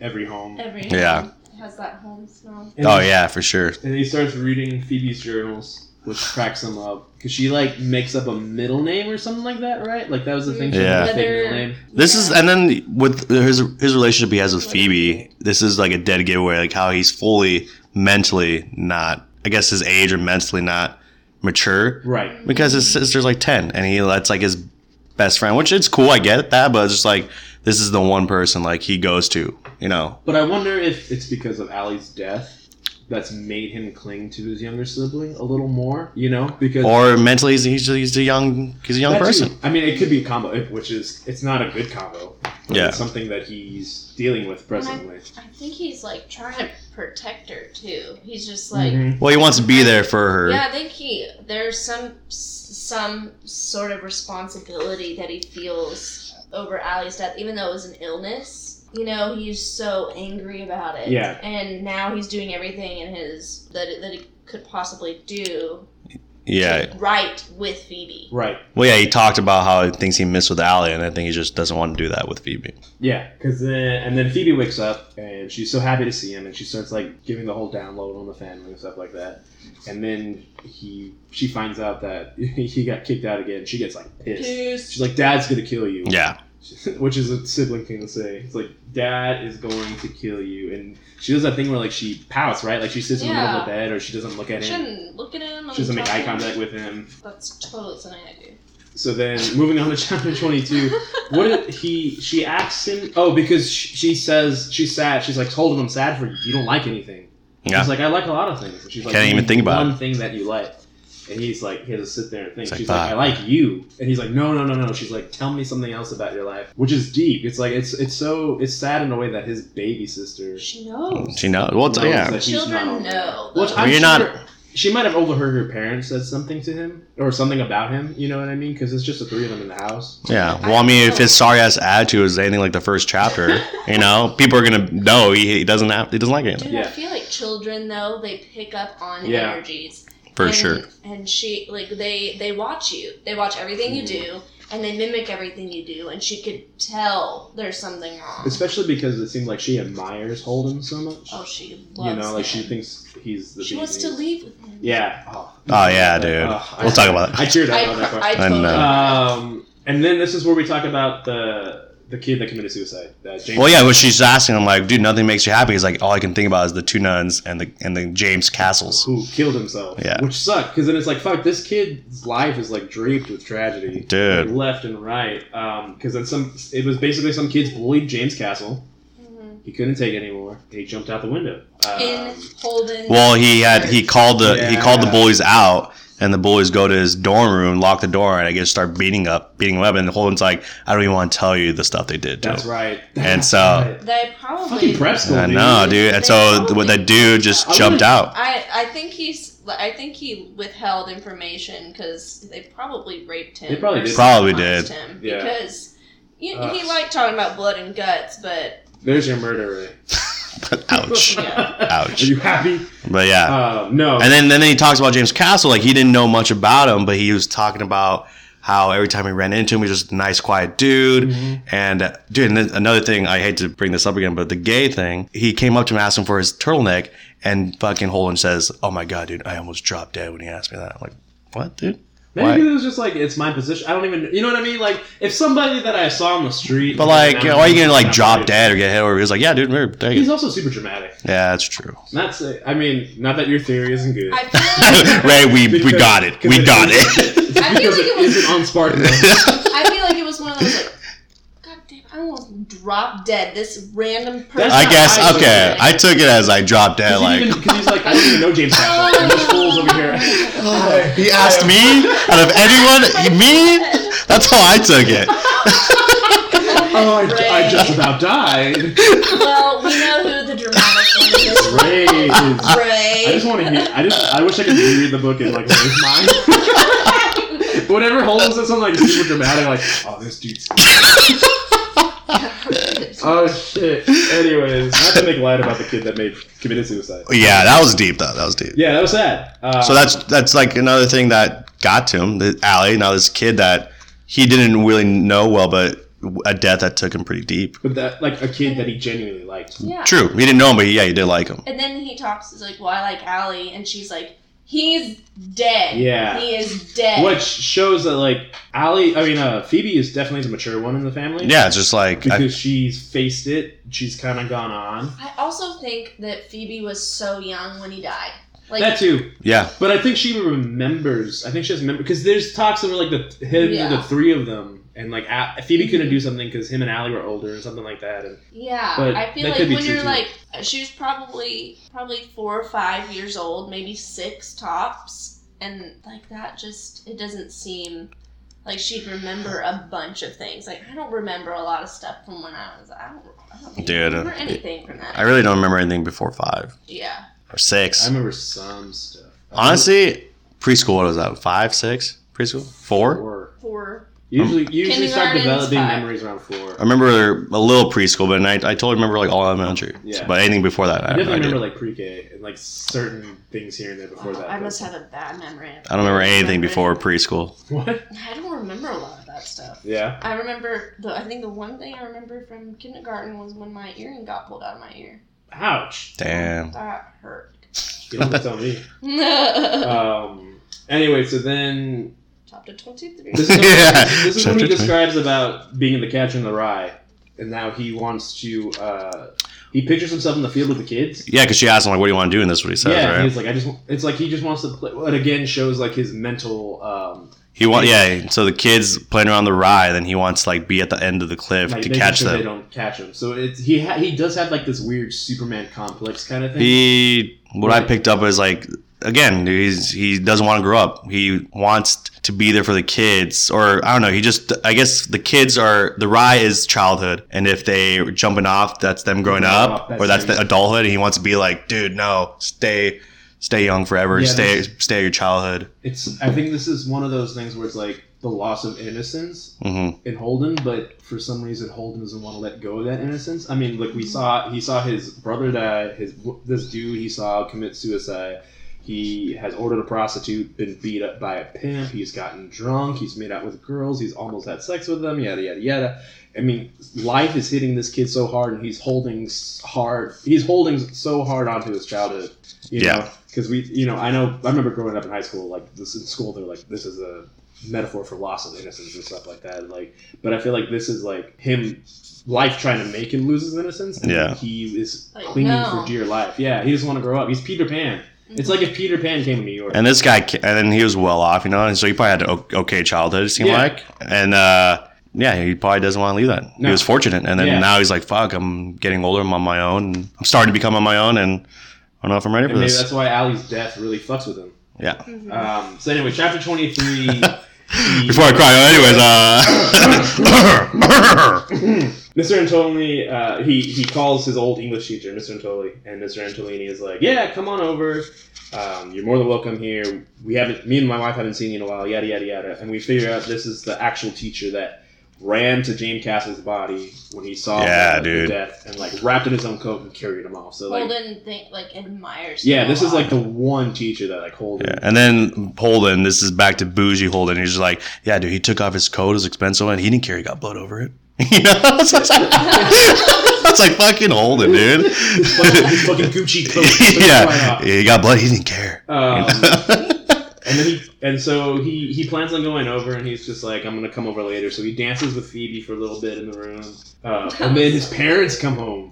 Every home. Every Yeah. has that home smell. And oh he- yeah, for sure. And he starts reading Phoebe's journals, which cracks him up because she like makes up a middle name or something like that, right? Like that was the thing. She Yeah. was a fake Whether- middle name. This is, and then with his his relationship he has with Phoebe, this is like a dead giveaway. Like how he's fully mentally not, I guess his age or mentally not mature Right. because his sister's like ten, and he that's like his best friend, which it's cool. I get that, but it's just like this is the one person like he goes to, you know. But I wonder if it's because of Allie's death that's made him cling to his younger sibling a little more, you know? Because Or mentally, he's, he's, he's a young he's a young That too. person. I mean, it could be a combo, if- which is it's not a good combo. but Yeah. It's something that he's dealing with presently. I think he's like trying to protect her too. He's just like, Mhm. Well, he wants to be there for her. yeah, I think he there's some some sort of responsibility that he feels over Allie's death, even though it was an illness. You know, he's so angry about it. Yeah. And now he's doing everything in his that that he could possibly do. yeah. to Right with Phoebe. Right. Well, yeah, he talked about how he thinks he missed with Allie, and I think he just doesn't want to do that with Phoebe. Yeah, because then and then Phoebe wakes up and she's so happy to see him and she starts like giving the whole download on the family and stuff like that. And then he she finds out that he got kicked out again. She gets like pissed. She's like, "Dad's gonna kill you," Yeah, which is a sibling thing to say. It's like, "Dad is going to kill you," and she does that thing where like she pouts, right? Like she sits in the middle of the bed or she doesn't look at him. Shouldn't look at him. She doesn't make eye talking. contact with him. That's totally something I do. So then, moving on to chapter twenty-two, what did he? She asks him. Oh, because she, she says she's sad. She's like, "Hold him, I'm sad for you. You don't like anything." yeah. He's like, "I like a lot of things." And she's like, Can't "Name even think about one thing that you like." And he's like, he has to sit there and think. It's like she's that. like, "I like you," and he's like, "No, no, no, no." She's like, "Tell me something else about your life," which is deep. It's like it's it's so it's sad in a way that his baby sister She knows. she knows. Well, knows yeah, that oh. he's oh. not Children over there. know. Which Well, I'm you're sure not- She might have overheard her parents said something to him or something about him. You know what I mean? Because it's just the three of them in the house. yeah. Well, I mean, if his sorry ass attitude is anything like the first chapter, you know, people are gonna know he, he doesn't have he doesn't like it Dude, I Yeah. feel like children though they pick up on Yeah. energies for and, sure. And she like they they watch you. They watch everything you Mhm. do, and they mimic everything you do. And she could tell there's something wrong. Especially because it seems like she admires Holden so much. oh, she you loves. know, like she him. thinks he's the She bee's wants to knees. leave with him. Yeah. Oh, Oh yeah, dude. Ugh, I- We'll talk about that. I cheered I, up on that part. I I totally. know. Um, and then this is where we talk about the the kid that committed suicide. Uh, James. Well, yeah. Well, she's asking him like, dude, nothing makes you happy. He's like, all I can think about is the two nuns and the and the James Castles. Who killed himself? Yeah. Which sucked because then it's like fuck. This kid's life is like draped with tragedy. Dude. Like, left and right. Um, because then some. It was basically some kids bullied James Castle. Mhm. He couldn't take it anymore. He jumped out the window. Um, In Holden. Well, he had he called the he called the Yeah. bullies out, And the bullies go to his dorm room, lock the door, and I guess start beating up, beating him up. And Holden's like, I don't even want to tell you the stuff they did. To That's him. right. And so- That's They right. probably fucking prep school. I dude. know, dude. And so They what the dude just I jumped would've- out. I I think he's I think he withheld information because they probably raped him. They probably or did. Probably did. sodomized Him Yeah. Uh, Because you, Ugh. he liked talking about blood and guts, but There's your murderer. Ouch. Ouch. Are you happy? But yeah. Um, no. And then, then he talks about James Castle. Like he didn't know much about him, but he was talking about how every time he ran into him, he was just a nice, quiet dude. Mhm. And uh, dude, and then another thing I hate to bring this up again, but the gay thing. He came up to him, asked him for his turtleneck, and fucking Holden says, "Oh my god, dude, I almost dropped dead when he asked me that." I'm like, what, dude? Why? Maybe it was just like it's my position. I don't even. You know what I mean? Like if somebody that I saw on the street. But like, and you I'm- know, why are you gonna like I'm drop like- dead or get hit? Or he was like, "Yeah, dude, we're taking." He's it." also super dramatic. Yeah, that's true. Not say, I mean, not that your theory isn't good. I feel like Ray, we we got it. We got it. It's I feel because it like it was- isn't on Spartan. I feel like it was one of those like, God damn, I almost dropped dead this random person. That's I guess I took okay. I took it as I dropped dead. Because Like he's like, I don't even know James Cagney. And this fool's over here. I- He asked me out of anyone, me. That's how I took it. Oh, I, I Ray. just about died. Well, we know who the dramatic one is. Ray is- Ray. I just want to hear. I just. I wish I could reread the book and like raise mine. Whenever Holmes says something like super dramatic, like, oh, this dude's. Oh shit. Anyways, not to make light about the kid that made committed suicide. Oh, Yeah, that was deep though. That was deep. Yeah, that was sad. Uh, So that's that's like another thing that got to him. The alley now this kid that he didn't really know well, but a death that took him pretty deep. But that, like, a kid that he genuinely liked. yeah. True, he didn't know him, but yeah, he did like him. And then he talks, he's like, well, I like Allie. And she's like, he's dead. Yeah. He is dead. Which shows that, like, Allie, I mean, uh, Phoebe is definitely the mature one in the family. Yeah, it's just like I, Because she's faced it, she's kind of gone on. I also think that Phoebe was so young when he died. Like, that too. yeah, But I think she remembers. I think she has remember because there's talks of like the him Yeah. Mm-hmm. the three of them, and like A- Phoebe couldn't do something because him and Allie were older or something like that. And yeah. But I feel that like could be when true, you're too. like, she was probably, probably four or five years old, maybe six tops. And like that just, it doesn't seem like she'd remember a bunch of things. Like, I don't remember a lot of stuff from when I was, I don't, I don't Dude, remember uh, anything from that. I really don't remember anything before five yeah. or I six. remember some stuff. I Honestly, preschool what was that five, six, preschool remember four. four. For Usually, you usually start Kindergarten's developing five. memories around four. I remember a little preschool, but I, I totally remember like all elementary. Yeah. But anything before that, I I, I, definitely did. remember like pre-K and like certain things here and there before Wow, that. Oh, I but- must have a bad memory. of- I don't remember anything before remember- preschool. What? I don't remember a lot of that stuff. Yeah. I remember the. I think the one thing I remember from kindergarten was when my earring got pulled out of my ear. Ouch. Damn. That hurt. You don't have to tell me. Um. Anyway, so then Chapter twenty-three. this is, Yeah. this is what he Chapter 20. describes about being in the catch in the rye, and now he wants to. Uh, he pictures himself in the field with the kids. Yeah, because she asked him like, "What do you want to do?" And that's what he says, yeah, right? he's like, I just. want- It's like he just wants to play. Well, it again shows like his mental. Um, He want yeah. So the kids playing around the rye, then he wants to like be at the end of the cliff like to making catch sure They them. don't catch him. So it's he. Ha- he does have like this weird Superman complex kind of thing. He what I Right. picked up is like again, he's he doesn't want to grow up. He wants to be there for the kids, or I don't know. He just I guess the kids are the rye is childhood, and if they are jumping off, that's them growing Growing up, up, that's or that's him. the adulthood. And he wants to be like, dude, no, stay. Stay young forever. Yeah, stay, that's- stay your childhood. it's. I think this is one of those things where it's like the loss of innocence hmm in Holden, but for some reason Holden doesn't want to let go of that innocence. I mean, look, we saw he saw his brother die. His this dude he saw commit suicide. He has ordered a prostitute, been beat up by a pimp. He's gotten drunk. He's made out with girls. He's almost had sex with them. Yada yada yada. I mean, life is hitting this kid so hard, and he's holding s- hard. He's holding so hard onto his childhood. You Yeah. Because we, you know, I know. I remember growing up in high school. Like this in school, they're like, this is a metaphor for loss of innocence and stuff like that. Like, but I feel like this is like him, life trying to make him lose his innocence. And Yeah. he is Like, clinging no. for dear life. Yeah, he doesn't want to grow up. He's Peter Pan. It's Mm-hmm. like if Peter Pan came to New York. And this guy, and then he was well off, you know, and so he probably had an o- okay childhood, it seemed Yeah. like. And uh, yeah, he probably doesn't want to leave that. No. He was fortunate. And then Yeah. now he's like, fuck, I'm getting older, I'm on my own. I'm starting to become on my own, and I don't know if I'm ready And for maybe this. that's why Ali's death really fucks with him. Mhm. Um, so anyway, chapter twenty three. Before I cry, anyways, uh. Mr. Antolini, uh, he, he calls his old English teacher, Mr. Antoli, and Mr. Antolini is like, yeah, come on over. Um, you're more than welcome here. We haven't, me and my wife haven't seen you in a while, yada, yada, yada. And we figure out this is the actual teacher that ran to James Castle's body when he saw Yeah, the- the dude. death and like wrapped in his own coat and carried him off. So like, Holden think, like admires. yeah, him this a is lot. like the one teacher that like Holden. yeah. And then Holden, this is back to bougie Holden. He's just like, yeah, dude, he took off his coat, his expensive one. He didn't care. He got blood over it. You know? It's like, it's like fucking Holden, dude. His fucking, his fucking Gucci coat. yeah. He got blood. He didn't care. Um, yeah. And then he, and so he, he plans on going over, and he's just like, I'm gonna come over later. So he dances with Phoebe for a little bit in the room, uh, and then his parents come home,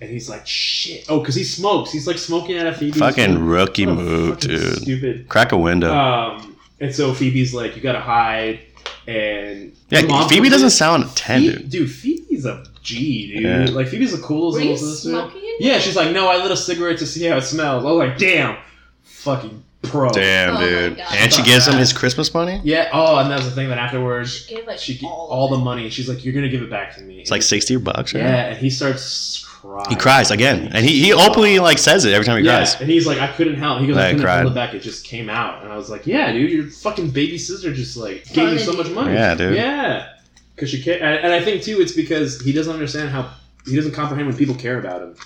and he's like, shit. Oh, cause he smokes. He's like smoking out of Phoebe's. Fucking rookie What a move, fucking dude. Stupid. Crack a window. Um, and so Phoebe's like, you gotta hide, and yeah, her mom- Phoebe doesn't sound ten, Phoebe- dude. dude, Phoebe's a G, dude. Yeah. Like Phoebe's the coolest Were little you sister. smoking? Yeah, she's like, no, I lit a cigarette to see how it smells. I was like, damn, fucking pro. Damn, Oh my dude. God. And she gives him his Christmas money. Yeah. Oh, and that was the thing that afterwards She gave like she g- all, all of the it. money. She's like, "You're gonna give it back to me." It's like sixty bucks, right? yeah, and he starts crying. He cries again, and he, he openly like says it every time he yeah, cries. and he's like, "I couldn't help." He goes, "I, I couldn't cried. hold it back. It just came out." And I was like, "Yeah, dude, your fucking baby sister just like gave you so much money." Yeah, dude. Oh, Yeah, because she ca- and, and I think too, it's because he doesn't understand how he doesn't comprehend when people care about him.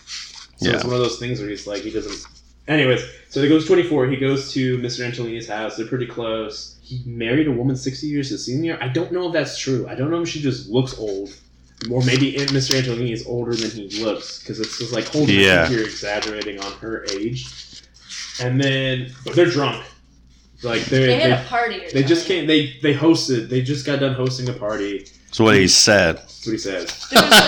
So Yeah. it's one of those things where he's like, he doesn't. Anyways, so he goes 24. He goes to Mr. Angelini's house. They're pretty close. He married a woman 60 years his senior. I don't know if that's true. I don't know if she just looks old. Or maybe Aunt- Mr. Angelini is older than he looks. Because it's just like, hold on, I Yeah. think you're exaggerating on her age. And then, but they're drunk. Like, they're, They they, had they, a party. Or just came, something. they, they hosted, they just got done hosting a party. That's what he said. That's what he says. There was, like-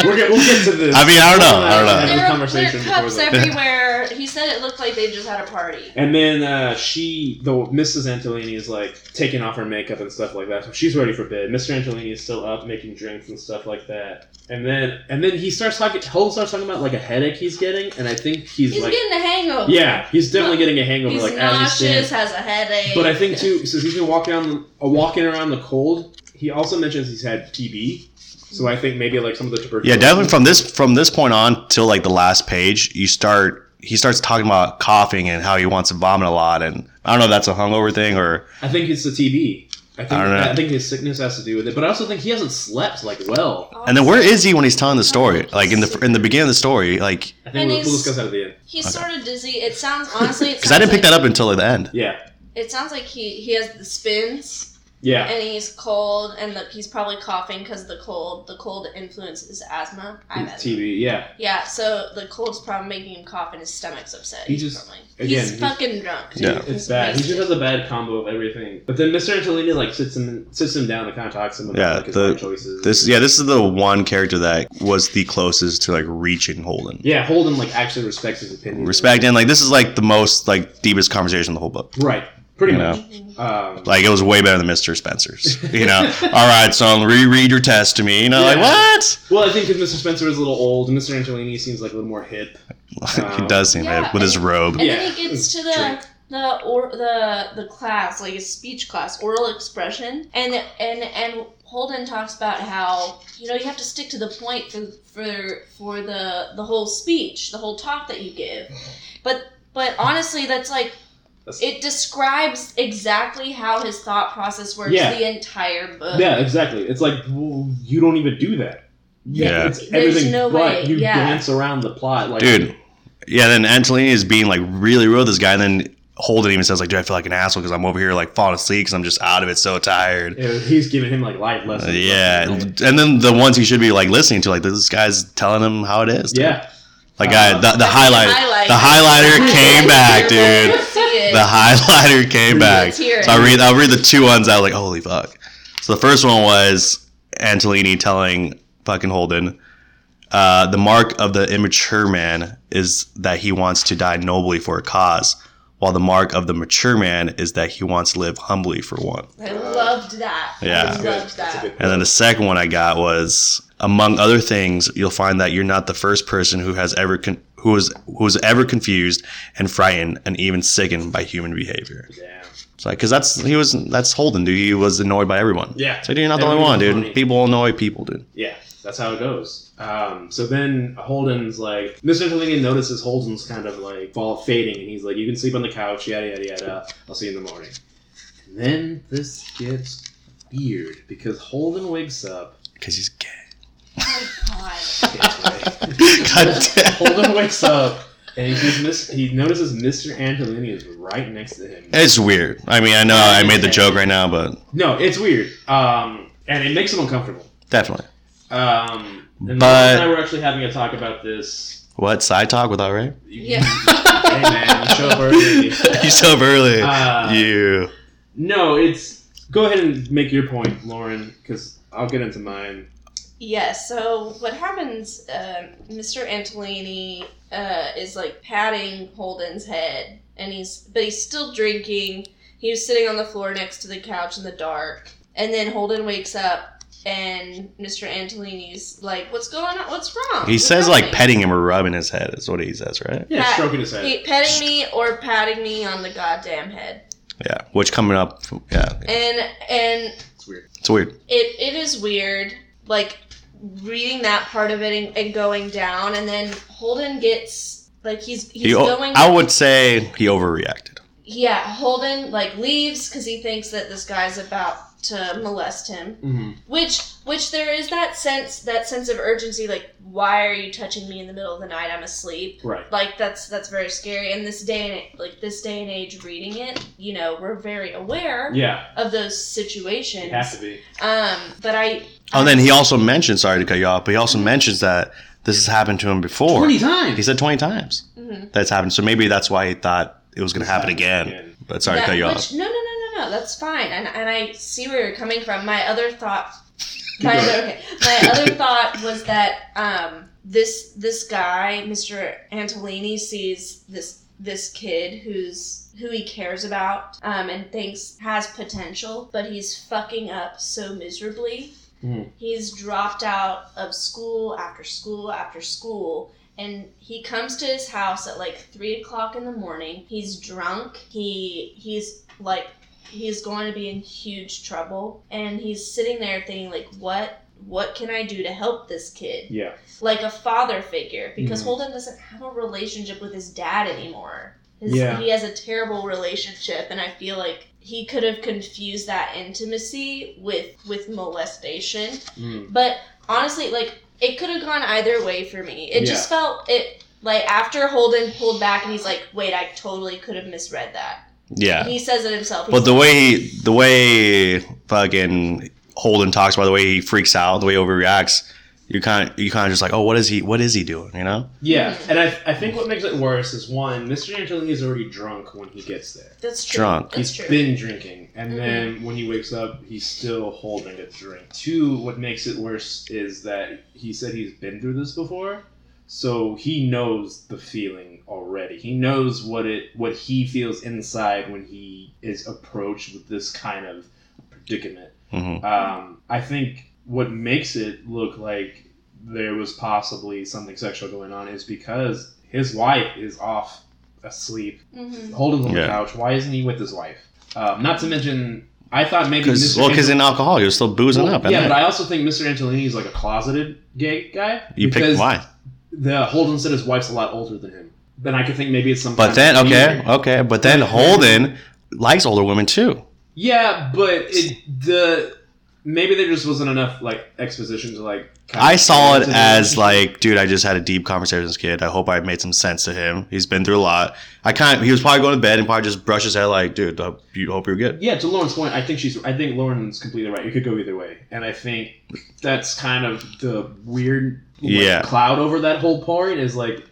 there We're, was- get- we'll get to this. I mean, I don't know. Have I don't a know. there were- conversation there were cups before everywhere. He said it looked like they just had a party. And then uh, she, the Mrs. Antolini is like taking off her makeup and stuff like that. So she's ready for bed. Mr. Antolini is still up making drinks and stuff like that. And then, and then he starts talking. Holden starts talking about like a headache he's getting, and I think he's, He's, like, getting a hangover. yeah, he's definitely getting a hangover. He's like as he nauseous, stands. has a headache. But I think too, since he's been walking around, the, uh, walking around the cold, he also mentions he's had TB. So I think maybe like some of the tuberculosis. Yeah, definitely from this from this point on till like the last page, you start he starts talking about coughing and how he wants to vomit a lot, and I don't know if that's a hungover thing or I think it's the TB. I think I don't know. I think his sickness has to do with it. But I also think he hasn't slept like well. and then where is he when he's telling the story? Like in the in the beginning of the story, like I think And we'll, we'll he's- discuss that at the end. He's Okay. sort of dizzy. It sounds honestly. because I didn't pick that up until the end. Yeah, It sounds like he he has the spins yeah. and he's cold and the, he's probably coughing because of the cold. The cold influences asthma. I It's imagine. TV, yeah. Yeah, so the cold's probably making him cough and his stomach's upset. He just- probably. again, he's he's- fucking drunk. Yeah. It's bad. He just has a bad combo of everything. But then Mr. Antolini like sits him sits him down and kind of talks him about Yeah, like, his the- life choices. This yeah, this is the one character that was the closest to like reaching Holden. yeah, Holden like actually respects his opinion. Respect and like this is like the most like deepest conversation in the whole book. Right. Pretty You much. Mhm. Um, Like it was way better than Mr. Spencer's. You know, all right, son, reread your test to me. You know, like Yeah. what? well, I think because Mr. Spencer is a little old, Mr. Antolini seems like a little more hip. he does seem Yeah, hip with his and- robe. And Yeah. then he gets to the Drink. the or the the class, like his speech class, oral expression, and and and Holden talks about how you know you have to stick to the point for for for the the whole speech, the whole talk that you give, but but honestly, that's like. That's- It describes exactly how his thought process works Yeah. the entire book. Yeah, exactly. It's like well, you don't even do that. You- Yeah. It's There's everything no but way, you yeah. dance around the plot. Like, Dude. Yeah, then Angelina is being like really real with this guy, and then Holden even says like, "Dude, I feel like an asshole because I'm over here like falling asleep because I'm just out of it, so tired." it- he's giving him like life Uh, lessons. yeah, and then the ones he should be like listening to, like this guy's telling him how it is. dude. Yeah. like I, the, the That's highlight, the highlighter came back, dude. Let's see it. The highlighter came back. Let's hear it. So I'll read I'll read the two ones out like holy fuck. So the first one was Antolini telling fucking Holden, uh, the mark of the immature man is that he wants to die nobly for a cause. while the mark of the mature man is that he wants to live humbly for one. I loved that. Yeah. I That's good. That's a loved that. good And then the second one I got was among other things, you'll find that you're not the first person who has ever con- who was who was ever confused and frightened and even sickened by human behavior. Yeah. It's like because that's he was that's Holden, dude. He was annoyed by everyone. Yeah. So you're not the only Everyone's one, dude. funny. People annoy people, dude. Yeah, that's how it goes. Um, so then Holden's like, Mr. Delaney notices Holden's kind of like fall fading, and he's like, "You can sleep on the couch, yada yada yada. I'll see you in the morning." And then this gets weird because Holden wakes up. Because he's gay. Oh, God. God God damn. Holden wakes up. And he, sees mis- he notices Mr. Angelini is right next to him. It's weird. I mean, I know I made the joke right now, but No, it's weird. Um, and it makes him uncomfortable. definitely. Um, and But- Liz and I were actually having a talk about this. What side talk without rape? Yeah. Hey man, you show up early. you show up early. Uh, you. No, it's go ahead and make your point, Lauren, because I'll get into mine. Yes. so what happens, um, Mr. Antolini uh, is like patting Holden's head, and he's but he's still drinking. He was sitting on the floor next to the couch in the dark, and then Holden wakes up, and Mr. Antolini's like, "What's going on? What's wrong?" He What's says like happening?" petting him or rubbing his head is what he says, right? Yeah, Pat- stroking his head. He- petting me or patting me on the goddamn head, Yeah. Which coming up, yeah, and and it's weird. it's weird. it it is weird like reading that part of it and, and going down and then holden gets like he's he's He, o- going I would say he overreacted. yeah holden like leaves because he thinks that this guy's about to molest him hmm which which there is that sense that sense of urgency like why are you touching me in the middle of the night i'm asleep Right. like that's that's very scary and this day and like this day and age reading it you know we're very aware Yeah, of those it has situations to be. um but i Oh, and then he also mentions, sorry to cut you off, but he also mentions that this has happened to him before. Twenty times. He said 20 times Mhm. that's happened. So maybe that's why he thought it was going It's to happen again. happening But sorry That- to cut you off. which- No, no, no, no, no. That's fine. And, and I see where you're coming from. My other thought, Keep my going. other, okay, my other thought was that um, this this guy, Mr. Antolini, sees this this kid who's who he cares about um, and thinks has potential, but he's fucking up so miserably. Mhm. He's dropped out of school after school after school, and he comes to his house at like three o'clock in the morning. He's drunk. He he's like he's going to be in huge trouble, and he's sitting there thinking like, what what can I do to help this kid? Yeah. Like a father figure, because Mhm. Holden doesn't have a relationship with his dad anymore. His, Yeah. He has a terrible relationship, and I feel like he could have confused that intimacy with with molestation. Mm. But honestly, like it could have gone either way for me. It just felt it like after Holden pulled back and he's like, "Wait, I totally could have misread that." Yeah. He says it himself. But He's the like, way he, the way Fucking Holden talks, by the way he freaks out, the way he overreacts, you kind of you kind of just like, oh, what is he? What is he doing? You know? Yeah, Mm-hmm. and I, I think what makes it worse is one, Mr. Angelini is already drunk when he gets there. that's true. drunk. That's He's true. been drinking, and Mhm. then when he wakes up, he's still holding a drink. Two, what makes it worse is that he said he's been through this before, so he knows the feeling already. He knows what it what he feels inside when he is approached with this kind of predicament. hmm Um, I think what makes it look like there was possibly something sexual going on is because his wife is off asleep Mhm. Holden's on the Yeah. couch. Why isn't he with his wife? Um, not to mention, I thought maybe Because Mr. well, because Angel- in alcohol you're still boozing Well, up. and yeah, then but I also think Mr. Angelini is like a closeted gay guy. you pick because why. The Holden said his wife's a lot older than him. Then I could think maybe it's some. kind But of then okay, weird- okay, but then Holden likes older women too. Yeah, but it, the maybe there just wasn't enough like exposition to like. kind I of- saw it to- as like, dude, I just had a deep conversation with this kid. I hope I made some sense to him. He's been through a lot. I kind of he was probably going to bed and probably just brushed his head like, dude, I you hope you're good. Yeah, to Lauren's point, I think she's. I think Lauren's completely right. It could go either way, and I think that's kind of the weird like, Yeah. cloud over that whole part is like,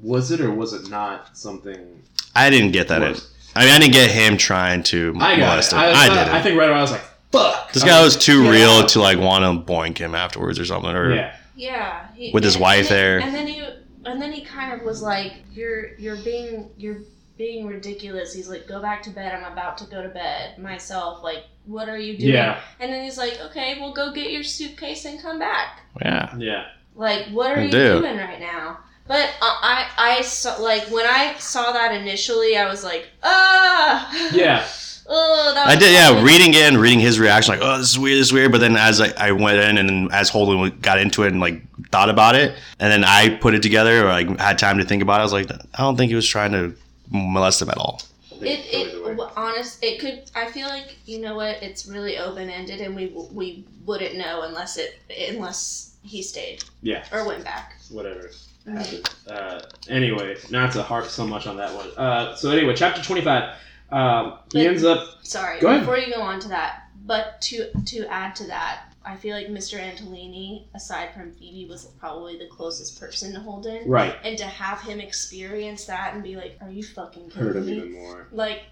was it or was it not something? I didn't get that. worse? I mean, I didn't get him trying to I got molest it. him. I, I, I, didn't. I think right away I was like, "Fuck." this guy was too Yeah. real to like want to boink him afterwards or something. Or Yeah, Yeah. he- With his and- wife and then- there. And then he and then he kind of was like, "You're you're being you're." being ridiculous. He's like, "Go back to bed. I'm about to go to bed myself. Like, what are you doing?" Yeah, And then he's like, "Okay, well, go get your suitcase and come back. Yeah. yeah. Like, what are I you do. doing right now?" But uh, I, I saw like when I saw that initially, I was like, "Ah, Yeah. oh, that." I Was did, yeah. awful." Reading it and reading his reaction, like, oh, this is weird, this is weird. But then as I, I went in and as Holden got into it and like thought about it, and then I put it together or like had time to think about it, I was like, I don't think he was trying to molest him at all. It, it w- honest it could I feel like you know what it's really open ended and we w- we wouldn't know unless it unless he stayed Yeah. or went back. Whatever. happened. Uh, anyway, not to harp so much on that one. Uh, so anyway, chapter twenty-five. Um, he But- ends up. Sorry, Go ahead. before you go on to that, but to to add to that, I feel like Mr. Antolini, aside from Phoebe, was probably the closest person to Holden, Right. and to have him experience that and be like, "Are you fucking Hurt kidding him me?" even more. Like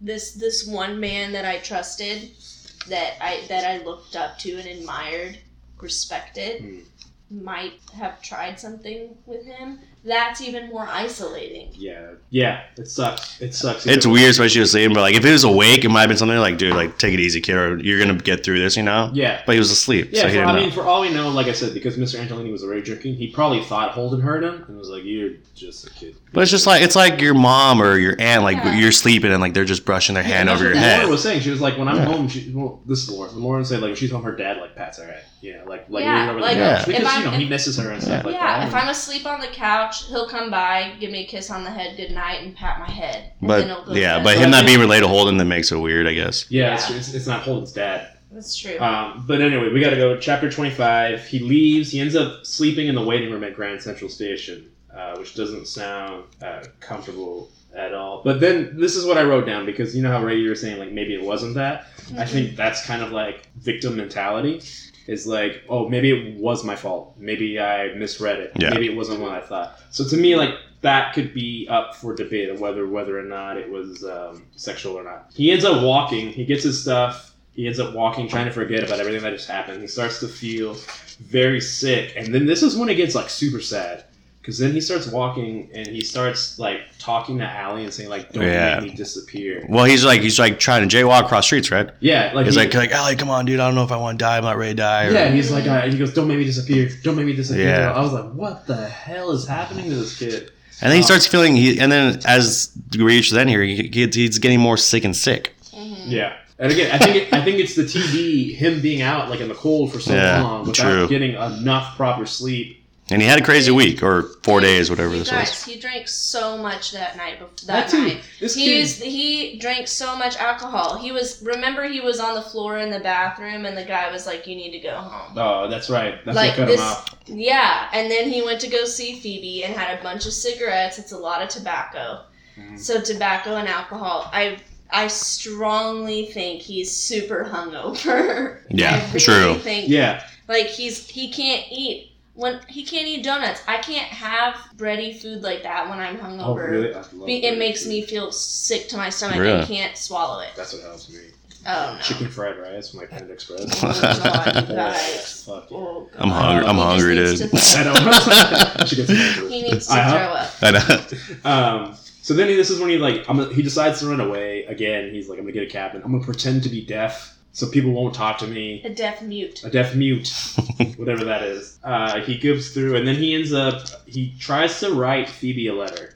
this this one man that I trusted, that I that I looked up to and admired, respected. Hmm. might have tried something with him, that's even more isolating. Yeah. Yeah. It sucks. It sucks. It's weird, especially with sleeping, but like if he was awake, it might have been something like, dude, like, take it easy, kid, or you're going to get through this, you know? Yeah. But he was asleep, Yeah, so he for, didn't I know. mean, for all we know, like I said, because Mr. Angelini was already drinking, he probably thought Holden heard him and was like, "You're just a kid." but it's just like, it's like your mom or your aunt, like, Yeah. you're sleeping and like they're just brushing their Yeah, hand that's over your what head. Lauren was saying she was like, "When I'm Yeah. home, she, well, this is Lauren. When Lauren said like, if she's home, her dad like pats her head, you know, like like Yeah, leaning over like, the couch if because I'm- you know he misses her and stuff like yeah, that." if I'm asleep on the couch, he'll come by, give me a kiss on the head, good night, and pat my head. and then he'll go But to yeah, bed. but But I him not mean- being related to Holden that makes it weird, I guess. yeah, It's, it's, it's not Holden's dad. that's true. Um, but anyway, we got to go. Chapter 25. He leaves. He ends up sleeping in the waiting room at Grand Central Station, uh, which doesn't sound uh, comfortable at all. But then this is what I wrote down because you know how Ray, you were saying, like, maybe it wasn't that. I think that's kind of like victim mentality is like, oh, maybe it was my fault. Maybe I misread it. Yeah. Maybe it wasn't what I thought. So to me, like, that could be up for debate of whether whether or not it was um, sexual or not. He ends up walking. He gets his stuff. He ends up walking, trying to forget about everything that just happened. He starts to feel very sick, and then this is when it gets like super sad. Because then he starts walking and he starts like talking to Allie and saying like, "Don't Yeah. make me disappear." Well, he's like, he's like trying to jaywalk across streets, right? Yeah, like He's he- like, like, Allie, come on, dude. I don't know if I want to die. I'm not ready to die. Or, Yeah, and he's like, uh, he goes, "Don't make me disappear! Don't make me disappear!" Yeah. I was like, "What the hell is happening to this kid?" Uh, And then he starts feeling, he, and then as we reach the end here, he gets, he's getting more sick and sick. Mhm. Yeah, and again, I think it, I think it's the TB, him being out like in the cold for so Yeah, long without true. getting enough proper sleep. And he had a crazy week or four days, whatever You this guys, was. he drank so much that night. bef- That, too, night, this he kid, was, he drank so much alcohol. He was remember he was on the floor in the bathroom, and the guy was like, "You need to go home." oh, that's right, that's Like what cut this- him off. Yeah, and then he went to go see Phoebe and had a bunch of cigarettes. It's a lot of tobacco. Mhm. So tobacco and alcohol. I I strongly think he's super hungover. I Yeah, really true. Think, Yeah, Like he's he can't eat when he can't eat donuts. I can't have bready food like that when I'm hungover. oh really? I love Be- Korean It makes food. me feel sick to my stomach. I Really? can't swallow it. That's what helps me. Oh no. Chicken fried rice from like Panda Express. Oh, God, you Oh, guys. fuck yeah. Oh, God. I'm hungry. I'm He just hungry, needs dude. to throw- I know. she gets He hungry. needs to Uh-huh. throw up. I know. Um, so then he, this is when he like I'm, gonna- he decides to run away again. He's like, I'm gonna get a cabin. I'm gonna pretend to be deaf so people won't talk to me. A deaf mute. A deaf mute, whatever that is. Uh, he goes through, and then he ends up. He tries to write Phoebe a letter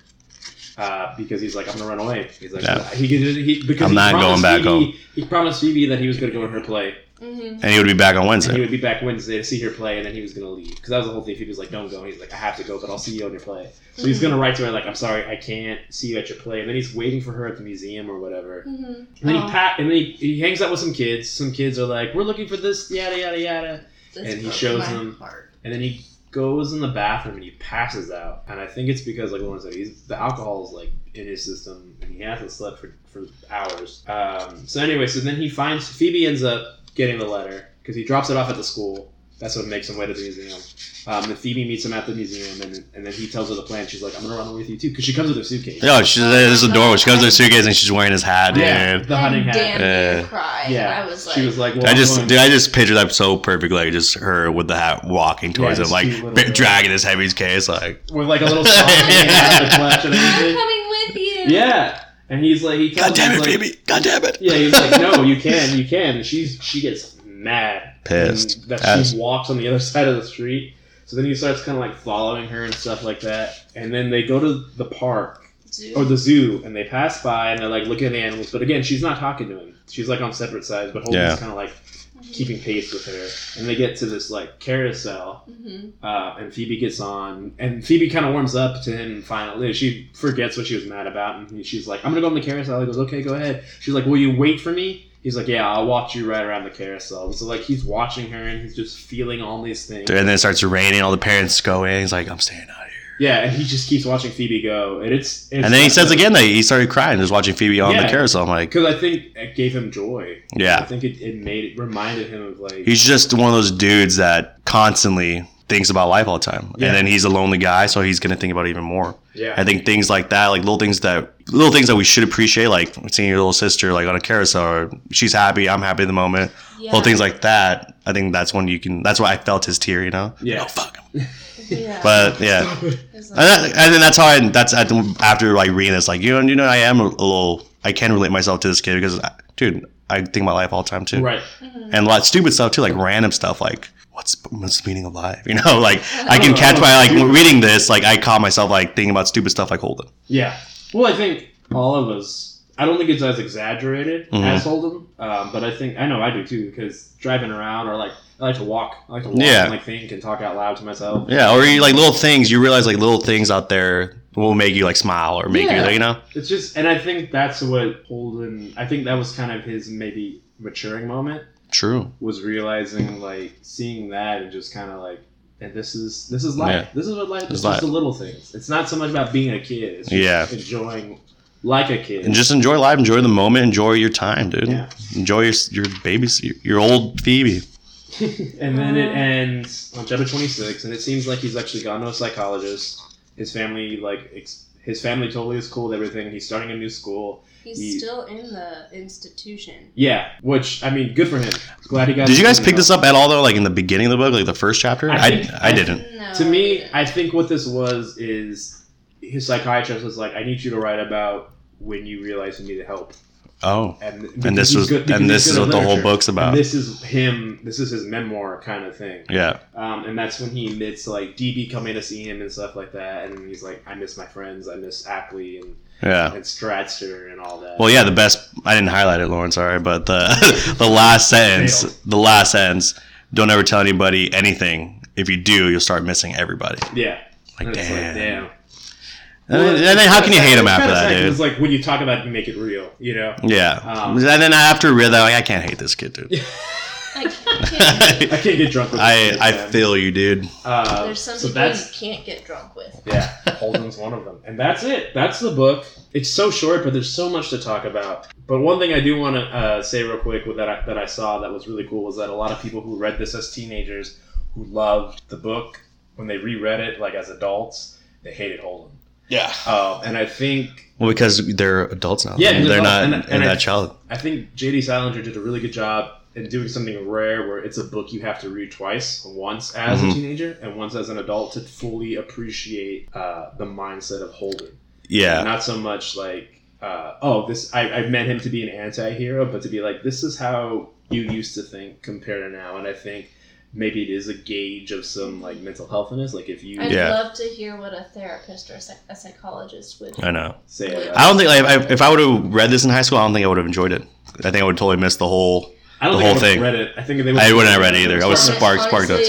uh, because he's like, I'm gonna run away. He's like, Yeah. he, he, he because I'm he not promised going back Phoebe, home. He promised Phoebe that he was gonna go to her play, Mm-hmm. And he would be back on and he Wednesday. would be back Wednesday to see her play, and then he was gonna leave because that was the whole thing. Phoebe was like, "Don't go." And he's like, "I have to go, but I'll see you on your play." So he's Mm-hmm. gonna write to her like, "I'm sorry, I can't see you at your play," and then he's waiting for her at the museum or whatever. Mm-hmm. And then Oh. he pat, and then he, he hangs out with some kids. Some kids are like, "We're looking for this, yada yada yada," and he shows them. And then he goes in the bathroom and he passes out. And I think it's because, like Lauren said, he's the alcohol is like in his system, and he hasn't slept for for hours. Um, so anyway, so then he finds Phoebe ends up getting the letter because he drops it off at the school. That's what makes him way to the museum. Um, and Phoebe meets him at the museum, and, and then he tells her the plan. She's like, "I'm gonna run with you too," because she comes with her suitcase. Yo, she's, uh, this is adorable. She comes to her suitcase and she's wearing his hat, Yeah, dude. the hunting hat. Damn near Yeah. cried. Yeah, I was like, she was like, well, I I'm just, going- dude, I just picture that so perfectly. Like, just her with the hat walking towards Yeah, him, just like cute little b- girl. dragging his heavy case, like. with like a little song and a flash and I'm everything. coming with you. you. Yeah. And he's like, he tells God damn her, it, he's like, baby. God damn it. Yeah, he's like, no, you can, you can. And she's she gets mad, Pissed. and that Ass. she walks on the other side of the street. So then he starts kind of like following her and stuff like that. And then they go to the park Zoo. or the zoo, and they pass by and they're like looking at the animals. But again, she's not talking to him. She's like on separate sides, but Holden's Yeah. kind of like Mm-hmm. keeping pace with her. And they get to this like carousel, Mhm. uh, and Phoebe gets on, and Phoebe kind of warms up to him. Finally, she forgets what she was mad about, and he- she's like, "I'm gonna go on the carousel." He goes, "Okay, go ahead." She's like, "Will you wait for me?" He's like, "Yeah, I'll watch you right around the carousel." So like, he's watching her, and he's just feeling all these things. And then it starts raining. All the parents go in. He's like, I'm staying out here. Yeah, and he just keeps watching Phoebe go, and it's, it's And then he says again that he started crying just watching Phoebe on the Yeah. carousel. I'm like, because I think it gave him joy. I yeah. think it, it made it reminded him of like He's just one of those dudes that constantly thinks about life all the time. Yeah. And then he's a lonely guy, so he's going to think about it even more. yeah I think things like that, like little things that little things that we should appreciate, like seeing your little sister like on a carousel or she's happy, I'm happy at the moment. Yeah. Little things like that. I think that's when you can that's why I felt his tear, you know? Yeah. Oh fuck. Yeah. But yeah. Stop it. It's And, that, like- and then that's how I that's at the, after like reading this, like, you know, you know, I am a little I can relate myself to this kid because dude, I think about life all the time too. right. Mhm. And a lot of stupid stuff too, like random stuff like What's, what's the meaning of life? You know, like I can catch my like reading this, like I caught myself like thinking about stupid stuff like Holden. Yeah. Well, I think all of us. I don't think it's as exaggerated Mhm. as Hold'em, um, but I think I know I do too because driving around or like I like to walk. I like to walk Yeah. and like think and talk out loud to myself. Yeah, or you like little things. You realize like little things out there will make you like smile or make Yeah. you like, you know. It's just, and I think that's what Holden. I think that was kind of his maybe maturing moment True. was realizing like seeing that and just kind of like. And this is this is life. Yeah. This is what life is. It's It's life. just the little things. It's not so much about being a kid. It's just Yeah. enjoying like a kid. And just enjoy life, enjoy the moment, enjoy your time, dude. Yeah. Enjoy your your babies, your, your old Phoebe. and then it ends on chapter 26 and it seems like he's actually gone to a psychologist his family like ex- his family totally is cool with everything he's starting a new school He's still in the institution. yeah which i mean good for him glad he got Did you guys something pick this else. up at all though? Like in the beginning of the book, like the first chapter? I I think- I, I didn't. No, to me Oh, yeah. i think what this was is his psychiatrist was like i need you to write about when you realize you need help Oh, and, and because this he's was good- because and he's this good is at what the whole literature. book's And about. this is him this is his memoir kind of thing yeah, Um, and that's when he admits like DB coming to see him and stuff like that, and he's like, "I miss my friends, I miss Ackley and, yeah. and Stratster and all that." Oh. Well, yeah, the best. I didn't highlight it, Lauren. Sorry, but the the last sentence, Failed. the last sentence. Don't ever tell anybody anything. If you do, you'll start missing everybody. yeah, Like And it's damn. damn. And, Well, then- it's and then how can you hate him kinda after sad, that, 'cause dude? It's like when you talk about it, you make it real, you know. Yeah. Um, and then after read that, like, I can't hate this kid, dude. Like, you can't- I I can't get drunk with. this I man. feel you, dude. Uh, There's some so people that's you can't get drunk with. yeah, Holden's one of them, and that's it. That's the book. It's so short, but there's so much to talk about. But one thing I do want to uh, say real quick with that I, that I saw that was really cool was that a lot of people who read this as teenagers who loved the book when they reread it like as adults they hated Holden. Yeah. Uh, and I think Well, because they're adults now. Yeah, they're, because not adults- in and- and that I- child. I think J.D. Salinger did a really good job in doing something rare where it's a book you have to read twice, once as Mhm. a teenager and once as an adult to fully appreciate uh, the mindset of Holden. Yeah. not so much like uh, oh this I, I meant him to be an anti-hero but to be like this is how you used to think compared to now and i think maybe it is a gauge of some like mental healthiness like if you I'd Yeah. love to hear what a therapist or a, psych- a psychologist would. I know. say uh, I that, don't think like, I, if I would have read this in high school, I don't think I would have enjoyed it. I think I would totally miss the whole. i don't think the whole I would've thing. read it i think they I would've- wouldn't have read it either. I was Sorry. sparked- sparked us.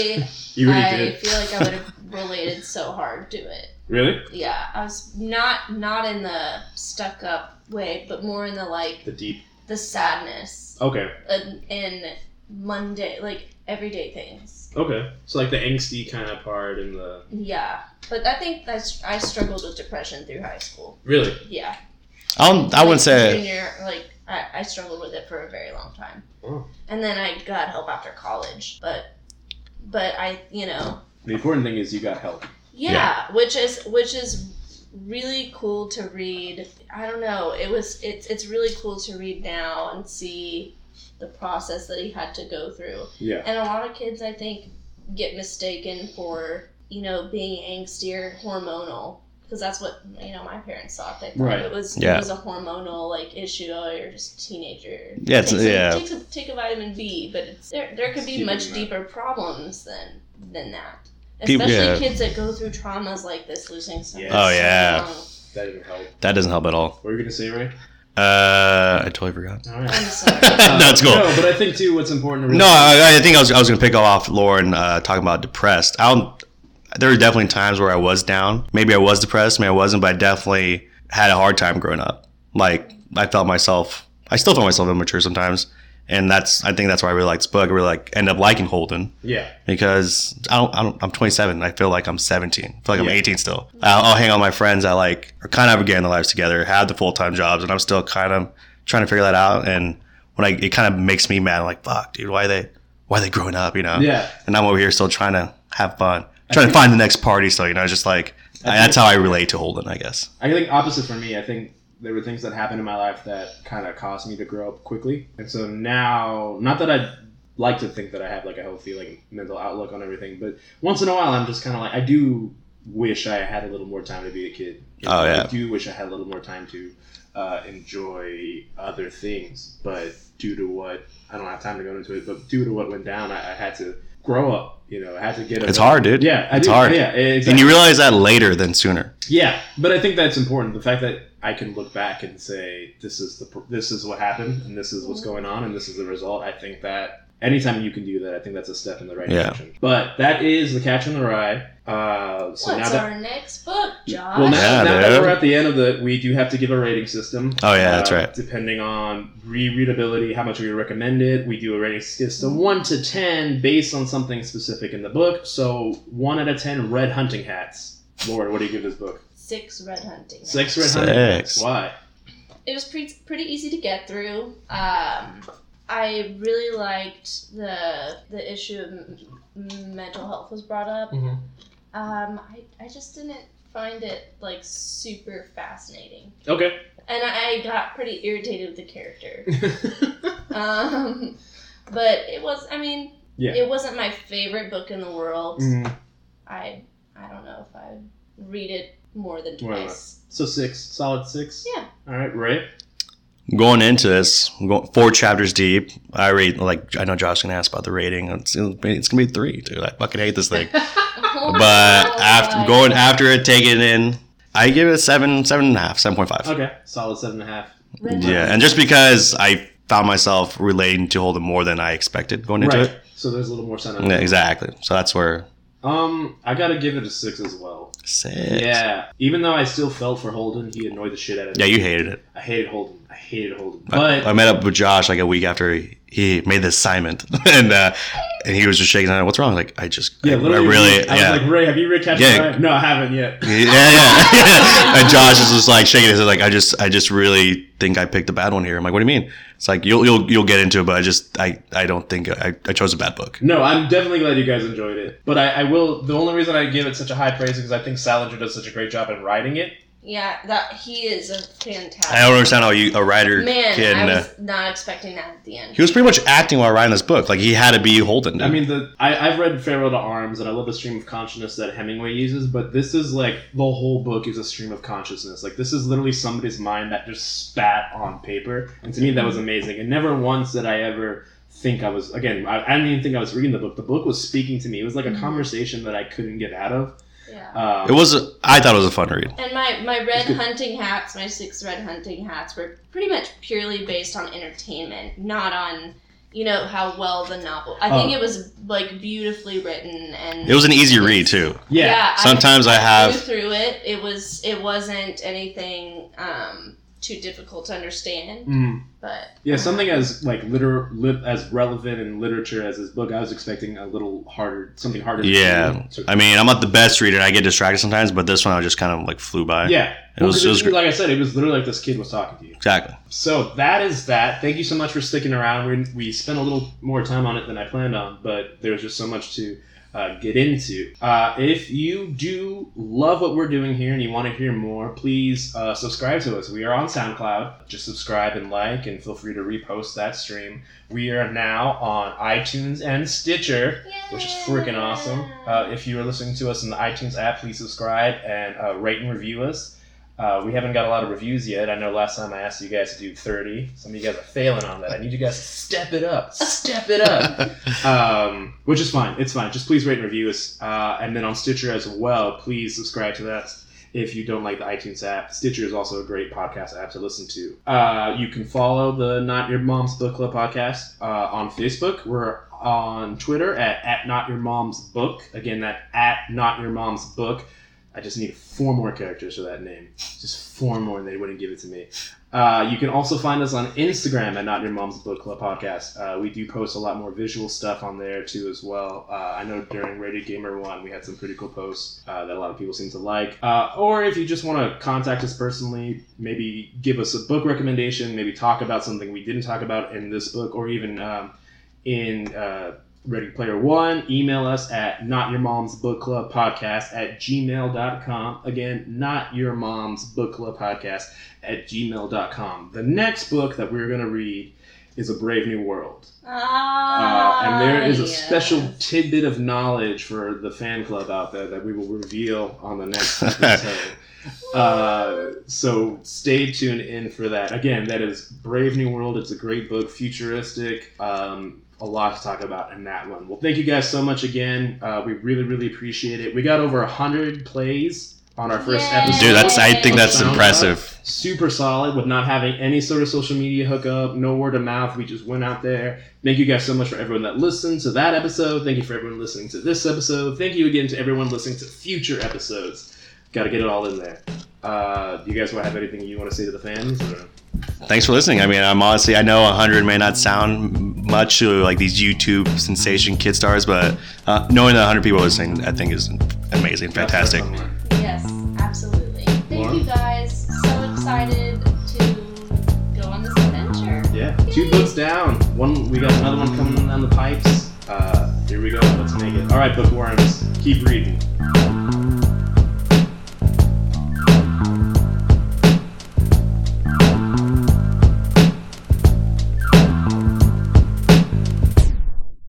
Honestly, you really I did feel like I would have related so hard to it. really Yeah, I was not not in the stuck up way, but more in the like the deep the sadness okay and, and Monday like everyday things. okay so like the angsty kind of part and the Yeah, but I think that's I struggled with depression through high school. really Yeah, I don't. I wouldn't Like, say. junior. Like I, I struggled with it for a very long time, Oh. and then I got help after college. But but I you know the important thing is you got help Yeah, which is which is really cool to read. I don't know. It was it's it's really cool to read now and see the process that he had to go through. yeah And a lot of kids I think get mistaken for, you know, being angsty or hormonal because that's what you know my parents thought. They thought Right. it was Yeah. it was a hormonal like issue or you're just a teenager. Yeah, it's- take some- yeah. Take, some- take a vitamin B, but it's, there there could It's be deeper much than that. deeper problems than than that. Peop- Especially yeah. kids that go through traumas like this, losing someone. Yes. Oh, so yeah. young. That didn't help. That doesn't help at all. What were you gonna say, Ray? Uh, I totally forgot. All right. Uh, I'm sorry. No, it's cool. No, but I think too, what's important to No, I, I think I was, I was going to pick off Lauren uh, talking about depressed. I don't, there were definitely times where I was down. Maybe I was depressed, maybe I wasn't, but I definitely had a hard time growing up. Like, I felt myself, I still feel myself immature sometimes. And that's, I think that's why I really like this book. I really like, end up liking Holden yeah, because I don't, I don't, I'm 27. I feel like I'm 17. I feel like I'm Yeah. 18 still. I'll, I'll hang out with my friends I like are kind of getting their lives together, have the full time jobs, and I'm still kind of trying to figure that out. And when I, it kind of makes me mad. I'm like, fuck, dude, why they, why they growing up, you know? yeah. And I'm over here still trying to have fun, trying to find the next party. So you know, it's just like I that's how I relate to Holden, I guess. I think opposite for me. I think there were things that happened in my life that kind of caused me to grow up quickly, and so now, not that I like to think that I have like a healthy like mental outlook on everything, but once in a while, I'm just kind of like I do wish I had a little more time to be a kid. Oh, yeah. I do wish I had a little more time to uh, enjoy other things, but due to what I don't have time to go into it, but due to what went down, I, I had to grow up. You know, I had to get. a- It's hard, dude. Yeah, I It's do. hard. Yeah, exactly. And you realize that later than sooner. Yeah, but I think that's important. The fact that I can look back and say this is the pr- this is what happened and this is what's going on and this is the result. I think that anytime you can do that, I think that's a step in the right Yeah. direction. But that is the catch in the rye. Uh, so now What's that. our next book, Josh? Well, now, Yeah, now that dude. we're at the end of the, we do have to give a rating system. Uh, Oh, yeah, that's right. Depending on rereadability, how much we recommend it, we do a rating system one to ten based on something specific in the book. So one out of ten red hunting hats. Lauren, what do you give this book? Six Red Hunting. Six red Six. hunting hats. Why? it was pretty pretty easy to get through. Um, I really liked the the issue of m- m- mental health was brought up. Um, I I just didn't find it like super fascinating, Okay. and I got pretty irritated with the character. um, but it was I mean Yeah. it wasn't my favorite book in the world. Mm-hmm. Mhm. I I don't know if I would read it more than Why not? twice. So six, solid six. Yeah. All right, Ray. going into this, I'm going four chapters deep. I rate like I know Josh can ask about the rating. It's, it's gonna be three, dude. I fucking hate this thing. Mm-hmm. But after going after it, taking it in, I give it a seven, seven and a half, seven point five. Okay, solid seven and a half. Red Yeah, and just because I found myself relating to Holden more than I expected going into Right. it. So there's a little more sentiment. Yeah, exactly. So that's where Um, I gotta give it a six as well. six. Yeah. Even though I still felt for Holden, he annoyed the shit out of me. Yeah, you hated it. I hated Holden. I hated Holden. I, But I met up with Josh like a week after he, he made the assignment, and uh, and he was just shaking his head. What's wrong? Like I just yeah, I, I literally, really I was yeah. like, Ray, have you read Catch Yeah. the Rye? No, I haven't yet. yeah, yeah. yeah. and Josh is just like shaking his head, like I just, I just really think I picked a bad one here. I'm like, what do you mean? It's like you'll, you'll, you'll get into it, but I just, I, I don't think I, I chose a bad book. No, I'm definitely glad you guys enjoyed it. But I, I will. The only reason I give it such a high praise is because I think Salinger does such a great job in writing it. Yeah, that he is a fantastic. I don't understand how you, a writer Man, I can. uh, was not expecting that at the end. he was pretty much acting while writing this book. Like he had to be Holden. dude. I mean, the I, I've read Farewell to Arms, and I love the stream of consciousness that Hemingway uses. But this is like the whole book is a stream of consciousness. Like this is literally somebody's mind that just spat on paper, and to me that was amazing. And never once did I ever think I was again. I, I didn't even think I was reading the book. The book was speaking to me. It was like a Mhm. conversation that I couldn't get out of. Yeah. Um, it was. a- I thought it was a fun read. and my, my red It's good. hunting hats, my six red hunting hats, were pretty much purely based on entertainment, not on, you know, how well the novel. I think Oh. it was, like, beautifully written and. It was an easy read too. yeah. I Sometimes I flew have. through it. It, was, it wasn't anything um, too difficult to understand, Mm. but. Yeah, something as like liter lit, as relevant in literature as this book. I was expecting a little harder, something harder. to Yeah, read. So- I mean, I'm not the best reader. and I get distracted sometimes, but this one I just kind of like flew by. yeah. it was. It was great. like I said, it was literally like this kid was talking to you. Exactly. So that is that. Thank you so much for sticking around. We we spent a little more time on it than I planned on, but there's just so much to uh, get into. Uh, if you do love what we're doing here and you want to hear more, please uh, subscribe to us. We are on SoundCloud. Just subscribe and like, and feel free to repost that stream. We are now on iTunes and Stitcher, which is freaking awesome. Uh, if you are listening to us in the iTunes app, please subscribe and uh, rate and review us. Uh, we haven't got a lot of reviews yet. I know last time I asked you guys to do 30. Some of you guys are failing on that. I need you guys to step it up. Step it up um, which is fine. It's fine. Just please rate and review us, uh, and then on Stitcher as well. Please subscribe to that if you don't like the iTunes app. Stitcher is also a great podcast app to listen to. Uh, you can follow the Not Your Mom's Book Club podcast uh, on Facebook. We're on Twitter at, at Not Your Mom's Book. Again, that at Not Your Mom's Book. I just need four more characters for that name. Just four more, and they wouldn't give it to me. Uh, you can also find us on Instagram at Not Your Mom's Book Club Podcast. Uh, we do post a lot more visual stuff on there too, as well. Uh, I know during Rated Gamer One, we had some pretty cool posts uh, that a lot of people seem to like. Uh, or if you just want to contact us personally, maybe give us a book recommendation, maybe talk about something we didn't talk about in this book, or even um, in uh, Ready Player One, email us at not your mom's book club podcast at gmail.com. Again, not your mom's book club podcast at gmail.com. The next book that we're going to read is A Brave New World. Uh, Ah, and there is a yes. special tidbit of knowledge for the fan club out there that we will reveal on the next episode. uh, so stay tuned in for that. Again, that is Brave New World. It's a great book, futuristic. Um, a lot to talk about in that one. Well, thank you guys so much again. Uh, we really, really appreciate it. We got over 100 plays on our first Yay. episode Dude, that's I think that's Sound up. impressive. super solid with not having any sort of social media hookup, no word of mouth. We just went out there. Thank you guys so much for everyone that listened to that episode. Thank you for everyone listening to this episode. Thank you again to everyone listening to future episodes. Got to get it all in there. Uh, do you guys want to have anything you want to say to the fans? Or? Thanks for listening. I mean, I'm honestly, I know 100 may not sound much to like these YouTube sensation kid stars, but uh, knowing that 100 people are listening, I think is amazing, fantastic. Yes, absolutely. Thank Lauren? you guys. So excited to go on this adventure. Yeah, two books down. One, we got another one coming down the pipes. Uh, here we go. Let's make it. All right, bookworms, keep reading.